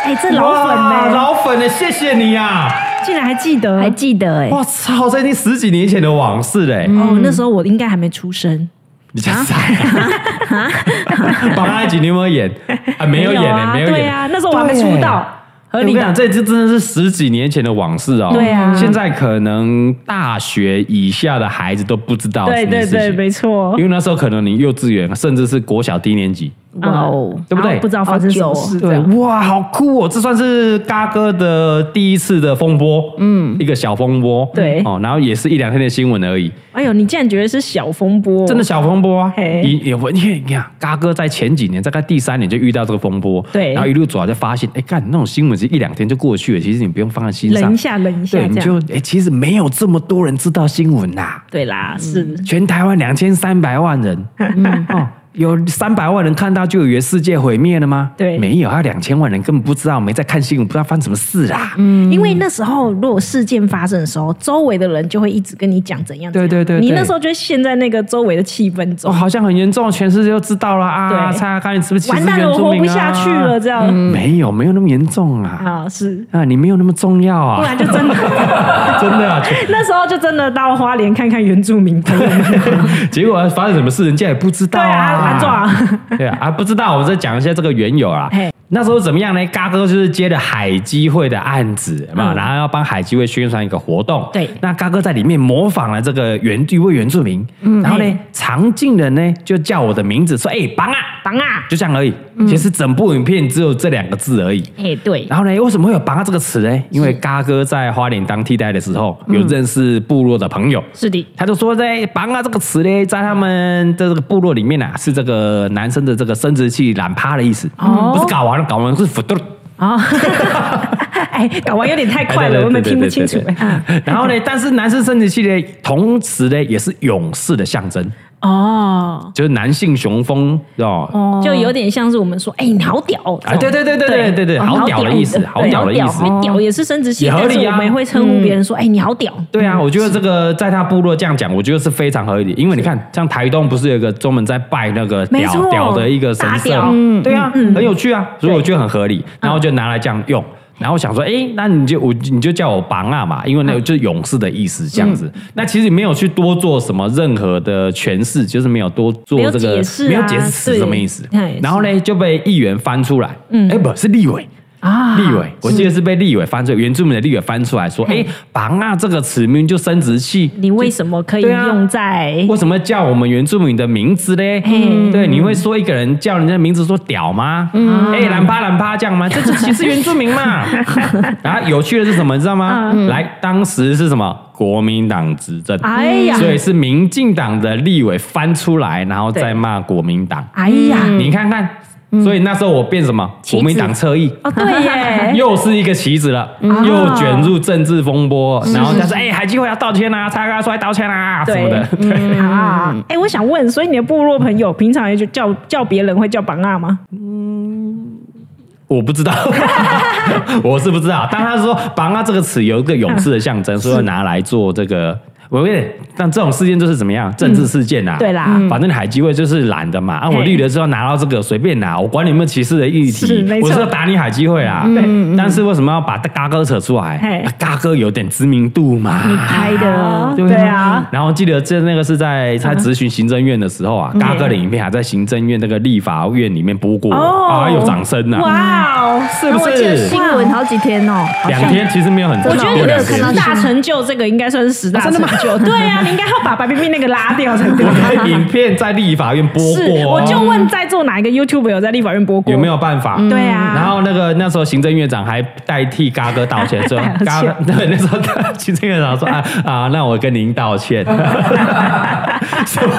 Speaker 3: 哎、这老粉
Speaker 1: 哇
Speaker 3: 呢、
Speaker 1: 老粉呢、谢谢你啊！
Speaker 3: 竟然还记得，
Speaker 2: 还记得哎、
Speaker 1: 我操，这已经十几年前的往事嘞、
Speaker 3: 哦，那时候我应该还没出生，
Speaker 1: 你家傻、
Speaker 3: 啊
Speaker 1: [LAUGHS] 帮那一集你有没有演？啊，没有演呢、
Speaker 3: 啊，
Speaker 1: 没有演。
Speaker 3: 对啊，那时候我还没出道，
Speaker 1: 对。我
Speaker 3: 合
Speaker 1: 跟
Speaker 3: 理
Speaker 1: 你讲，
Speaker 3: 的，
Speaker 1: 这这真的是十几年前的往事哦。
Speaker 3: 对啊
Speaker 1: 现在可能大学以下的孩子都不知道
Speaker 3: 对
Speaker 1: 这件
Speaker 3: 对
Speaker 1: 事情
Speaker 3: 对，没错
Speaker 1: 因，为那时候可能你幼稚园，甚至是国小低年级，
Speaker 2: 哇哦，
Speaker 1: 对不对
Speaker 3: 然后不知道发生什么事，这
Speaker 1: 对，啊
Speaker 3: 样
Speaker 1: 哇，好酷哦！这算是嘎哥的第一次的风波，嗯，一个小风波，
Speaker 3: 对
Speaker 1: 哦，然后也是一两天的新闻而已，
Speaker 3: 哎呦，你竟然觉得是小风波，
Speaker 1: 真的小风波啊！
Speaker 3: 嘿
Speaker 1: 你也你看，你看，嘎哥在前几年，大概第三年就遇到这个风波，
Speaker 3: 对
Speaker 1: 然后一路走来就发现，哎，干那种新闻，其实一两天就过去了，其实你不用放在心上，
Speaker 3: 忍一下，忍一下，
Speaker 1: 对，你
Speaker 3: 这
Speaker 1: 就
Speaker 3: 样，
Speaker 1: 哎，其实没有这么多人知道新闻呐、
Speaker 3: 对
Speaker 1: 嗯
Speaker 3: 啦，是
Speaker 1: 全台湾两千三百万人，
Speaker 3: 嗯
Speaker 1: 哦，有三百万人看到就以为世界毁灭了吗？
Speaker 3: 对
Speaker 1: 没有，还有啊两千万人根本不知道，没在看新闻，不知道发生什么事啊啦。
Speaker 3: 因为那时候如果事件发生的时候，周围的人就会一直跟你讲怎样怎
Speaker 1: 对
Speaker 3: 样。
Speaker 1: 对对对
Speaker 3: 你那时候就会陷在那个周围的气氛
Speaker 1: 哦，
Speaker 3: 中，
Speaker 1: 好像很严重，全世界都知道了啊！
Speaker 3: 对
Speaker 1: 擦看你是不是歧
Speaker 3: 完
Speaker 1: 视
Speaker 3: 蛋了，
Speaker 1: 原
Speaker 3: 我
Speaker 1: 住
Speaker 3: 活
Speaker 1: 民啊嗯
Speaker 3: 不下去了，。这样、
Speaker 1: 没有，没有那么严重啊！
Speaker 3: 啊是。
Speaker 1: 啊，你没有那么重要
Speaker 3: 不
Speaker 1: 啊！
Speaker 3: 然就真
Speaker 1: [LAUGHS]
Speaker 3: 的，[LAUGHS]
Speaker 1: 真的啊，结
Speaker 3: 那时候就真的到花莲看看原住民
Speaker 1: [LAUGHS]
Speaker 3: 朋友们。
Speaker 1: 结果发生什么事，人家也不知道
Speaker 3: 对啊，安壮
Speaker 1: 啊。
Speaker 3: 啊，
Speaker 1: [LAUGHS] 对啊，啊不知道，我们再讲一下这个缘由啊
Speaker 3: 嘿。
Speaker 1: 那时候怎么样呢？嘎哥就是接了海基会的案子嘛，然后要帮海基会宣传一个活动。
Speaker 3: 嗯对
Speaker 1: 那嘎哥在里面模仿了这个原一位原住民，然后呢
Speaker 3: 嗯嘿，
Speaker 1: 常进人呢就叫我的名字，说：“哎，帮啊，
Speaker 3: 党啊，
Speaker 1: 就这样而已。”其实整部影片只有这两个字而已。
Speaker 3: 哎对，
Speaker 1: 然后呢，为什么会有“帮啊”这个词呢？因为嘎哥在花莲当替代的时候，
Speaker 3: 嗯
Speaker 1: 有认识部落的朋友，
Speaker 3: 是的，
Speaker 1: 他就说在“绑啊”这个词呢，在他们的这个部落里面啊，是这个男生的这个生殖器懒趴的意思，
Speaker 3: 哦
Speaker 1: 不是搞完了，搞完了是 f u
Speaker 3: 啊，哎，搞完有点太快了，我们听不清楚。哎
Speaker 1: 然后呢，但是男生生殖器呢，同时呢也是勇士的象征，
Speaker 3: 哦，
Speaker 1: 就是男性雄风哦。
Speaker 3: 就有点像是我们说，哎，你好屌哦！
Speaker 1: 啊，对对对对对
Speaker 3: 对
Speaker 1: 对对，
Speaker 2: 哦
Speaker 1: 好屌的意思，好
Speaker 2: 好屌
Speaker 1: 屌的意思
Speaker 2: 对好。
Speaker 3: 哎屌也是生殖器，
Speaker 1: 也合
Speaker 3: 但
Speaker 1: 理啊
Speaker 3: 是我们也会称呼别人说，哎，你好屌。
Speaker 1: 对啊，我觉得这个在他部落这样讲，我觉得是非常合理的。因为你看，像台东不是有一个专门在拜那个
Speaker 3: 没
Speaker 1: 屌
Speaker 3: 错
Speaker 1: 屌的一个神
Speaker 3: 打
Speaker 1: 社
Speaker 3: 屌嗯
Speaker 1: 吗，对啊，很有趣啊，所以我觉得很合理。然后就拿来这样用，然后想说，哎，那你就我你就叫我绑啊嘛，因为那个就是勇士的意思这样子。
Speaker 3: 嗯
Speaker 1: 那其实没有去多做什么任何的诠释，就是没有多做这
Speaker 3: 没有
Speaker 1: 个
Speaker 3: 解释啊
Speaker 1: 没有解释词
Speaker 3: 对
Speaker 1: 什么意思
Speaker 3: 哎。嗯
Speaker 1: 然后呢就被议员翻出来，哎，不是立委。
Speaker 3: 啊
Speaker 1: 立委，我记得是被立委翻出来，原住民的立委翻出来说，哎
Speaker 3: 嘿，
Speaker 1: 绑啊这个词明明就生殖器，
Speaker 3: 你为什么可以
Speaker 1: 对啊
Speaker 3: 用在？
Speaker 1: 为什么叫我们原住民的名字嘞？
Speaker 3: 嗯
Speaker 1: 对，你会说一个人叫人家名字说屌吗？哎、蓝趴蓝趴这
Speaker 3: 啊
Speaker 1: 样吗？这这其实原住民
Speaker 3: [LAUGHS]
Speaker 1: 嘛。然后有趣的是什么，你知道吗？
Speaker 3: 嗯
Speaker 1: 来，当时是什么？国民党执政，
Speaker 3: 哎呀，
Speaker 2: 嗯
Speaker 1: 所以是民进党的立委翻出来，然后再骂国民党。
Speaker 3: 哎呀，
Speaker 2: 嗯
Speaker 1: 你看看，
Speaker 3: 嗯
Speaker 1: 所以那时候我变什么？
Speaker 2: 棋
Speaker 1: 国
Speaker 2: 子
Speaker 1: 民党侧翼。
Speaker 3: 哦对耶，
Speaker 1: 又是一个棋子了，
Speaker 3: 嗯
Speaker 1: 又卷入政治风
Speaker 3: 啊
Speaker 1: 波，然后他说：“哎、海基会要道歉啊，叉叉出来道歉啊，什么的。”对，
Speaker 3: 啊，哎、我想问，所以你的部落朋友平常也就叫叫别人会叫绑啊吗？
Speaker 1: 我不
Speaker 3: [LAUGHS]
Speaker 1: 知道，我是不知道。但他说“绑啊”这个词有一个勇士的象征，所以要拿来做这个。我有点，但这种事件就是怎么样，政治事件啊。
Speaker 3: 嗯对啦嗯
Speaker 1: 反正海基会就是懒的嘛。啊，我
Speaker 3: 嘿
Speaker 1: 绿的之后拿到这个随便拿，我管你有没有歧视的议
Speaker 3: 是
Speaker 1: 题
Speaker 3: 没，错
Speaker 1: 我是要打你海基会啦。
Speaker 3: 对
Speaker 1: 但是为什么要把嘎哥扯出来
Speaker 3: 嘿？
Speaker 1: 啊嘎哥有点知名度嘛。
Speaker 2: 拍
Speaker 3: 啊 [LAUGHS]
Speaker 2: 的
Speaker 1: 不
Speaker 3: 对啊，
Speaker 1: 然后记得这那个是在他咨询行政院的时候
Speaker 3: 嗯
Speaker 1: 啊，嘎哥的影片还在行政院那个立法院里面播过，
Speaker 3: 哦
Speaker 1: 啊，有掌声呐，
Speaker 3: 哇哦，
Speaker 1: 是不
Speaker 2: [LAUGHS] 我记得
Speaker 1: 是？
Speaker 2: 新闻好几天哦，好像
Speaker 1: 两天其实没有很多，
Speaker 2: 我
Speaker 3: 我觉得
Speaker 2: 有
Speaker 3: 你
Speaker 1: 两
Speaker 3: 的
Speaker 1: 天
Speaker 2: 看到
Speaker 3: 十大成就这个应该算是十大成就，对啊，你应该要把白冰冰那个拉掉才
Speaker 1: [LAUGHS]
Speaker 3: 对。
Speaker 1: 我的影片在立法院播
Speaker 3: 是，
Speaker 1: 过
Speaker 3: 我
Speaker 1: 啊，
Speaker 3: 就问在座哪一个 YouTube 有在立法院播过？
Speaker 1: 有没？有办法？
Speaker 3: 对啊，
Speaker 1: 然后那个那时候行政院长还代替嘎哥道歉，说
Speaker 3: [LAUGHS] 道歉
Speaker 1: 嘎哥 [LAUGHS] 对那时候行政院长说啊 [LAUGHS] 啊，那我跟您道
Speaker 3: [LAUGHS]
Speaker 1: 歉。什么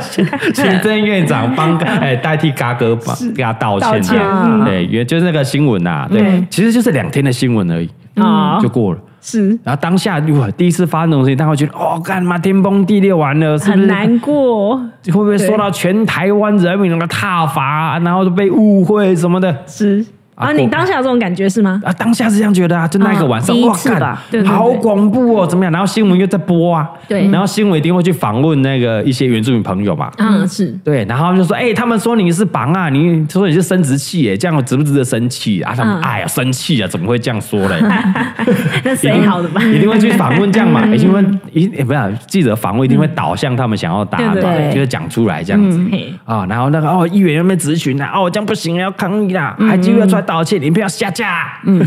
Speaker 1: 行行政院长
Speaker 3: [LAUGHS]
Speaker 1: 帮哎代替嘎哥帮给他道
Speaker 3: 道
Speaker 1: 歉
Speaker 3: 歉
Speaker 1: 啊？
Speaker 3: 嗯
Speaker 1: 对，原就是那个新闻呐，对
Speaker 3: 对，
Speaker 1: 其实就是两天的新闻而已
Speaker 3: 啊
Speaker 1: 就过了。
Speaker 3: 是
Speaker 1: 然后当下如果第一次发生这种事情，大家会觉得哦，干嘛天崩地裂完了，是不
Speaker 3: 很
Speaker 1: 是
Speaker 3: 难过，
Speaker 1: 会不会受到全台湾人民的挞伐，啊然后就被误会什么的？
Speaker 3: 是
Speaker 1: 啊过
Speaker 3: 啊，你当下有这种感觉是吗？
Speaker 1: 啊，当下是这样觉得啊，就那一个晚上，
Speaker 2: 嗯第一
Speaker 1: 哇，
Speaker 2: 次吧
Speaker 1: 干，
Speaker 3: 对对对
Speaker 1: 好恐怖哦，怎么样？然后新闻又在播啊，
Speaker 3: 对
Speaker 1: 然后新闻一定会去访问那个一些原住民朋友嘛，
Speaker 3: 嗯，是
Speaker 1: 对，然后他们就说，哎、他们说你是绑啊，你说你是生殖器，哎，这样值不值得生气啊？他们，
Speaker 3: 嗯
Speaker 1: 哎呀，生气啊，怎么会这样说嘞？
Speaker 3: 那
Speaker 1: 一
Speaker 3: 谁
Speaker 1: 定
Speaker 3: [LAUGHS] 好的吧？
Speaker 1: 一定会去访问这样嘛，一定会一也不是啊记者访问一定会导向他们想要答案
Speaker 3: 对
Speaker 1: 嘛
Speaker 3: 对嗯
Speaker 2: 对
Speaker 1: 就是讲出来这样子。
Speaker 3: 嘿
Speaker 1: 啊、然后那个哦，议员那边咨询啦，哦，这样不行，要抗议啦，
Speaker 3: 嗯
Speaker 1: 还继续要出来道歉，影片要下架。嗯，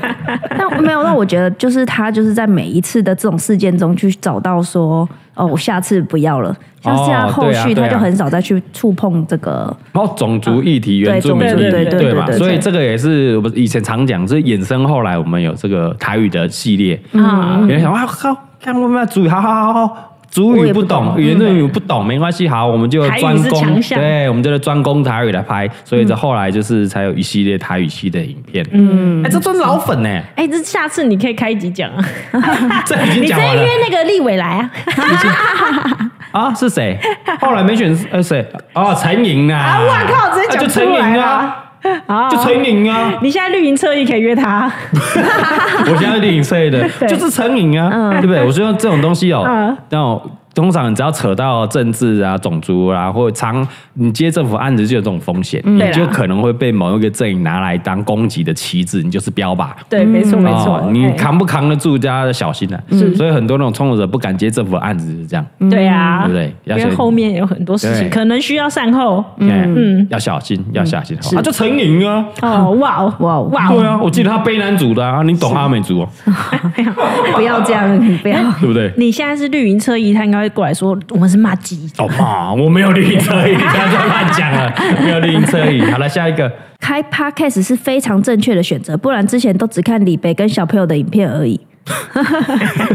Speaker 2: [LAUGHS] 但没有，那我觉得就是他就是在每一次的这种事件中去找到说，哦，我下次不要了。像是他
Speaker 1: 哦
Speaker 2: 后续
Speaker 1: 对啊对啊
Speaker 2: 他就很少再去触碰这个，
Speaker 1: 然后种族议题、原住民
Speaker 2: 对
Speaker 1: 议题，
Speaker 3: 对对对
Speaker 1: 对嘛，
Speaker 2: 对对对
Speaker 1: 所以这个也是我们以前常讲，就是衍生后来我们有这个台语的系列，
Speaker 3: 啊，
Speaker 1: 有人想哇靠，看我们的主语，好好好好，主
Speaker 2: 我
Speaker 1: 语
Speaker 2: 也
Speaker 1: 不
Speaker 2: 不
Speaker 1: 懂，
Speaker 2: 懂
Speaker 1: 原住语不懂没关系，好，我们就
Speaker 3: 台语
Speaker 1: 专
Speaker 3: 是
Speaker 1: 攻
Speaker 3: 强，项
Speaker 1: 对，我们就是专攻台语来拍，所以这后来就是才有一系列台语系的影片。嗯，哎，这真老粉
Speaker 3: [LAUGHS]
Speaker 1: 呢，
Speaker 3: 哎，这下次你可以开一集讲
Speaker 1: [LAUGHS]
Speaker 3: 啊，
Speaker 1: 这已经
Speaker 3: 你
Speaker 1: 讲
Speaker 3: 再
Speaker 1: 完了
Speaker 3: 约那个立伟来啊，
Speaker 1: 啊？是谁？后来没选呃谁？哦，陈颖啊！
Speaker 3: 啊哇靠直接
Speaker 1: 啊
Speaker 3: 讲
Speaker 1: 就
Speaker 3: 出
Speaker 1: 陈
Speaker 3: 来
Speaker 1: 颖
Speaker 3: 了
Speaker 1: 啊，
Speaker 3: 啊
Speaker 1: 就陈颖啊！
Speaker 3: 你现在绿营侧翼可以约他，
Speaker 1: [LAUGHS] 我现在电影社的
Speaker 3: [LAUGHS] 对
Speaker 1: 就是成瘾啊，对不对？我觉得这种东西哦
Speaker 3: 嗯，
Speaker 1: 那种通常你只要扯到政治啊、种族啊，或者常你接政府案子就有这种风险，你
Speaker 3: 嗯对啦
Speaker 1: 就可能会被某一个阵营拿来当攻击的旗帜，你就是标靶。
Speaker 3: 对，嗯没错没错
Speaker 1: 哦，你
Speaker 3: 哎
Speaker 1: 扛不扛得住，大家要小心啊。所以很多那种冲突者不敢接政府案子，就是这样。
Speaker 3: 对啊，
Speaker 1: 嗯对不对要
Speaker 3: 因为
Speaker 1: 先
Speaker 3: 后面有很多事
Speaker 1: 对
Speaker 3: 情可能需要善后。
Speaker 1: 嗯，要小心，要小心。啊，就成瘾啊。
Speaker 3: 哦，哇哦，
Speaker 2: 哇哦
Speaker 3: 嗯哇
Speaker 1: 对
Speaker 3: 哦，
Speaker 1: 啊，我记得他卑南族的啊，你懂阿美族哦，
Speaker 2: 不要这样，不要。
Speaker 3: 哎
Speaker 1: 对不对？
Speaker 3: 你现在是绿营侧翼，他应该会过来说我们是骂鸡。
Speaker 1: 哦妈，我没有绿营车椅，不要再乱讲
Speaker 2: [LAUGHS]
Speaker 1: 了，没有绿营车椅。好了，下一个
Speaker 2: 开 podcast 是非常正确的选择，不然之前都只看李北跟小朋友的影片而已。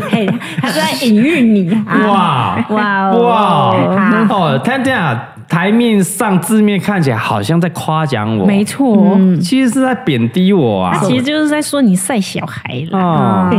Speaker 3: 嘿，他是在隐喻你啊！
Speaker 1: 哇哇
Speaker 2: 哇哦
Speaker 1: 哦哦，他这样台面上字面看起来好像在夸奖我，
Speaker 3: 没，错，哦
Speaker 1: 其实是在贬低我啊
Speaker 3: 他其实就是在说你晒小孩
Speaker 1: 啊
Speaker 3: 了。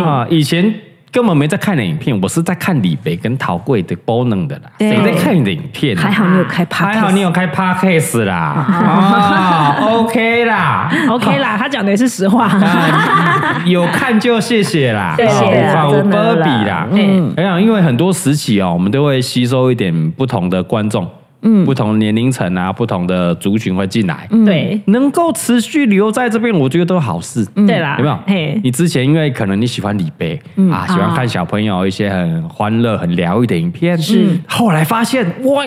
Speaker 1: 啊！以前根本没在看你的影片，我是在看李北跟陶贵的 b o n 的啦，
Speaker 2: 对
Speaker 1: 谁在看你的影片啊？
Speaker 2: 还好你有开 podcast，
Speaker 1: 还好你有开 podcast 啦，啊 OK 啦，
Speaker 3: OK 啦，他讲的也是实
Speaker 1: [LAUGHS]
Speaker 3: 话。
Speaker 1: 啊，有看就谢谢啦，
Speaker 3: 谢谢
Speaker 2: 啦
Speaker 1: 我
Speaker 2: 真的
Speaker 1: 波比
Speaker 2: 啦
Speaker 1: 啦。嗯
Speaker 3: 嗯，
Speaker 1: 哎呀，因为很多时期哦，我们都会吸收一点不同的观众，嗯，不同年龄层啊，不同的族群会进
Speaker 3: 嗯
Speaker 1: 来，
Speaker 3: 对
Speaker 1: 能够持续留在这边，我觉得都是好事。
Speaker 3: 对啦，
Speaker 1: 有没有
Speaker 3: 嘿？，
Speaker 1: 你之前因为可能你喜欢李贝啊，喜欢看小朋友一些很欢乐、很疗愈的影片，是后来发现哇，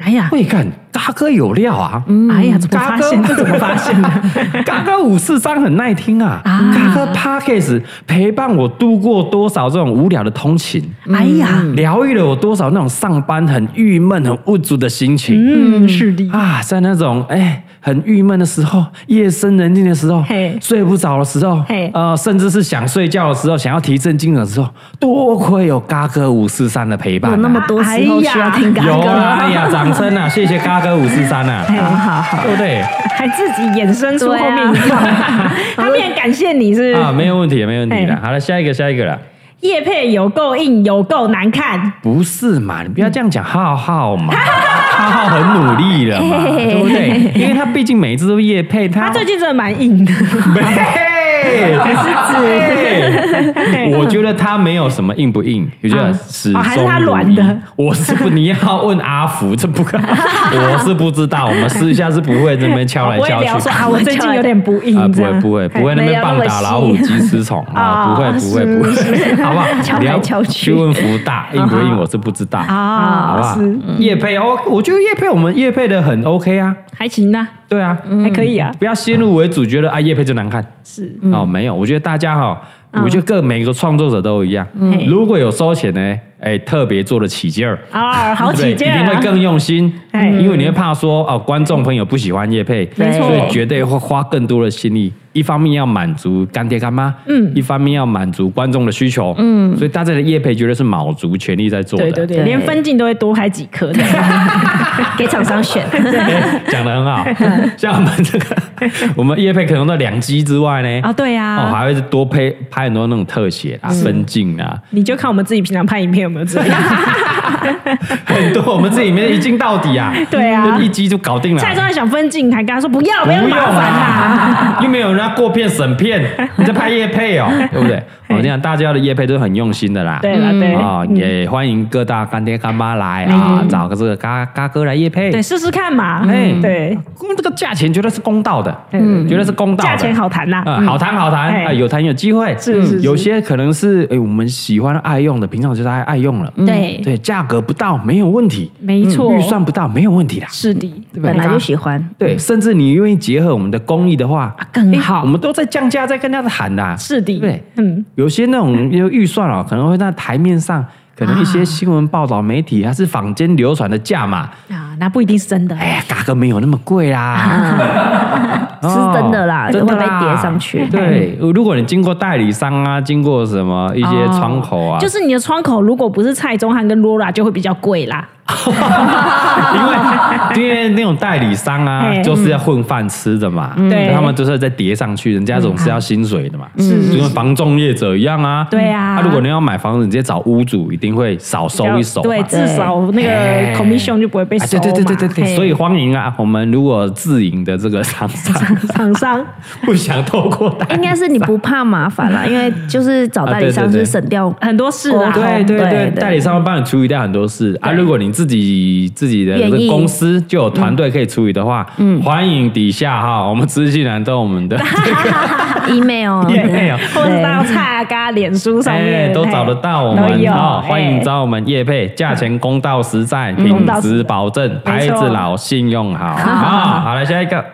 Speaker 3: 哎
Speaker 1: [LAUGHS]
Speaker 3: 呀，
Speaker 1: 会干，嘎哥有料啊！
Speaker 3: 哎呀，怎么发现？
Speaker 1: 嘎
Speaker 3: 这
Speaker 1: 哥 [LAUGHS]
Speaker 3: 怎么发现的？
Speaker 1: 嘎哥五四三很耐听啊！
Speaker 3: 啊
Speaker 1: 嘎哥 Podcast 陪伴我度过多少这种无聊的通勤，
Speaker 3: 哎呀，
Speaker 1: 疗愈了我多少那种上班很郁闷、很无助的心情
Speaker 3: 嗯，是的，
Speaker 1: 啊！在那种哎、很郁闷的时候，夜深人静的时候
Speaker 3: 嘿，
Speaker 1: 睡不着的时候
Speaker 3: 嘿，
Speaker 1: 呃，甚至是想睡觉的时候，想要提振精神的时候，多亏有嘎哥五四三的陪伴、啊，
Speaker 2: 有那么多时候需要听
Speaker 3: 嘎哎
Speaker 2: 歌，
Speaker 1: 有啊！哎呀，掌声
Speaker 3: [LAUGHS]
Speaker 1: 啊！谢谢嘎哥五四三啊！
Speaker 3: 好好好，
Speaker 1: 对不对？
Speaker 3: 还自己衍生出
Speaker 2: 对啊
Speaker 3: 后面一段，
Speaker 1: [LAUGHS]
Speaker 3: 他们也感谢你是
Speaker 1: 啊，没有问题，没有问题的。
Speaker 3: 嗯哎
Speaker 1: 好了，下一个，下一个了。
Speaker 3: 叶配有够硬，有够难看，
Speaker 1: 不是嘛？你不要这样讲浩浩
Speaker 3: [LAUGHS]
Speaker 1: 嘛，浩浩很努力了嘛，对不对？因为他毕竟每一次都夜配，他
Speaker 3: 哎他最近真的蛮硬的，
Speaker 1: 嘿
Speaker 3: 哎
Speaker 1: 嘿我觉得他没有什么硬不硬，我觉得始终
Speaker 3: 哦还是他
Speaker 1: 如一
Speaker 3: 软的。
Speaker 1: 我是不，你要问阿福，这不
Speaker 3: [LAUGHS]
Speaker 1: 可，我是不知道，我们私下是不会这边敲来
Speaker 3: 我也
Speaker 1: 敲
Speaker 3: 聊
Speaker 1: 去
Speaker 3: 说。啊，我最近有点不
Speaker 1: 啊，
Speaker 3: 硬，
Speaker 1: 不
Speaker 3: 这
Speaker 1: 会
Speaker 3: 样
Speaker 1: 不会不会那边棒打老虎鸡吃虫啊，
Speaker 3: 哦
Speaker 1: 不会不会不会，好不
Speaker 3: [LAUGHS]
Speaker 1: 好？
Speaker 2: 敲来
Speaker 1: 你要
Speaker 2: 敲去
Speaker 1: 去问福大硬不硬，我是不知道，好
Speaker 3: 啊，
Speaker 1: 不好？叶配哦，我觉得叶配我们叶配的很 OK 啊，
Speaker 3: 还行呐，
Speaker 1: 对啊，
Speaker 3: 还可以啊，
Speaker 1: 不要先入为主，觉得啊叶配就难看
Speaker 3: 是嗯
Speaker 1: 哦，没有，我觉得大家哈，我觉得各每个创作者都一样，如果有收钱呢，哎，特别做的起劲儿。
Speaker 3: 啊，好
Speaker 1: 对
Speaker 3: 起劲
Speaker 1: 一定会
Speaker 3: 啊，
Speaker 1: 更用心，
Speaker 3: 哎
Speaker 1: 因为你会怕说哦，观众朋友不喜欢叶配，
Speaker 2: 没错
Speaker 1: 所以绝对会花更多的心力。一方面要满足干爹干妈，嗯，一方面要满足观众的需求，嗯，所以大家的叶配绝对是卯足全力在做的。
Speaker 3: 对对对，
Speaker 2: 对
Speaker 3: 连分镜都会多开几颗这样，
Speaker 2: 给厂商选，
Speaker 1: 对， [LAUGHS] 讲的很好。
Speaker 3: [LAUGHS]
Speaker 1: 像我们这个，我们叶配可能都两机之外呢，
Speaker 3: 啊， [LAUGHS] 对
Speaker 1: 哦，
Speaker 3: 呀，
Speaker 1: 还会多拍拍很多那种特写啊、分镜啊，
Speaker 3: 你就看我们自己平常拍影片有没有这
Speaker 1: [LAUGHS]
Speaker 3: 样，
Speaker 1: 很多我们这里面一镜到底啊，
Speaker 3: 对啊
Speaker 1: 就一机就搞定了。
Speaker 3: 蔡庄想分镜，还跟他说不要
Speaker 1: 不
Speaker 3: 不要
Speaker 1: 用
Speaker 3: 麻烦啊啦，
Speaker 1: 啦，又没有人要过片审片，
Speaker 3: [LAUGHS]
Speaker 1: 你在拍夜配哦，对不对？我跟你讲，大家的夜配都是很用心的啦。
Speaker 3: 哎对嗯了对
Speaker 1: 啊，也欢迎各大干爹干妈来啊，找个这个嘎嘎哥来夜配。
Speaker 3: 嗯对，试试看嘛，嗯
Speaker 1: 哎
Speaker 3: 对，
Speaker 1: 公这个价钱绝对是公道的，
Speaker 3: 嗯
Speaker 1: 绝对是公道的，
Speaker 3: 价钱好谈呐，
Speaker 1: 啊，好谈好谈
Speaker 3: 哎
Speaker 1: 啊，有谈有机会。
Speaker 3: 是是是
Speaker 1: 有些可能是哎，我们喜欢爱用的，平常就是爱爱用了。
Speaker 3: 对
Speaker 1: 嗯对，价格不到没有问题，
Speaker 3: 嗯
Speaker 1: 嗯
Speaker 3: 没错，
Speaker 1: 预算不到没有问题啦。
Speaker 3: 是的，
Speaker 2: 本来就喜欢，
Speaker 1: 对，甚至你愿意结合我们的工艺的话，
Speaker 2: 啊
Speaker 3: 更
Speaker 1: 哎
Speaker 3: 好
Speaker 1: 我们都在降价，在跟大家喊呐。
Speaker 3: 是的，
Speaker 1: 啊对
Speaker 3: 嗯，
Speaker 1: 有些那种因为预算哦，可能会在台面上，可能一
Speaker 2: 啊
Speaker 1: 些新闻报道、媒体还是坊间流传的价码，
Speaker 3: 啊，那不一定是真的，
Speaker 1: 哎呀，价格没有那么贵啦。
Speaker 3: 嗯
Speaker 1: 哦
Speaker 2: 啊是真的啦
Speaker 1: 真的啦
Speaker 2: 会被叠上去
Speaker 1: 对，如果你经过代理商啊，经过什么一些窗口
Speaker 2: 哦
Speaker 1: 啊，
Speaker 3: 就是你的窗口如果不是蔡宗翰跟 Laura 就会比较贵啦。
Speaker 1: [LAUGHS] 因为因为那种代理商啊
Speaker 3: [LAUGHS] 嘿，嗯
Speaker 1: 就是要混饭吃的嘛，
Speaker 3: 对嗯
Speaker 1: 他们就是在叠上去，人家总是要薪水的嘛，
Speaker 3: 是是
Speaker 1: 就跟房仲业者一样啊。
Speaker 3: 对啊
Speaker 1: 如果你要买房子，你直接找屋主，一定会少收一手嘛。
Speaker 3: 对，至少那
Speaker 1: 哎
Speaker 3: 个 commission 就不会被
Speaker 1: 啊
Speaker 3: 收
Speaker 1: 对
Speaker 3: 嘛。
Speaker 1: 对对对对对，
Speaker 3: 嘿
Speaker 1: 所以欢迎啊！我们如果自营的这个厂商
Speaker 3: 厂商
Speaker 1: 不想透过代
Speaker 2: 应
Speaker 1: 理，
Speaker 2: 该是你不怕麻烦啦，因为就是找代理商
Speaker 1: 啊对对对
Speaker 2: 是省掉
Speaker 3: 很多事
Speaker 2: 哦
Speaker 3: 啊，
Speaker 1: 对对
Speaker 2: 对
Speaker 1: 对，
Speaker 2: 对
Speaker 1: 代理商会帮你处理掉很多事啊。如果你自己自己的这
Speaker 2: 愿
Speaker 1: 个
Speaker 2: 意
Speaker 1: 公司就有团队可以处理的话，
Speaker 3: 嗯
Speaker 1: 欢迎底下哈，我们资讯栏都有我们
Speaker 3: [LAUGHS]
Speaker 1: 的
Speaker 2: email，
Speaker 1: [LAUGHS] 页配哦。
Speaker 3: 或者是到蔡阿嘎脸书上
Speaker 1: 哎
Speaker 3: 面，
Speaker 1: 都找得到我们
Speaker 3: 都有
Speaker 1: 哦，
Speaker 3: 哎嗯
Speaker 1: 欢迎找我们叶配，价钱公道实在，
Speaker 3: 公
Speaker 1: 品
Speaker 3: 道实
Speaker 1: 质
Speaker 3: 在
Speaker 1: 保证，牌
Speaker 3: 没
Speaker 1: 子
Speaker 3: 错
Speaker 1: 老，信用好啊。好了，下一个，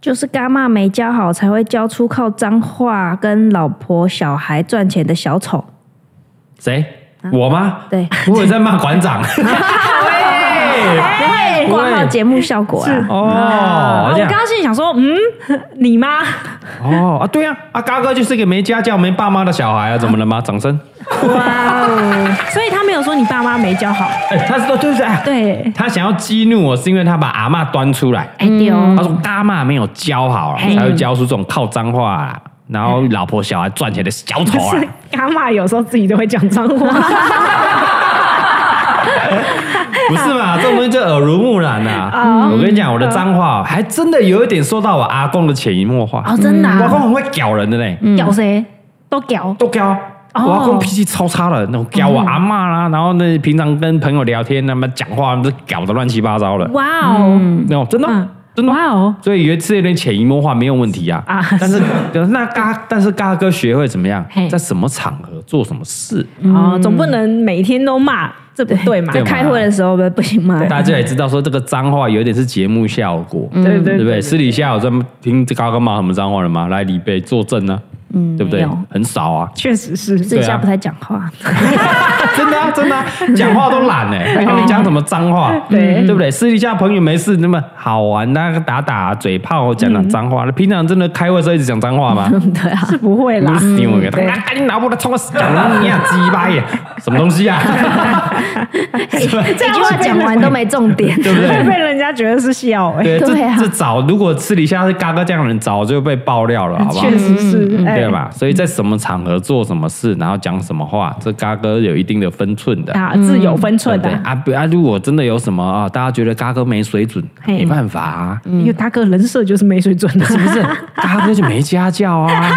Speaker 2: 就是干妈没教好，才会教出靠脏话跟老婆小孩赚钱的小丑。
Speaker 1: 谁？
Speaker 3: 嗯
Speaker 1: 我吗？
Speaker 2: 对，
Speaker 1: 我有在骂馆
Speaker 3: [LAUGHS]
Speaker 1: 长。
Speaker 2: 哎挂号节目效果啊，
Speaker 1: 哦
Speaker 3: 啊，，我
Speaker 1: 这
Speaker 3: 刚
Speaker 1: 样
Speaker 3: 刚心里想说，嗯， [LAUGHS] 你妈
Speaker 1: 哦啊，对啊，啊，嘎哥就是一个没家教、没爸妈的小
Speaker 3: 嗯
Speaker 1: 孩啊，怎么了吗？掌声！
Speaker 3: 哇哦， [LAUGHS] 所以他没有说你爸妈没教好，
Speaker 1: 哎，他说对不对？哎
Speaker 3: 对，
Speaker 1: 他想要激怒我，是因为他把阿嬷端出来。
Speaker 3: 哎对哦
Speaker 1: 他说阿嬷没有教好，啊才会教出这种靠脏话啊，然后老婆小孩赚钱的小丑啊。
Speaker 3: 嗯是 [LAUGHS] 阿妈有时候自己都会讲脏
Speaker 1: [LAUGHS]
Speaker 3: 话， [LAUGHS]
Speaker 1: 不是嘛？这种东西就耳濡目染呐、
Speaker 3: 哦
Speaker 1: 啊。我跟你讲，我的脏话哦还真的有一点受到我阿公的潜移默化。
Speaker 3: 哦真的啊
Speaker 1: 我阿公很会嗯屌人的嘞，
Speaker 2: 嗯
Speaker 3: 屌谁都屌，
Speaker 1: 都屌。
Speaker 3: 哦嗯
Speaker 1: 我阿公脾气超差的，那种屌我阿妈啦，然后呢，平常跟朋友聊天，那么讲话都屌的乱七八糟的，
Speaker 3: 哇哦，
Speaker 1: 那种真的
Speaker 3: 嗯
Speaker 1: 真的。
Speaker 3: 哇哦，
Speaker 1: 所以有一次有点潜移默化，没有问题啊。
Speaker 3: 啊
Speaker 1: 但是那嘎，但是嘎哥学会怎么样
Speaker 3: 嘿，
Speaker 1: 在什么场合做什么事，
Speaker 3: 哦，总不能每天都骂，这不对嘛？
Speaker 1: 嗯对嘛
Speaker 2: 开会的时候不不行吗？
Speaker 1: 大家也知道说这个脏话有点是节目效果，
Speaker 3: 对对，
Speaker 1: 对不对？私底下有在听这刚刚骂什么脏话了吗？来，李贝作证呢、嗯，对不
Speaker 2: 没
Speaker 1: 对
Speaker 2: 有？
Speaker 1: 很少啊
Speaker 3: 确实是
Speaker 2: 私底
Speaker 1: 对啊
Speaker 2: 下不太讲话， [LAUGHS]
Speaker 1: 真的啊，真的啊，讲话都懒哎、还跟你讲什么脏话？嗯
Speaker 3: 对
Speaker 1: 对不对？私底下朋友没事那么好玩，大家打打嘴炮，讲讲脏话。那平常真的开会的时候一直讲脏话吗？[LAUGHS]
Speaker 2: 对啊，
Speaker 3: 是不会啦。
Speaker 1: 你我给他
Speaker 3: 对
Speaker 1: 啊！你拿我的冲我死讲你呀，鸡巴耶，什么东西啊？
Speaker 2: 这句话讲完都没重点，
Speaker 1: 对不
Speaker 3: 会
Speaker 1: 对？
Speaker 3: [LAUGHS] 被人家觉得是笑哎、
Speaker 1: 对，这
Speaker 2: 对啊
Speaker 1: 这早如果私底下是嘎哥这样的人，早就被爆料了，好不好
Speaker 3: 确？实是，
Speaker 1: 嗯
Speaker 3: 哎
Speaker 1: 对吧？所以在什么场合做什么事，然后讲什么话，这嘎哥有一定的分寸的。
Speaker 3: 啊，自有分
Speaker 1: 对
Speaker 3: 寸
Speaker 1: 不
Speaker 3: 的、
Speaker 1: 对啊，不啊！如果真的有什么啊，大家觉得嘎哥没水准，
Speaker 3: 嘿嗯
Speaker 1: 没办法啊，
Speaker 3: 因为大哥人设就是没
Speaker 1: [LAUGHS]
Speaker 3: 水准的，
Speaker 1: 是
Speaker 3: [LAUGHS]
Speaker 1: 不是？嘎哥就没家教啊，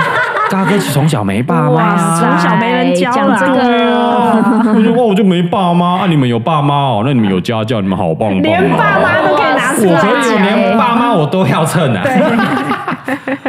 Speaker 1: 嘎哥从小没爸妈
Speaker 3: 哇
Speaker 1: 啊，
Speaker 3: [LAUGHS] 从小没人教啦
Speaker 2: 讲这个
Speaker 1: 啊，我就哇，我就没爸妈啊！你们有爸妈哦，那你们有家教，你们好棒棒哦！
Speaker 3: 连爸妈都可以拿出
Speaker 1: 我
Speaker 3: 来
Speaker 1: 可以，
Speaker 3: 讲，
Speaker 1: 连爸妈我都要蹭啊， [LAUGHS] 对不对？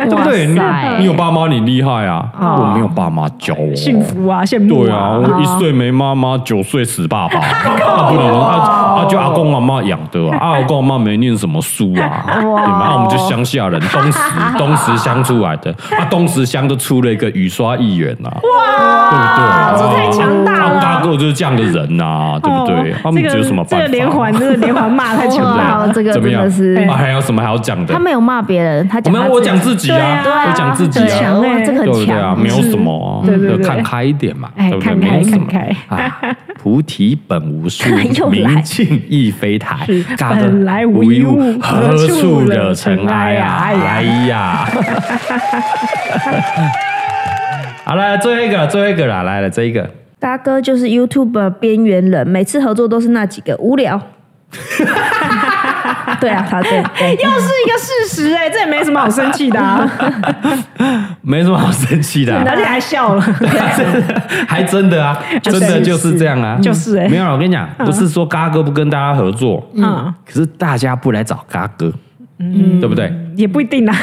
Speaker 2: 哇塞
Speaker 1: 你你有爸妈，你厉害啊！
Speaker 3: 哦
Speaker 1: 我没有爸妈教我，
Speaker 3: 幸。福啊，羡慕
Speaker 1: 对啊，我一岁没妈妈，九岁死爸
Speaker 3: [LAUGHS]
Speaker 1: 爸，啊不能啊啊！就阿公阿妈养的啊，
Speaker 3: [LAUGHS]
Speaker 1: 啊阿公阿妈没念什么书啊，对吗？啊我们就乡下人，东
Speaker 3: [LAUGHS]
Speaker 1: 石东石乡出来的，啊东石乡都出了一个雨刷议员啊，哇，对不对？
Speaker 3: 这太强大
Speaker 1: 啊
Speaker 3: 了
Speaker 1: 大哥就是这样的人呐，对不对
Speaker 3: 哦？
Speaker 1: 他们
Speaker 3: 这
Speaker 1: 觉
Speaker 3: 个
Speaker 1: 得什么
Speaker 3: 这
Speaker 1: 办
Speaker 3: 个
Speaker 1: 法？哦
Speaker 3: 连环，这个连环骂太强
Speaker 1: [LAUGHS]
Speaker 3: 大了
Speaker 2: 哇，。这个
Speaker 1: 怎
Speaker 2: 真
Speaker 1: 么样
Speaker 2: 的是，
Speaker 1: 啊还有什么还要讲的
Speaker 2: [LAUGHS] 他？没有骂别人，他
Speaker 1: 我
Speaker 2: 讲
Speaker 1: 们
Speaker 2: 他
Speaker 1: 我讲自己啊，
Speaker 3: 对啊
Speaker 1: 我讲自己
Speaker 2: 很
Speaker 3: 对啊
Speaker 1: 啊。
Speaker 2: 强欸，这
Speaker 1: 对
Speaker 2: 个很
Speaker 1: 不对啊？
Speaker 2: 强，
Speaker 1: 没有什么，
Speaker 3: 嗯对对对
Speaker 1: 就看开一点嘛，
Speaker 3: 哎
Speaker 1: 对不对？
Speaker 3: 看开
Speaker 1: 没有什么
Speaker 3: 看
Speaker 1: 啊，菩提本无
Speaker 3: [LAUGHS]
Speaker 1: 树
Speaker 2: 又，来
Speaker 1: 明镜亦非台
Speaker 3: 是，
Speaker 1: 嘎的
Speaker 3: 本来无一物
Speaker 1: 何
Speaker 3: 何处
Speaker 1: 处
Speaker 3: 惹
Speaker 1: 惹尘
Speaker 3: 尘
Speaker 1: 埃啊！
Speaker 3: 埃啊
Speaker 1: 哎呀！ [LAUGHS] 好了，最后一个了，最后一个了，来了这一个，
Speaker 2: 嘎哥就是 YouTube 边缘人，每次合作都是那几个无 [LAUGHS] 聊。对啊，他对 [LAUGHS] 对，
Speaker 3: 又哎是一个事实哎、这也没什么好生气
Speaker 1: [LAUGHS]
Speaker 3: 的、啊，
Speaker 1: 没什么好生气的啊，
Speaker 3: 而且还笑了。 [LAUGHS]
Speaker 1: 还真的啊，
Speaker 3: 就
Speaker 1: 真
Speaker 3: 是
Speaker 1: 的就是这样啊，
Speaker 3: 就是欸
Speaker 1: 没有啦，我跟你讲，不是说嘎哥不跟大家合作，
Speaker 3: 嗯，
Speaker 1: 可是大家不来找嘎哥，对不对？
Speaker 3: 也不一定啊。
Speaker 1: [LAUGHS]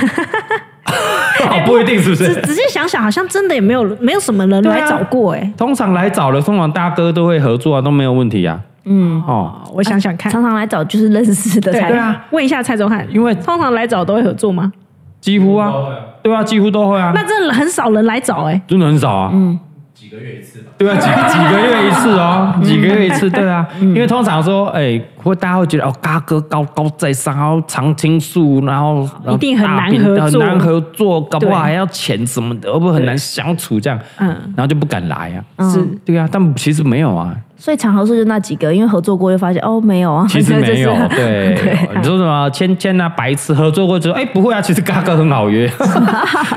Speaker 3: 哎
Speaker 1: 哦，不一定是不
Speaker 3: 仔
Speaker 1: 是？
Speaker 3: 仔细想想，好像真的也没有没有什么人来找过哎、
Speaker 1: 通常来找了，通常大哥都会合作啊，都没有问题啊。嗯，哦，
Speaker 3: 哦，我想想看，
Speaker 2: 常常来找就是认识的才
Speaker 3: 对啊，问一下蔡宗翰，
Speaker 1: 因为
Speaker 3: 通常来找都会合作吗？
Speaker 1: 几乎啊
Speaker 4: 都会啊，
Speaker 1: 对啊，几乎都会啊，
Speaker 3: 那真的很少人来找哎、
Speaker 1: 真的很少啊。嗯，
Speaker 4: 几个月一次吧。
Speaker 1: 对啊，几几个月一次
Speaker 3: 嗯
Speaker 1: 哦，几个月一次，对啊，因为通常说，哎，会大家会觉得哦，嘎哥高高在上，然后常青树，然后
Speaker 3: 一定很难
Speaker 1: 大饼
Speaker 3: 合作
Speaker 1: 很难合作，搞不好
Speaker 3: 对
Speaker 1: 还要钱什么的，会不会很难相处这样？
Speaker 3: 嗯
Speaker 1: 嗯，然后就不敢来啊。
Speaker 3: 是
Speaker 2: 嗯，
Speaker 1: 对啊，但其实没有啊，
Speaker 2: 所以常合作就那几个，因为合作过就发现哦没有啊，，
Speaker 1: 其实没
Speaker 3: [LAUGHS]
Speaker 1: 有
Speaker 2: [LAUGHS] 就是
Speaker 1: 对，你说什么芊芊啊、白痴合作过之后，哎，不会啊，其实嘎哥很好约， [LAUGHS]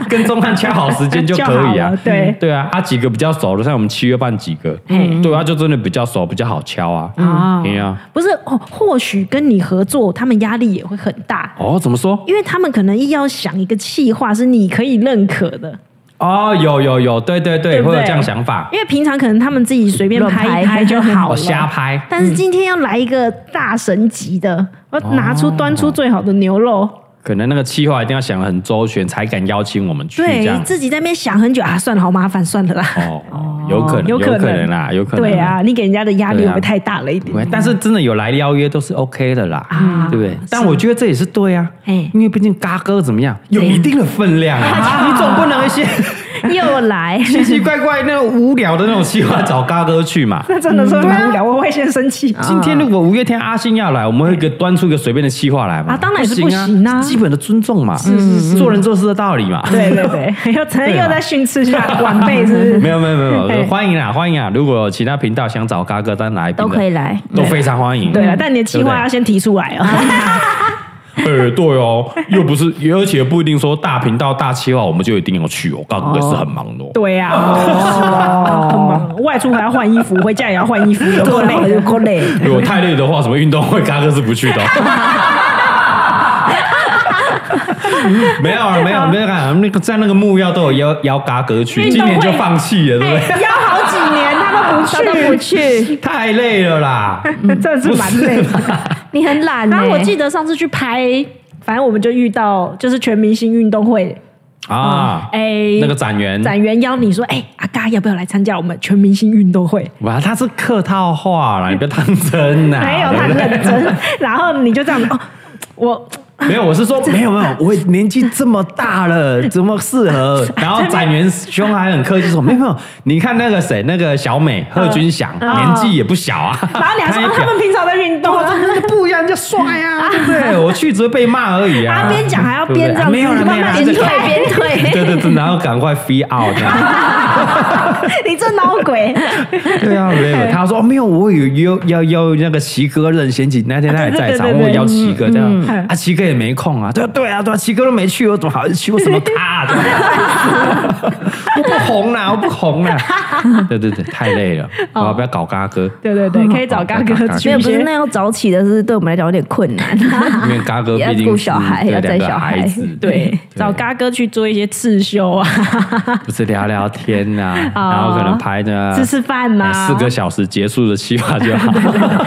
Speaker 1: 跟钟汉掐好时间就可以
Speaker 3: 就好
Speaker 1: 啊
Speaker 3: 了。对
Speaker 1: 对啊，啊几个比较熟的，像我们七月半几个，
Speaker 3: 嗯
Speaker 1: 对啊，就真的比较熟，比较好敲啊。
Speaker 3: 啊
Speaker 1: 对啊，
Speaker 3: 不是哦，或许跟你合作，他们压力也会很大，
Speaker 1: 哦，怎么说？
Speaker 3: 因为他们可能一要想一个企划是你可以认可的，
Speaker 1: 哦，有有有，对对对，
Speaker 3: 对不
Speaker 1: 会
Speaker 3: 对
Speaker 1: 有这样想法，
Speaker 3: 因为平常可能他们自己随便拍一拍就好
Speaker 1: 哦，
Speaker 3: [LAUGHS] 了。
Speaker 1: 瞎拍。
Speaker 3: 但是今天要来一个大神级的，我拿
Speaker 1: 哦
Speaker 3: 出端出最好的牛肉，
Speaker 1: 可能那个企划一定要想得很周全，才敢邀请我们去这
Speaker 3: 对
Speaker 1: 样。
Speaker 3: 自己在那边想很久啊，算了，好麻烦，算了啦。 [LAUGHS]
Speaker 1: 哦哦，有可能，
Speaker 3: 有
Speaker 1: 有
Speaker 3: 可
Speaker 1: 可
Speaker 3: 能
Speaker 1: 能啦，有可能。
Speaker 3: 对啊，你给人家的压力
Speaker 1: 对啊
Speaker 3: 会不会太大了一点？
Speaker 1: 对但是真的有来邀约都是 OK 的啦，
Speaker 3: 啊
Speaker 1: 对不对
Speaker 3: 是？
Speaker 1: 但我觉得这也是对啊
Speaker 3: 嘿，
Speaker 1: 因为毕竟嘎哥怎么样，有一定的分量 [LAUGHS] 啊，你总不能一些
Speaker 2: 又来，
Speaker 1: 奇奇怪怪、那种无聊的那种计划找嘎哥去嘛。
Speaker 3: 那真的是
Speaker 1: 嗯
Speaker 3: 蛮无聊，我会先生气。
Speaker 1: 今天如果五月天阿信要来，我们会给端出一个随便的企划来嘛？
Speaker 3: 啊当然是
Speaker 1: 不
Speaker 3: 不行啊
Speaker 1: 基本的尊重嘛，是是是，做人做事的道理 [LAUGHS] 嘛。
Speaker 3: 对对对，又曾
Speaker 1: 对啊
Speaker 3: 又在训斥下晚辈，是不是？
Speaker 1: [LAUGHS] 没有没有没有没
Speaker 3: 嘿
Speaker 1: 有，欢迎啦欢迎啊！如果有其他频道想找嘎哥当来宾
Speaker 2: [LAUGHS] 都
Speaker 1: 的
Speaker 2: 可以，来，
Speaker 1: 都非常欢迎。
Speaker 3: 对啊，但你的计
Speaker 1: 对不
Speaker 3: 划
Speaker 1: 对
Speaker 3: 要先提出来哦。
Speaker 1: 呃， [LAUGHS] 对哦，又不是，而且不一定说大频道大企划我们就一定要去哦，刚哥是很忙的、哦。
Speaker 3: 对呀，很
Speaker 1: 哦
Speaker 3: 忙， [LAUGHS] 外出还要换衣服，回家也要换衣服，有够累，有够累。 [LAUGHS]
Speaker 1: 如果太哦累的话，什么运动会刚哥是不去的哦、没有啊，没有，没有啊，那个在那个木曜都有邀邀嘎哥去，
Speaker 3: 运
Speaker 1: 今
Speaker 3: 动会哎
Speaker 1: 年就放弃了，对不对？
Speaker 3: 邀好几年他
Speaker 1: [LAUGHS]
Speaker 3: 都不
Speaker 2: 他都不去，
Speaker 1: 太累了啦，
Speaker 3: [LAUGHS] 真的是蛮累的。
Speaker 2: 你很懒欸。
Speaker 3: 然后我记得上次去拍，反正我们就遇到就是全明星运动会，
Speaker 1: [LAUGHS] 啊，
Speaker 3: 哎
Speaker 1: 那个展员，
Speaker 3: 展员邀你说，哎、阿嘎要不要来参加我们全明星运动会？
Speaker 1: 哇，他是客套话啦，你不要当真啊呐、
Speaker 3: 没有，
Speaker 1: 对
Speaker 3: 他
Speaker 1: 不对
Speaker 3: 认真，然后你就这样子，哦，我 [LAUGHS]
Speaker 1: 没有，我是说 [LAUGHS] 没有没有，我年纪这么大了，怎么适
Speaker 3: [LAUGHS]
Speaker 1: 合？然后展元兄还很客气说，没有没有，你看那个谁，那个小美贺军翔，年纪也不小啊，
Speaker 3: 然后你
Speaker 1: [LAUGHS]
Speaker 3: 还说、
Speaker 1: 也
Speaker 3: 哦
Speaker 1: 表
Speaker 3: 他们平常在运动啊，
Speaker 1: 那个不一样，就帅
Speaker 3: [LAUGHS]
Speaker 1: 啊，对不对？我去只会被骂而已啊。
Speaker 3: 他边讲还要
Speaker 1: 对不对
Speaker 3: 边这样
Speaker 1: 啊没有了，
Speaker 3: 慢慢
Speaker 1: 没有啦
Speaker 2: 边
Speaker 1: 这
Speaker 3: [LAUGHS]
Speaker 1: 个
Speaker 2: 退边
Speaker 1: [LAUGHS]
Speaker 2: 退，
Speaker 1: 对对对，然后赶快 free out 这样。
Speaker 3: 你这脑鬼， [LAUGHS]
Speaker 1: 对啊，没
Speaker 3: 哎
Speaker 1: 有。他说哦没有，我有邀要邀那个奇哥任贤齐，那天他也在场，
Speaker 3: 啊对对对对
Speaker 1: 我邀奇哥这样
Speaker 3: 嗯，
Speaker 1: 啊奇哥也没空啊。对啊对啊对啊，奇哥都没去，我怎么好意思去？我什么咖啊？这样我不红啦，我不红啦。对对
Speaker 3: [LAUGHS]
Speaker 1: 对，太累了，我不要搞嘎哥。
Speaker 3: 对对对，可以找嘎哥去
Speaker 2: [LAUGHS] 没有
Speaker 3: 一
Speaker 2: 不是
Speaker 3: 些
Speaker 2: 那。要早起的是对我们来讲有点困难。
Speaker 1: 因为嘎哥
Speaker 2: 也要
Speaker 1: 毕竟
Speaker 2: 顾小孩
Speaker 1: 是对
Speaker 2: 要带
Speaker 1: 两个
Speaker 2: 小孩
Speaker 1: 孩子，
Speaker 3: [LAUGHS] 对，找嘎哥去做一些刺绣啊，
Speaker 1: 不是聊聊天呐、
Speaker 3: 哦
Speaker 1: 然后可能拍呢
Speaker 3: 吃吃饭呐、
Speaker 1: 哎四个小时结束的计划就
Speaker 3: [LAUGHS]
Speaker 1: 好，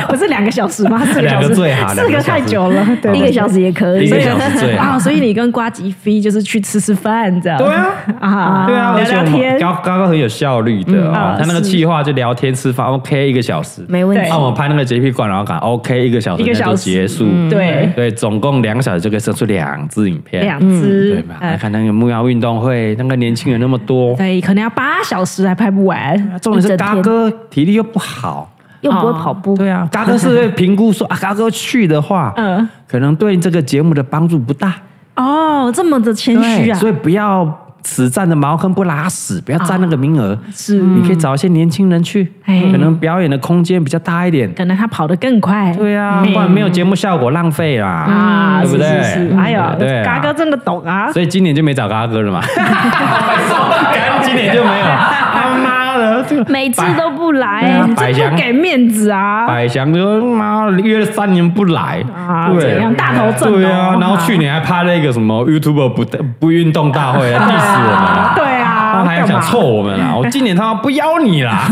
Speaker 3: 不是两个小时吗？四个小
Speaker 1: 两
Speaker 3: 时
Speaker 1: 个最好
Speaker 3: 四
Speaker 1: 两
Speaker 3: 个
Speaker 1: 个小
Speaker 3: 太
Speaker 1: 时
Speaker 3: 久了，对
Speaker 2: [LAUGHS] 一个小时也可以
Speaker 1: 一，个小时最好
Speaker 3: 啊，。所以你跟瓜吉飞就是去吃吃饭这样，
Speaker 1: 对啊，
Speaker 3: 啊，
Speaker 1: 对啊，而
Speaker 3: 聊
Speaker 1: 且
Speaker 3: 聊
Speaker 1: 我们
Speaker 3: 天，
Speaker 1: 高高高很有效率的啊
Speaker 3: 啊，
Speaker 1: 他那个
Speaker 3: 是
Speaker 1: 计划就聊天吃饭，OK 一个小时，
Speaker 2: 没问题
Speaker 3: 对。
Speaker 1: 那我们拍那个洁癖罐，然后赶 OK 一个小时，
Speaker 3: 一个
Speaker 1: 那
Speaker 3: 小
Speaker 1: 就
Speaker 3: 时嗯
Speaker 1: 结束，
Speaker 3: 对
Speaker 1: 对，总共两个小时就可以生出两支影片，
Speaker 3: 两
Speaker 1: 嗯对
Speaker 3: 只
Speaker 1: 吧，？来
Speaker 3: 哎
Speaker 1: 看那个木曜运动会，那个年轻人那么多，
Speaker 3: 对，可能要八小时还拍不完，
Speaker 1: 重点
Speaker 2: 一
Speaker 1: 是
Speaker 2: 整
Speaker 1: 嘎
Speaker 2: 天
Speaker 1: 哥体力又不好。
Speaker 2: 又不会跑步，
Speaker 1: 对啊，嘎哥是会评估说啊，嘎哥去的话，
Speaker 3: 嗯
Speaker 1: 可能对这个节目的帮助不大，
Speaker 3: 哦，这么的谦虚啊，
Speaker 1: 所以不要死站着茅坑不拉屎，不要占那个名额，
Speaker 3: 啊是
Speaker 1: 你可以找一些年轻人去，
Speaker 3: 哎
Speaker 1: 可能表演的空间比较大一点，
Speaker 3: 可能他跑得更快，
Speaker 1: 对啊，不然没有节目效果浪费啦，
Speaker 3: 嗯啊，
Speaker 1: 对不对
Speaker 3: 是是是哎呀
Speaker 1: 对，啊
Speaker 3: 嘎哥真的懂啊，
Speaker 1: 所以今年就没找嘎哥了
Speaker 3: [LAUGHS]
Speaker 1: 嘛，感觉今年就没有，他妈的这个
Speaker 2: 每次都不
Speaker 1: 对
Speaker 2: 来
Speaker 1: 啊，
Speaker 3: 这
Speaker 1: 白
Speaker 3: 不
Speaker 1: 香
Speaker 3: 给面子啊，
Speaker 1: 百祥就妈约了三年不来
Speaker 3: 啊
Speaker 1: 对，
Speaker 3: 怎样大头症哦
Speaker 1: 对啊，然后去年还拍了一个什么 YouTube 不不运动大会来 diss 我们
Speaker 3: 啊
Speaker 1: 啊，
Speaker 3: 对啊，
Speaker 1: 他还
Speaker 3: 干
Speaker 1: 想
Speaker 3: 嘛
Speaker 1: 臭我们
Speaker 3: [LAUGHS]
Speaker 1: 啦，我今年他妈不邀你啦。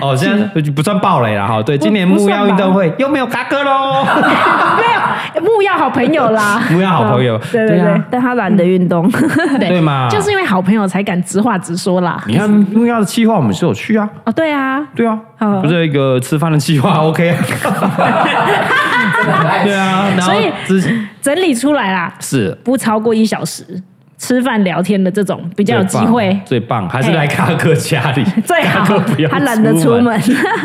Speaker 1: 哦，现在不算暴雷啦哈，对，今年
Speaker 3: 不不
Speaker 1: 木
Speaker 3: 算吧
Speaker 1: 曜运动会又没有嘎哥喽，
Speaker 3: 没有木曜好朋友啦
Speaker 1: [LAUGHS] ，木曜好朋友
Speaker 3: [LAUGHS] 对
Speaker 1: 对
Speaker 3: 对
Speaker 1: 啊嗯
Speaker 2: 但他懒得运动。
Speaker 3: [LAUGHS] 对
Speaker 1: 对嘛
Speaker 3: 就是因为好朋友才敢直话直说啦。
Speaker 1: 你看木曜的计划我们是有去啊，
Speaker 3: 哦，对啊，
Speaker 1: 对啊，
Speaker 3: 嗯
Speaker 1: 不是一个吃饭的计划 [LAUGHS] OK 啊，对
Speaker 3: [LAUGHS]
Speaker 1: 啊，然后
Speaker 3: 所以
Speaker 1: 之
Speaker 3: 整理出来啦，
Speaker 1: 是
Speaker 3: 不超过一小时，吃饭聊天的这种比较有机会。哎
Speaker 1: 最棒，还是来嘎哥家里，
Speaker 3: [LAUGHS] 最好
Speaker 1: 嘎哥不要
Speaker 2: 他懒得出
Speaker 1: 出
Speaker 2: 门，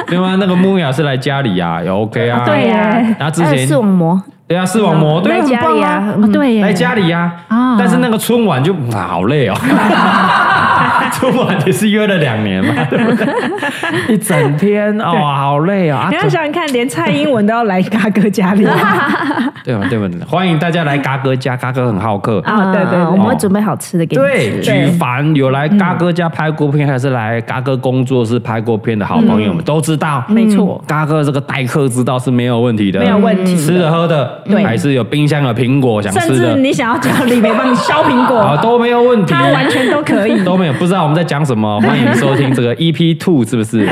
Speaker 1: 对吗？那个木雅是来家里呀、也 OK 啊。
Speaker 3: 对呀
Speaker 1: 然后之
Speaker 2: 还有视网
Speaker 1: 前
Speaker 2: 膜
Speaker 1: 对啊，视网膜对
Speaker 2: 来
Speaker 1: 啊，很
Speaker 2: 家
Speaker 1: 棒
Speaker 2: 里
Speaker 1: 啊
Speaker 2: 啊，，
Speaker 3: 哦，对耶，
Speaker 1: 来家里呀、
Speaker 3: 啊
Speaker 1: 但是那个春晚就、嗯好累
Speaker 3: [LAUGHS]
Speaker 1: 哦，春晚也是约了两年嘛，对不对？一整天哦，好累哦，啊
Speaker 3: 你要想想看，连蔡英文都要来嘎哥家 [LAUGHS] 里啊！
Speaker 1: 对吧？对吧？欢迎大家来嘎哥家，嘎哥很好客。
Speaker 3: 啊对对对
Speaker 2: 我们会准备好吃的给
Speaker 1: 对，
Speaker 2: 你吃。
Speaker 1: 举凡有来嘎哥家拍过片，还是来嘎哥工作室拍过片的好朋友们，都知道，
Speaker 3: 嗯没错
Speaker 1: 嘎哥这个待客之道是没有问题的，
Speaker 3: 没有问题的
Speaker 1: 吃的喝的，
Speaker 3: 对
Speaker 1: 还是有冰箱有苹果想
Speaker 3: 甚
Speaker 1: 吃
Speaker 3: 至
Speaker 1: 的，
Speaker 3: 你想要叫李梅帮你削苹
Speaker 1: 啊，
Speaker 3: 果，
Speaker 1: 都没有问题，
Speaker 3: 他完全都
Speaker 1: [LAUGHS]
Speaker 3: 可以。
Speaker 1: 都没有。不知道我们在讲什
Speaker 3: [LAUGHS]
Speaker 1: 么，欢迎收听这个 EP Two 是不是？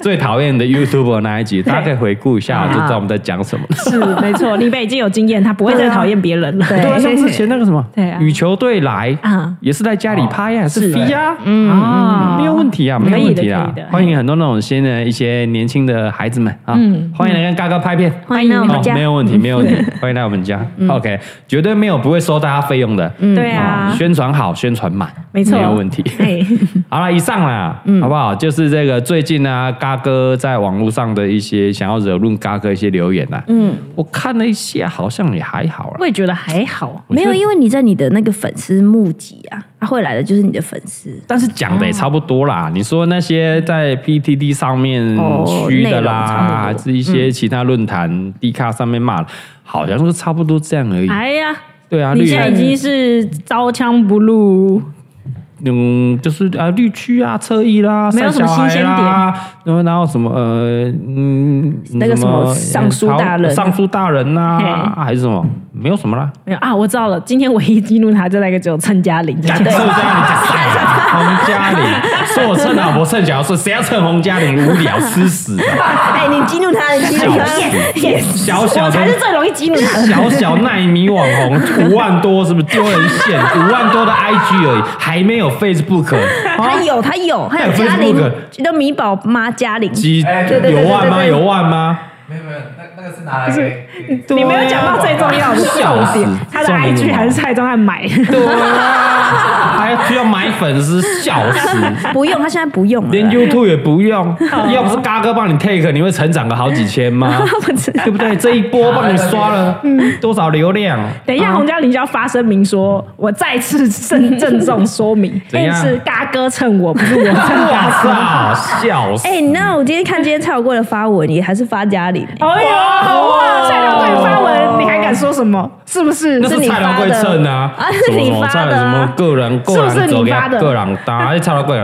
Speaker 1: 最讨厌的 YouTuber 那一集，大家可以回顾一下，就知道我们在讲什么。
Speaker 3: 是没错，李梅已经有经验，他不会再讨厌别人了。 [LAUGHS]
Speaker 1: 对啊，像之前那个什么
Speaker 3: 对啊
Speaker 1: 羽球队来
Speaker 3: 啊哦
Speaker 1: 也是在家里拍呀，是
Speaker 3: 是
Speaker 1: V 呀，
Speaker 3: 啊
Speaker 1: 没有问题啊，
Speaker 3: 可以的
Speaker 1: 没有问题啊
Speaker 3: 可以的，
Speaker 1: 欢迎很多那种新的一些年轻的孩子们啊，
Speaker 3: 嗯
Speaker 1: 欢迎来跟嘎哥拍片。
Speaker 2: 欢迎来我
Speaker 1: 哦
Speaker 2: 们家
Speaker 1: 没，有
Speaker 3: [LAUGHS]
Speaker 1: 问题，没有问题，欢迎来我们家。OK，绝对没有不会收大家费用的。
Speaker 3: 嗯对啊
Speaker 1: 哦宣传好，宣传满，
Speaker 3: 没错
Speaker 1: 没有问题。
Speaker 3: 哎，
Speaker 1: 好了，以上啦，好不好？就是这个最近呢，嘎哥在网络上的一些想要惹怒嘎哥一些留言呐，嗯，我看了一下，好像也还好啦
Speaker 3: 我。也觉得还好。
Speaker 1: 我觉
Speaker 2: 没
Speaker 1: 得
Speaker 2: 有，因为你在你的那个粉丝募集啊，他会来的就是你的粉丝。
Speaker 1: 但是讲的也差不多啦。你说那些在 PTT 上面
Speaker 2: 哦
Speaker 1: 虚的
Speaker 2: 内容差不
Speaker 1: 啦，
Speaker 2: 多
Speaker 1: 还是一些其他论坛、D 卡上面骂的，好像是差不多这样而已。
Speaker 3: 哎呀，
Speaker 1: 对啊，
Speaker 3: 你
Speaker 1: 绿
Speaker 3: 现在已经是刀枪不入，
Speaker 1: 嗯，就是啊，绿区啊，侧翼啦，
Speaker 3: 没有什么
Speaker 1: 晒小孩
Speaker 3: 新鲜点
Speaker 1: 啦，然后然后什么呃，嗯，
Speaker 2: 那个什么尚书大人
Speaker 1: 尚书大人呐、
Speaker 3: 嘿
Speaker 1: 啊，还是什么，没有什么啦。
Speaker 3: 没有啊，我知道了。今天唯一激怒他就那个只有陈嘉玲，
Speaker 1: 是不是这样？你讲啊洪嘉玲说我蹭老婆蹭小说，谁要蹭洪嘉玲？无聊，吃屎啊！
Speaker 2: 哎，你激怒他，你激怒
Speaker 1: 笑
Speaker 2: 他，
Speaker 1: 死！小小
Speaker 3: 我 [LAUGHS] 才是
Speaker 1: 的
Speaker 3: 最容易激怒他的。
Speaker 1: 小小奈米网红，五万多，是不是丢人现？五万多的 IG 而已，还没有 Facebook，
Speaker 2: 他有他有，他有
Speaker 1: 他有
Speaker 2: 嘉玲
Speaker 1: Facebook，
Speaker 2: 就米宝妈嘉玲，
Speaker 1: 几
Speaker 4: 哎对对
Speaker 1: 有
Speaker 2: 对
Speaker 1: 万吗？
Speaker 2: 对对对
Speaker 1: 有万吗？
Speaker 4: 没有没有，那那个是拿来给给
Speaker 3: 你没有讲到最重要的
Speaker 1: 笑
Speaker 3: 重
Speaker 1: 死
Speaker 3: 点，他的
Speaker 1: 撞你
Speaker 3: IG 还是蔡宗汉买 [LAUGHS] 的。
Speaker 1: 对啊，还需要买粉丝，笑死！
Speaker 2: 不用，他现在不用了
Speaker 1: 连
Speaker 2: 啦。
Speaker 1: YouTube 也不用，要不是嘎哥帮你 take，你会成长个好几千吗？对不对？这一波帮你刷了多少流量？
Speaker 3: 等一下，洪嘉玲就要发声明说：“我再次郑郑重说明，
Speaker 1: 怎样
Speaker 3: 是嘎哥蹭我，不是我蹭
Speaker 1: 哇
Speaker 3: 嘎哥。
Speaker 1: 操，笑死！
Speaker 2: [LAUGHS] 哎，你知道我今天看今天蔡小贵的发文，也还是发嘉玲，”
Speaker 3: 哎呦，哇！蔡老贵发文，你还敢说什么？是不是？
Speaker 1: 那
Speaker 3: 是
Speaker 1: 是
Speaker 3: 你
Speaker 1: 蔡老
Speaker 3: 发
Speaker 1: 贵蹭
Speaker 3: 的？
Speaker 1: 啊，
Speaker 2: 啊是你发的啊
Speaker 1: 蔡老什么个人个
Speaker 3: 是不
Speaker 1: 人
Speaker 3: 是
Speaker 1: 走
Speaker 3: 你
Speaker 1: 给他
Speaker 3: 发的
Speaker 1: 个人搭，哎蔡老贵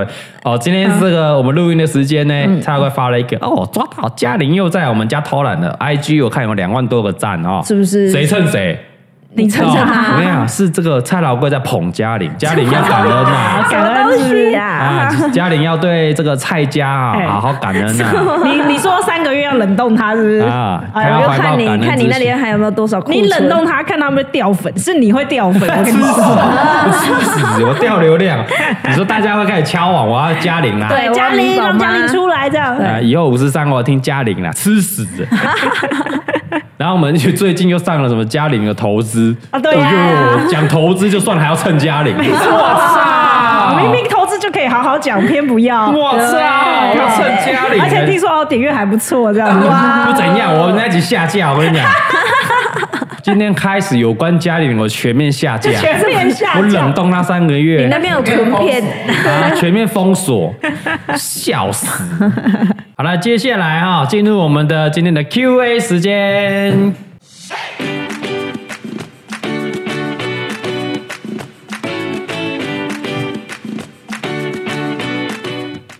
Speaker 1: 哦，今天这个我们录音的时间呢，蔡老贵发了一个哦，抓到嘉玲又在我们家偷懒了，IG 我看有两万多个赞哦，
Speaker 2: 是不是
Speaker 1: 谁蹭谁？
Speaker 3: 你 [LAUGHS] 蹭
Speaker 1: 哦
Speaker 3: 蹭
Speaker 1: 我跟你
Speaker 3: 他，
Speaker 1: 讲，是这个蔡老贵在捧嘉
Speaker 3: [LAUGHS]
Speaker 1: 玲，嘉玲要感恩啊。
Speaker 2: 什么东西啊？
Speaker 1: 啊，嘉玲要对这个蔡家
Speaker 3: 哎
Speaker 1: 啊好好感
Speaker 3: [LAUGHS]
Speaker 1: 恩啊！
Speaker 3: 你你说三个月要冷冻他，是不是？
Speaker 1: 啊，
Speaker 3: 哎
Speaker 1: 他
Speaker 3: 呦
Speaker 1: 要
Speaker 2: 我就
Speaker 1: 怀抱
Speaker 2: 看你
Speaker 1: 感恩
Speaker 2: 看你
Speaker 1: 之
Speaker 2: 那里
Speaker 1: 心
Speaker 2: 还有没有多少库存？
Speaker 3: 你冷冻他，看他会不会掉粉，是你会掉粉。我跟你说
Speaker 1: 我吃屎，我掉流量。你说大家会开始敲碗，我要嘉玲啦。
Speaker 2: 对
Speaker 3: 对，嘉玲
Speaker 2: 我要
Speaker 3: 让
Speaker 2: 米宝
Speaker 3: 嘉玲
Speaker 2: 妈
Speaker 3: 出来这样。
Speaker 1: 啊，以后五十三我要听嘉玲啦，吃屎。
Speaker 3: [LAUGHS]
Speaker 1: 然后我们就最近又上了什么嘉玲的投资
Speaker 3: 啊对啊
Speaker 1: 哎呦讲投资就算了，还要蹭嘉
Speaker 3: [LAUGHS]
Speaker 1: 玲，
Speaker 3: 没错，
Speaker 1: 哇
Speaker 3: 明明投资就可以好好讲，偏不要。
Speaker 1: 我操，要蹭嘉玲，
Speaker 3: 而且听说哦，点阅还不错，这样子。
Speaker 1: 不怎样，我那集下架，我跟你
Speaker 3: [LAUGHS]
Speaker 1: 讲，今天开始有关嘉玲，我全面下架，
Speaker 3: 全面下
Speaker 1: 我
Speaker 3: 降
Speaker 1: 冷。冻她三个月，
Speaker 2: 你那边有囤片，
Speaker 1: 啊，全面封锁，笑死！好了，接下来啊、进入我们的今天的 Q&A 时间。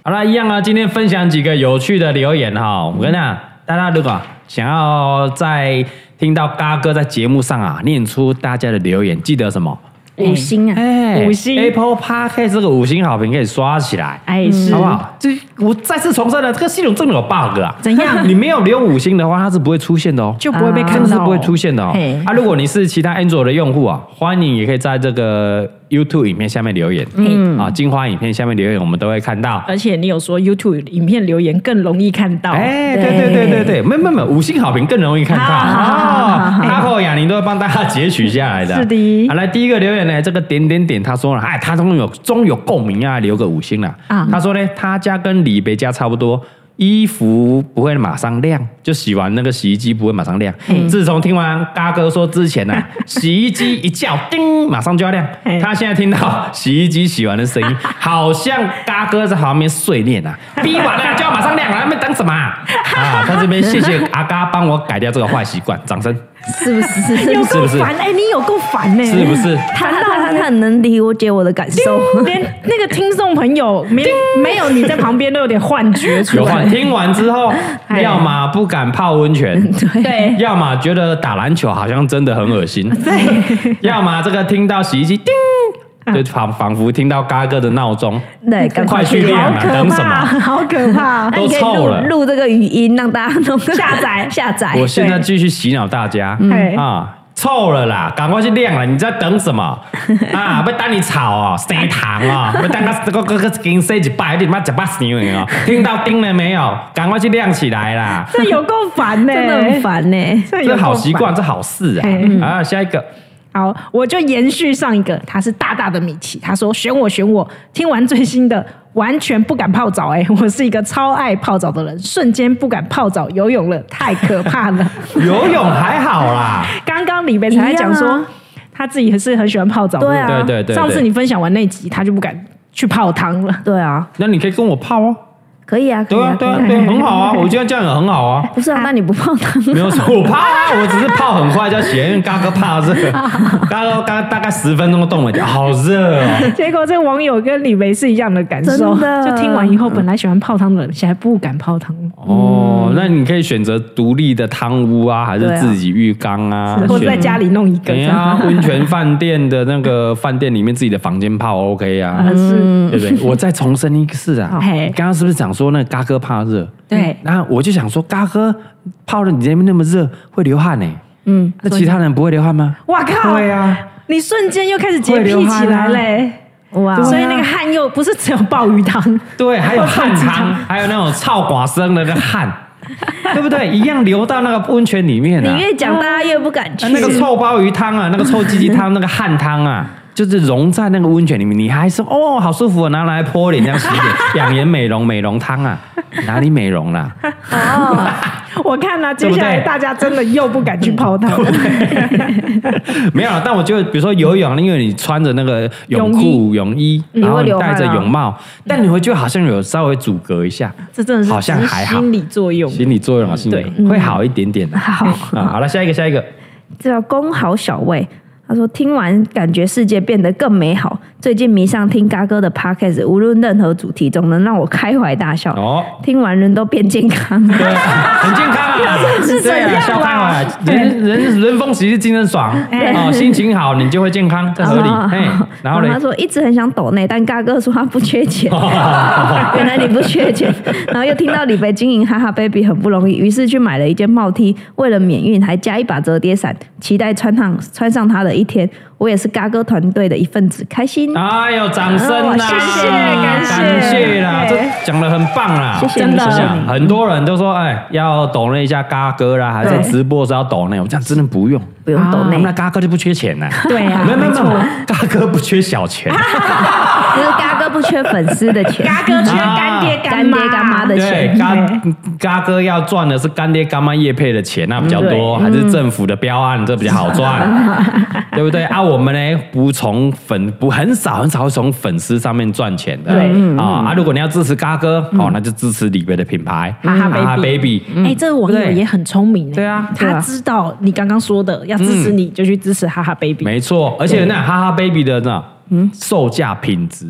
Speaker 1: 好了，一样啊，今天分享几个有趣的留言哈、我跟你讲，大家如果想要在听到嘎哥在节目上啊念出大家的留言，记得什么？
Speaker 2: 五
Speaker 3: [LAUGHS]
Speaker 2: 星啊，
Speaker 1: 哎
Speaker 3: 五星
Speaker 1: Apple Podcast 这个五星好评可以刷起来，
Speaker 3: 哎，是
Speaker 1: 好不好？这我再次重申了，这个系统真的有 bug 啊！
Speaker 3: 怎
Speaker 1: [LAUGHS]
Speaker 3: 样
Speaker 1: 你没有留五星的话，它是不会出现的哦，
Speaker 3: 就不会被看
Speaker 1: 真
Speaker 3: 到，
Speaker 1: 的是不会出现的哦
Speaker 3: 嘿。
Speaker 1: 啊，如果你是其他 Android 的用户啊，欢迎也可以在这个 YouTube 影片下面留言，嗯啊，精华影片下面留言，我们都会看到。
Speaker 3: 而且你有说 YouTube 影片留言更容易看到，
Speaker 1: 哎，对对对对对，没有没有没有，五星好评更容易看到哦。阿后雅玲都会帮大家截取下来的。
Speaker 3: 是的
Speaker 1: 啊好，来第一个留言呢，这个点点点，他说了，哎，他终于有终于有共鸣啊，留个五星了。
Speaker 3: 啊
Speaker 1: 他说呢，他家跟李北家差不多。衣服不会马上晾，就洗完那个洗衣机不会马上晾。自从听完嘎哥说之前呢、
Speaker 3: [LAUGHS]
Speaker 1: 啊，洗衣机一叫叮，马上就要晾
Speaker 3: 嘿。
Speaker 1: 他现在听到洗衣机洗完的声
Speaker 3: [LAUGHS]
Speaker 1: 音，好像嘎哥在旁边碎念啊，逼完了就要马上晾了，还没等什么啊？啊，他这边谢谢阿嘎帮我改掉这个坏习惯，掌
Speaker 3: [LAUGHS]
Speaker 1: 声
Speaker 2: 是不是？是
Speaker 3: 有
Speaker 2: 不是？
Speaker 3: 够烦，哎，你有够烦呢，
Speaker 1: 是不是？
Speaker 2: 他他他他很能理解我的
Speaker 1: [LAUGHS]
Speaker 2: 感受。
Speaker 3: 连那个听众朋友没没有你在旁边都有点幻觉出
Speaker 1: 有
Speaker 3: 来
Speaker 1: 换，，听完之后，要么不敢泡温泉，
Speaker 3: 对，
Speaker 1: 要么觉得打篮球好像真的很恶心，对，要么这个听到洗衣机叮。就仿仿佛听到嘎哥的闹钟，
Speaker 2: 对，赶
Speaker 1: 快去
Speaker 2: 聊
Speaker 1: 晾啊，等什么？
Speaker 3: 好可怕，
Speaker 2: 那你可以
Speaker 1: 都臭
Speaker 2: 录
Speaker 1: 了
Speaker 2: 录这个语音，让大家都下载下载。
Speaker 1: 我现在继续洗脑大家，
Speaker 3: 嘿
Speaker 1: 啊，臭了啦，赶快去晾了，你在等什么啊？不等你炒哦，生糖哦，不等他这个这个给你塞一百，你他妈吃八十年哦，听到叮了没有？赶快去晾起来啦！
Speaker 3: 这有够烦呢，
Speaker 2: 真的很，烦呢、
Speaker 3: 这有
Speaker 1: 这
Speaker 3: 够
Speaker 1: 好习
Speaker 3: 烦
Speaker 1: 惯，这好事啊
Speaker 3: 嘿！
Speaker 1: 啊，下一个，
Speaker 3: 好，我就延续上一个，他是大大的米奇，他说选我选我，听完最新的完全不敢泡澡、哎，我是一个超爱泡澡的人，瞬间不敢泡澡游泳了，太可怕了。
Speaker 1: [LAUGHS] 游泳还好啦，
Speaker 3: 刚刚李北才在讲说、
Speaker 2: 一样啊
Speaker 3: 他自己也是很喜欢泡澡的，
Speaker 2: 对啊
Speaker 1: 对对对，
Speaker 3: 上次
Speaker 1: 对
Speaker 2: [LAUGHS]
Speaker 3: 你分享完那集，他就不敢去泡汤了。
Speaker 2: 对啊，
Speaker 1: 那你可以跟我泡哦，
Speaker 2: 可以啊，可以
Speaker 1: 对啊，对啊，
Speaker 2: 可以
Speaker 1: 对啊，很好 [LAUGHS] 啊，我觉得这样也很好啊。
Speaker 2: 不是啊，那你不泡汤？
Speaker 1: 没有说我怕啊， [LAUGHS] 我只是泡很快就要洗了，因为嘎哥怕热， [LAUGHS] 嘎哥刚大概十分钟就冻了，好热哦。
Speaker 3: 结果这个网友跟李维是一样的感受，
Speaker 2: 真的
Speaker 3: 就听完以后，本来喜欢泡汤的人，现在不敢泡汤了，
Speaker 1: 哦，那你可以选择独立的汤屋啊，还是
Speaker 2: 对啊
Speaker 1: 自己浴缸啊，
Speaker 3: 或者在家里弄一个
Speaker 1: 对啊
Speaker 3: 这样。
Speaker 1: [LAUGHS] 呀，温泉饭店的那个饭店里面自己的房间泡 OK 啊，
Speaker 3: 啊是，
Speaker 1: 对不对？我再重申一次啊，
Speaker 3: 嘿
Speaker 1: 你刚刚是不是讲说那个嘎哥怕热？
Speaker 3: 对
Speaker 1: 那我就想说，嘎哥泡了你那边那么热，会流汗呢、
Speaker 2: 嗯，
Speaker 1: 那其他人不会流汗吗？
Speaker 3: 哇靠！
Speaker 1: 对啊，
Speaker 3: 你瞬间又开始洁
Speaker 1: 会
Speaker 3: 癖
Speaker 1: 流汗啊
Speaker 3: 起来嘞，
Speaker 2: 哇，
Speaker 1: 啊
Speaker 3: 所以那个汗又不是只有鲍鱼汤，
Speaker 1: 对，还有 [LAUGHS] 汗汤，还有那种臭寡生的那个 [LAUGHS] 汗，对不对？一样流到那个温泉里面
Speaker 2: 你
Speaker 1: 啊。
Speaker 2: 越讲大家越不敢去
Speaker 1: 啊。那个臭鲍鱼汤啊，那个臭鸡鸡汤，那个汗汤啊， [LAUGHS] 就是融在那个温泉里面，你还说哦，好舒服、哦，拿来泼脸这样洗脸，养颜美容美容汤啊，哪里美容啦、
Speaker 2: 哦
Speaker 3: 我看啊，接下来
Speaker 1: 对不对
Speaker 3: 大家真的又不敢去泡汤，
Speaker 1: [LAUGHS] 没有啦，啊但我觉得，比如说游泳，因为你穿着那个泳裤、泳衣，
Speaker 2: 嗯
Speaker 1: 然后
Speaker 2: 你
Speaker 1: 你
Speaker 2: 会流汗
Speaker 1: 戴着
Speaker 2: 啊
Speaker 1: 泳帽，但你会觉得好像有稍微阻隔一
Speaker 2: 嗯
Speaker 1: 下，
Speaker 3: [LAUGHS] 这真的是
Speaker 1: 好像
Speaker 3: 只是
Speaker 1: 还好
Speaker 3: 心理作用。
Speaker 1: 心理作用啊，心理会
Speaker 2: 嗯
Speaker 1: 好一点点的。
Speaker 2: [LAUGHS] 好
Speaker 1: [LAUGHS] 啊，好了，下一个，下一个，
Speaker 2: 这叫公好小魏。他说：“听完感觉世界变得更美好。最近迷上听嘎哥的 podcast，无论任何主题，总能让我开怀大笑。
Speaker 1: 哦。 [LAUGHS]
Speaker 2: 听完人都变健康了。
Speaker 1: 对，很健康啊，
Speaker 3: 是怎
Speaker 1: 对
Speaker 3: 样
Speaker 1: 啊，
Speaker 3: 啦
Speaker 1: 笑开
Speaker 2: [LAUGHS]
Speaker 1: 怀，人人人逢喜事精神爽，哦，心情好你就会健康， [LAUGHS] 这合
Speaker 2: [LAUGHS]
Speaker 1: 理。
Speaker 2: 哎哦
Speaker 1: 嘿，然后
Speaker 2: 他
Speaker 1: 嘞，
Speaker 2: 说一直很想抖内，但嘎哥说他不缺钱。
Speaker 1: 哦
Speaker 2: [LAUGHS] 原来你不
Speaker 1: [LAUGHS]
Speaker 2: 缺钱，然后又听到李贝经营哈哈 baby 很不容易，于是去买了一件帽 T，为了免运还加一把折叠伞，期待穿上穿上它的一天。我也是嘎哥团队的一份子，开心。
Speaker 1: 哎呦，掌声呐！
Speaker 2: 哦谢谢
Speaker 3: 感谢
Speaker 1: 感谢啦，这
Speaker 3: 对
Speaker 1: 讲的很棒啊啦，
Speaker 2: 谢谢
Speaker 1: 真的
Speaker 2: 你谢谢
Speaker 3: 你
Speaker 1: 很多人都说，哎，要抖那一下嘎哥啦，还在
Speaker 2: 对
Speaker 1: 直播是要抖那，我讲真的不用。
Speaker 2: 不用抖
Speaker 1: 啊我
Speaker 2: 内
Speaker 1: 们，那嘎哥就不缺钱呐，
Speaker 3: 对啊
Speaker 1: [LAUGHS] 没有没有没有，嘎哥不缺小钱，
Speaker 2: [LAUGHS] 就是嘎哥不缺粉丝的 [LAUGHS] 钱，
Speaker 3: 嘎哥缺干爹妈，
Speaker 2: 干爹干妈的
Speaker 1: 对
Speaker 2: 钱，
Speaker 1: 嘎嘎哥要赚的是干爹干妈业配的钱，那比较多，还是政府的标案这比较好赚，对不对？啊，我们呢不从粉不很少很少会从粉丝上面赚钱的，
Speaker 3: 对
Speaker 1: 啊啊，如果你要支持嘎哥哦，那就支持李贝的品牌，
Speaker 3: 哈哈 baby
Speaker 1: baby，
Speaker 3: 哎、这个网友也很聪明、欸，
Speaker 1: 嗯对啊
Speaker 2: 对
Speaker 3: 他
Speaker 2: 啊
Speaker 3: 知道你刚刚说的要支持你，就去支持哈哈 baby，嗯
Speaker 1: 没错，而且那哈哈 baby 的那售价品质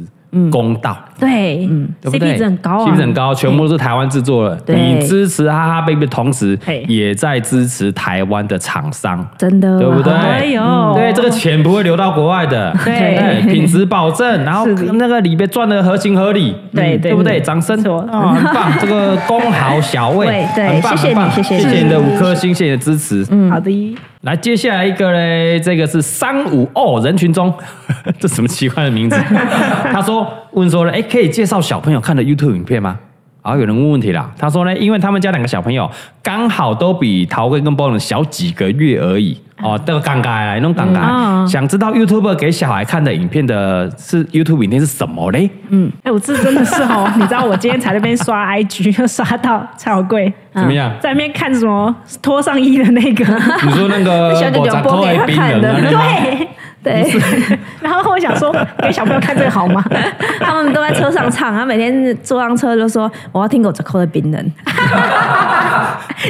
Speaker 1: 公道。
Speaker 3: 对，嗯
Speaker 1: 对不对
Speaker 3: ，CP 嗯值很高啊
Speaker 1: ，CP 值很高，全部都是台湾制作的。
Speaker 2: 对
Speaker 1: 你支持哈哈 baby 的同时
Speaker 3: 嘿，
Speaker 1: 也在支持台湾的厂商，
Speaker 2: 真的，
Speaker 1: 对不对？
Speaker 3: 哎呦
Speaker 1: 嗯对，这个钱不会流到国外的，哎
Speaker 3: 对
Speaker 1: 品质保
Speaker 3: [LAUGHS]
Speaker 1: 证，然后
Speaker 3: 是的
Speaker 1: 那个里边赚的合情合理，
Speaker 3: 对
Speaker 1: 嗯
Speaker 3: 对
Speaker 1: 对不
Speaker 3: 对
Speaker 1: 对？掌声
Speaker 3: 没错
Speaker 1: 啊，很棒！这个公豪
Speaker 3: [LAUGHS]
Speaker 1: 小魏
Speaker 2: 对，对
Speaker 1: 很棒
Speaker 2: 谢谢
Speaker 1: 很棒
Speaker 2: 你谢谢你
Speaker 1: 谢谢你的五颗星，谢谢你的支持。
Speaker 3: 好的，
Speaker 1: 来，接下来一个嘞，这个是三五哦，人群中， [LAUGHS] 这什么奇怪的名字？ [LAUGHS] 他说问说呢，哎，可以介绍小朋友看的 YouTube 影片吗？然后有人问问题啦，他说呢，因为他们家两个小朋友刚好都比陶哥跟 b o n 小几个月而已哦，这个尴尬啦，弄尴尬。
Speaker 2: 哦
Speaker 3: 嗯
Speaker 1: 想知道 YouTube 给小孩看的影片的是 YouTube 影片是什么嘞？
Speaker 3: 哎、我这真的是哦，你知道我今天才在那边刷 [LAUGHS] IG，就刷到蔡小贵
Speaker 2: 嗯
Speaker 1: 怎么样？
Speaker 3: 在那边看什么脱上衣的那
Speaker 1: [LAUGHS]
Speaker 3: 个，
Speaker 1: 你说那个
Speaker 2: [LAUGHS] 小姐姐有播给他看的
Speaker 1: 我在偷的冰人啊那个
Speaker 3: 对，
Speaker 1: [LAUGHS]
Speaker 2: 对，
Speaker 3: 然后我想说给小朋友看这个好
Speaker 1: [LAUGHS]
Speaker 3: 吗？
Speaker 2: 他们都在车上唱，他每天坐上车就说我要听狗仔扣的冰人， [LAUGHS]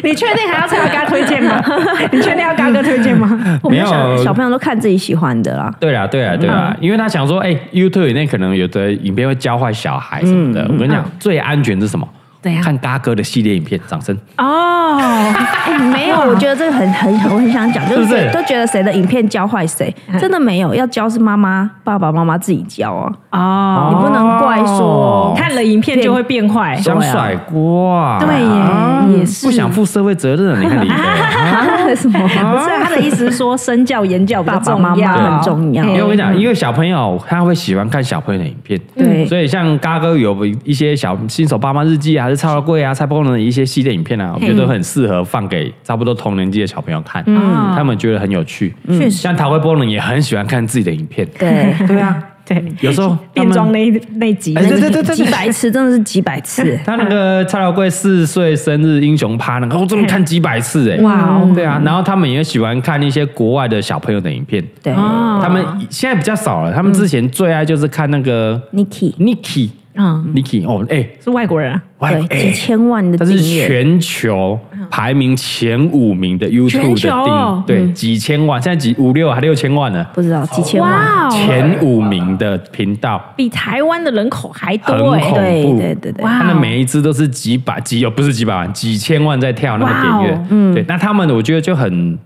Speaker 3: 你确定还要蔡小刚推荐吗？ [LAUGHS] 你确定要刚哥推荐吗？
Speaker 2: 我们小
Speaker 1: 没有
Speaker 2: 小朋友都看自己喜欢的啦，
Speaker 1: 对啦，啊对啦，对
Speaker 3: 嗯
Speaker 1: 啦，因为他想说，哎、y o u t u b e 里面可能有的影片会教坏小孩什么的。我跟你讲，最安全是什么？
Speaker 3: 嗯对啊
Speaker 1: 看嘎哥的系列影片，掌声。
Speaker 3: [LAUGHS] 哦，
Speaker 2: 哎，没有，我觉得这个很很我很想讲，就是
Speaker 1: 不是
Speaker 2: 都觉得谁的影片教坏谁，真的没有，要教是妈妈、爸爸妈妈自己教啊，
Speaker 3: 哦，
Speaker 2: 你不能怪说
Speaker 3: 看了影片就会变坏，
Speaker 1: 哦想甩锅啊？
Speaker 3: 对耶
Speaker 1: 啊
Speaker 3: 也是
Speaker 1: 不想负社会责任啊。你看李飞啊，
Speaker 3: [LAUGHS]
Speaker 2: 啊 [LAUGHS] 什么。
Speaker 3: 不是他的意思是说身教言教比较重要，
Speaker 2: 爸爸妈妈很重要
Speaker 1: 啊因为我跟你
Speaker 3: 嗯
Speaker 1: 讲，因为小朋友他会喜欢看小朋友的影片。
Speaker 2: 对，
Speaker 1: 所以像嘎哥有一些小新手爸妈日记啊，还是超贵啊、蔡伯伦的一些系列影片
Speaker 3: 嗯
Speaker 1: 啊，我觉得很适合放给差不多同年纪的小朋友看，
Speaker 3: 嗯
Speaker 1: 他们觉得很有趣。嗯
Speaker 3: 确实
Speaker 1: 像陶慧波伦也很喜欢看自己的影片，
Speaker 2: 对，
Speaker 1: 对啊，
Speaker 3: 对
Speaker 1: 有时候他
Speaker 3: 变
Speaker 1: 们
Speaker 3: 装那一那一集，
Speaker 1: 哎对对对对
Speaker 2: 几百次真的是几百次，
Speaker 1: 他那个蔡老贵四岁生日英雄趴那个，我真的看几百次哎、
Speaker 3: 哇哦
Speaker 1: 对啊，然后他们也喜欢看一些国外的小朋友的影片，
Speaker 2: 对
Speaker 3: 哦
Speaker 1: 他们现在比较少了，他们之前最爱就是看那个
Speaker 2: ，Niki
Speaker 1: Niki
Speaker 3: 嗯，
Speaker 1: Niki 哦，哎、
Speaker 3: 是外国人啊，
Speaker 1: 哇
Speaker 2: 对，
Speaker 1: 哎
Speaker 2: 几千万的
Speaker 1: 它是
Speaker 2: 订阅，嗯
Speaker 1: 全球排名前五名的 YouTube 的
Speaker 3: 全球
Speaker 1: 订，
Speaker 3: 哦
Speaker 2: 嗯
Speaker 1: 对，几千万，现在几五六还六千万呢，
Speaker 2: 不知道几千万，
Speaker 3: 哇哦，
Speaker 1: 前五名的频道
Speaker 3: 比台湾的人口还
Speaker 1: 很
Speaker 3: 多
Speaker 1: 恐
Speaker 3: 哎、
Speaker 2: 对
Speaker 1: 怖，
Speaker 2: 对对对，
Speaker 3: 哇
Speaker 1: 他们每一支都是几百几哦，不是几百万，几千万在跳那个
Speaker 3: 哇哦
Speaker 1: 点阅，嗯，对，那他们我觉得就很。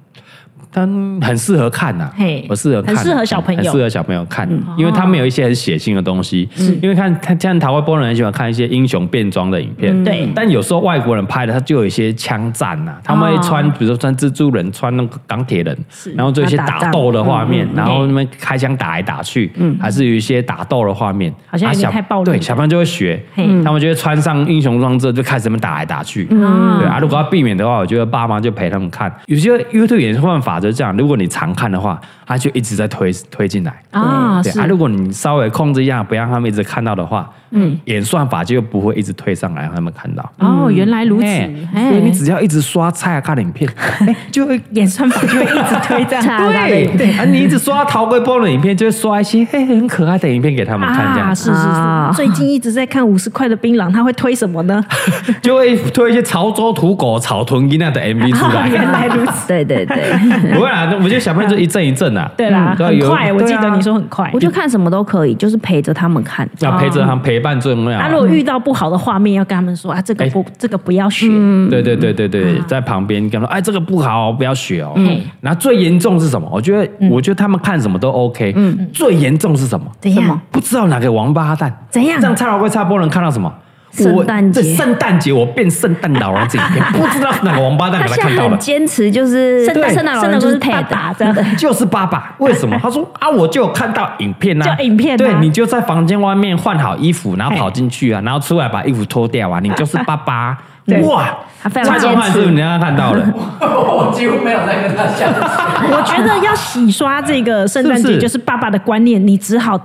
Speaker 1: 他们很适合看呐、
Speaker 3: 嘿
Speaker 1: 我适合看啊，
Speaker 3: 很适合小朋友
Speaker 1: 很适合小朋友嗯看，因为他们有一些很血腥的东西。因为看看像台湾波人很喜欢看一些英雄变装的影片，
Speaker 3: 对
Speaker 1: 但有时候外国人拍的，他就有一些枪战呐、他们会穿，比如说穿蜘蛛人，穿那个钢铁人，然后做一些打斗的画面，
Speaker 3: 嗯
Speaker 1: 然后那边开枪打来打去，还是有一些打斗的画面，
Speaker 3: 好像有
Speaker 1: 啊
Speaker 3: 点
Speaker 1: 小
Speaker 3: 太暴力
Speaker 1: 对，
Speaker 3: 了
Speaker 1: 小朋友就会学，嗯
Speaker 3: 嘿
Speaker 1: 他们就会穿上英雄装之后就开始他们打来打去。
Speaker 3: 嗯
Speaker 1: 对啊，如果要避免的话，我觉得爸妈就陪他们看。有些 YouTube 演算法就是这样，如果你常看的话，他就一直在推推进来。
Speaker 3: 啊，
Speaker 1: 对
Speaker 3: 是
Speaker 1: 啊，如果你稍微控制一下，不让他们一直看到的话，嗯，演算法就不会一直推上来让他们看到。
Speaker 3: 哦，原来如此，
Speaker 1: 哎
Speaker 3: 哎
Speaker 1: 所以你只要一直刷菜啊看影片， [LAUGHS] 哎，就会
Speaker 3: 演算法就会一直推这样
Speaker 2: 差大的影
Speaker 1: 对对啊，你一直刷陶龟波的影片，就会刷一些嘿很可爱的影片 [LAUGHS] 给他们看，这样
Speaker 3: 啊，是是
Speaker 2: 啊
Speaker 3: 是，最近一直在看五十块的槟榔，他会推什么
Speaker 1: [LAUGHS]
Speaker 3: 呢？
Speaker 1: 就会推一些潮州土狗、草屯伊娜的 MV 出
Speaker 3: [LAUGHS]
Speaker 1: 来。
Speaker 3: 原来如
Speaker 2: [LAUGHS]
Speaker 3: 此，
Speaker 2: 对对对，
Speaker 1: 不会啦，我觉得小朋友就一阵一阵啊。
Speaker 3: 对啦，
Speaker 1: 对啊
Speaker 3: 很
Speaker 1: 有
Speaker 3: 快，我记得你说很快
Speaker 2: 我。就看什么都可以，就是陪着他们看，
Speaker 1: 要啊陪着他们陪伴重要
Speaker 3: 啊，如
Speaker 1: 啊。哎
Speaker 3: 果遇到不好的画面，要跟他们说啊，这个不，这个不要学。
Speaker 1: 对对对对对，在旁边跟他说：“哎，这个不好哦，不要学哦。”然后最严重是什么？我觉得，我觉得他们看什么都 OK。嗯，最严重是什么？
Speaker 3: 怎
Speaker 2: 什
Speaker 3: 样
Speaker 2: 么？
Speaker 1: 不知道哪个王八蛋
Speaker 3: 怎样
Speaker 1: 让蔡老贵、蔡波人看到什么？
Speaker 2: 圣诞节
Speaker 1: 我这圣诞节我变圣诞老人这一天，不知道是哪个王八蛋给
Speaker 2: 他
Speaker 1: 他
Speaker 2: 现在
Speaker 1: 看到
Speaker 2: 很
Speaker 1: 了。
Speaker 2: 坚持，就是
Speaker 3: 圣诞
Speaker 2: 圣诞老人
Speaker 3: 圣诞
Speaker 2: 就是
Speaker 3: 老人
Speaker 2: Ted
Speaker 3: 爸爸这样
Speaker 1: 就是爸爸，为什么？他说啊，我就有看到影片啊，
Speaker 3: 就影片啊
Speaker 1: 对你就在房间外面换好衣服，然后跑进去啊，然后出来把衣服脱掉啊，你就是爸爸啊。
Speaker 3: 对
Speaker 1: 哇，
Speaker 2: 他非常
Speaker 1: 蔡宗
Speaker 2: 坚
Speaker 1: 汉是不是你刚刚看到了？
Speaker 4: [LAUGHS] 我几乎没有在跟他相处。
Speaker 3: [LAUGHS] 我觉得要洗刷这个圣诞
Speaker 1: 是不
Speaker 3: 节，
Speaker 1: 是
Speaker 3: 就是爸爸的观念，你只好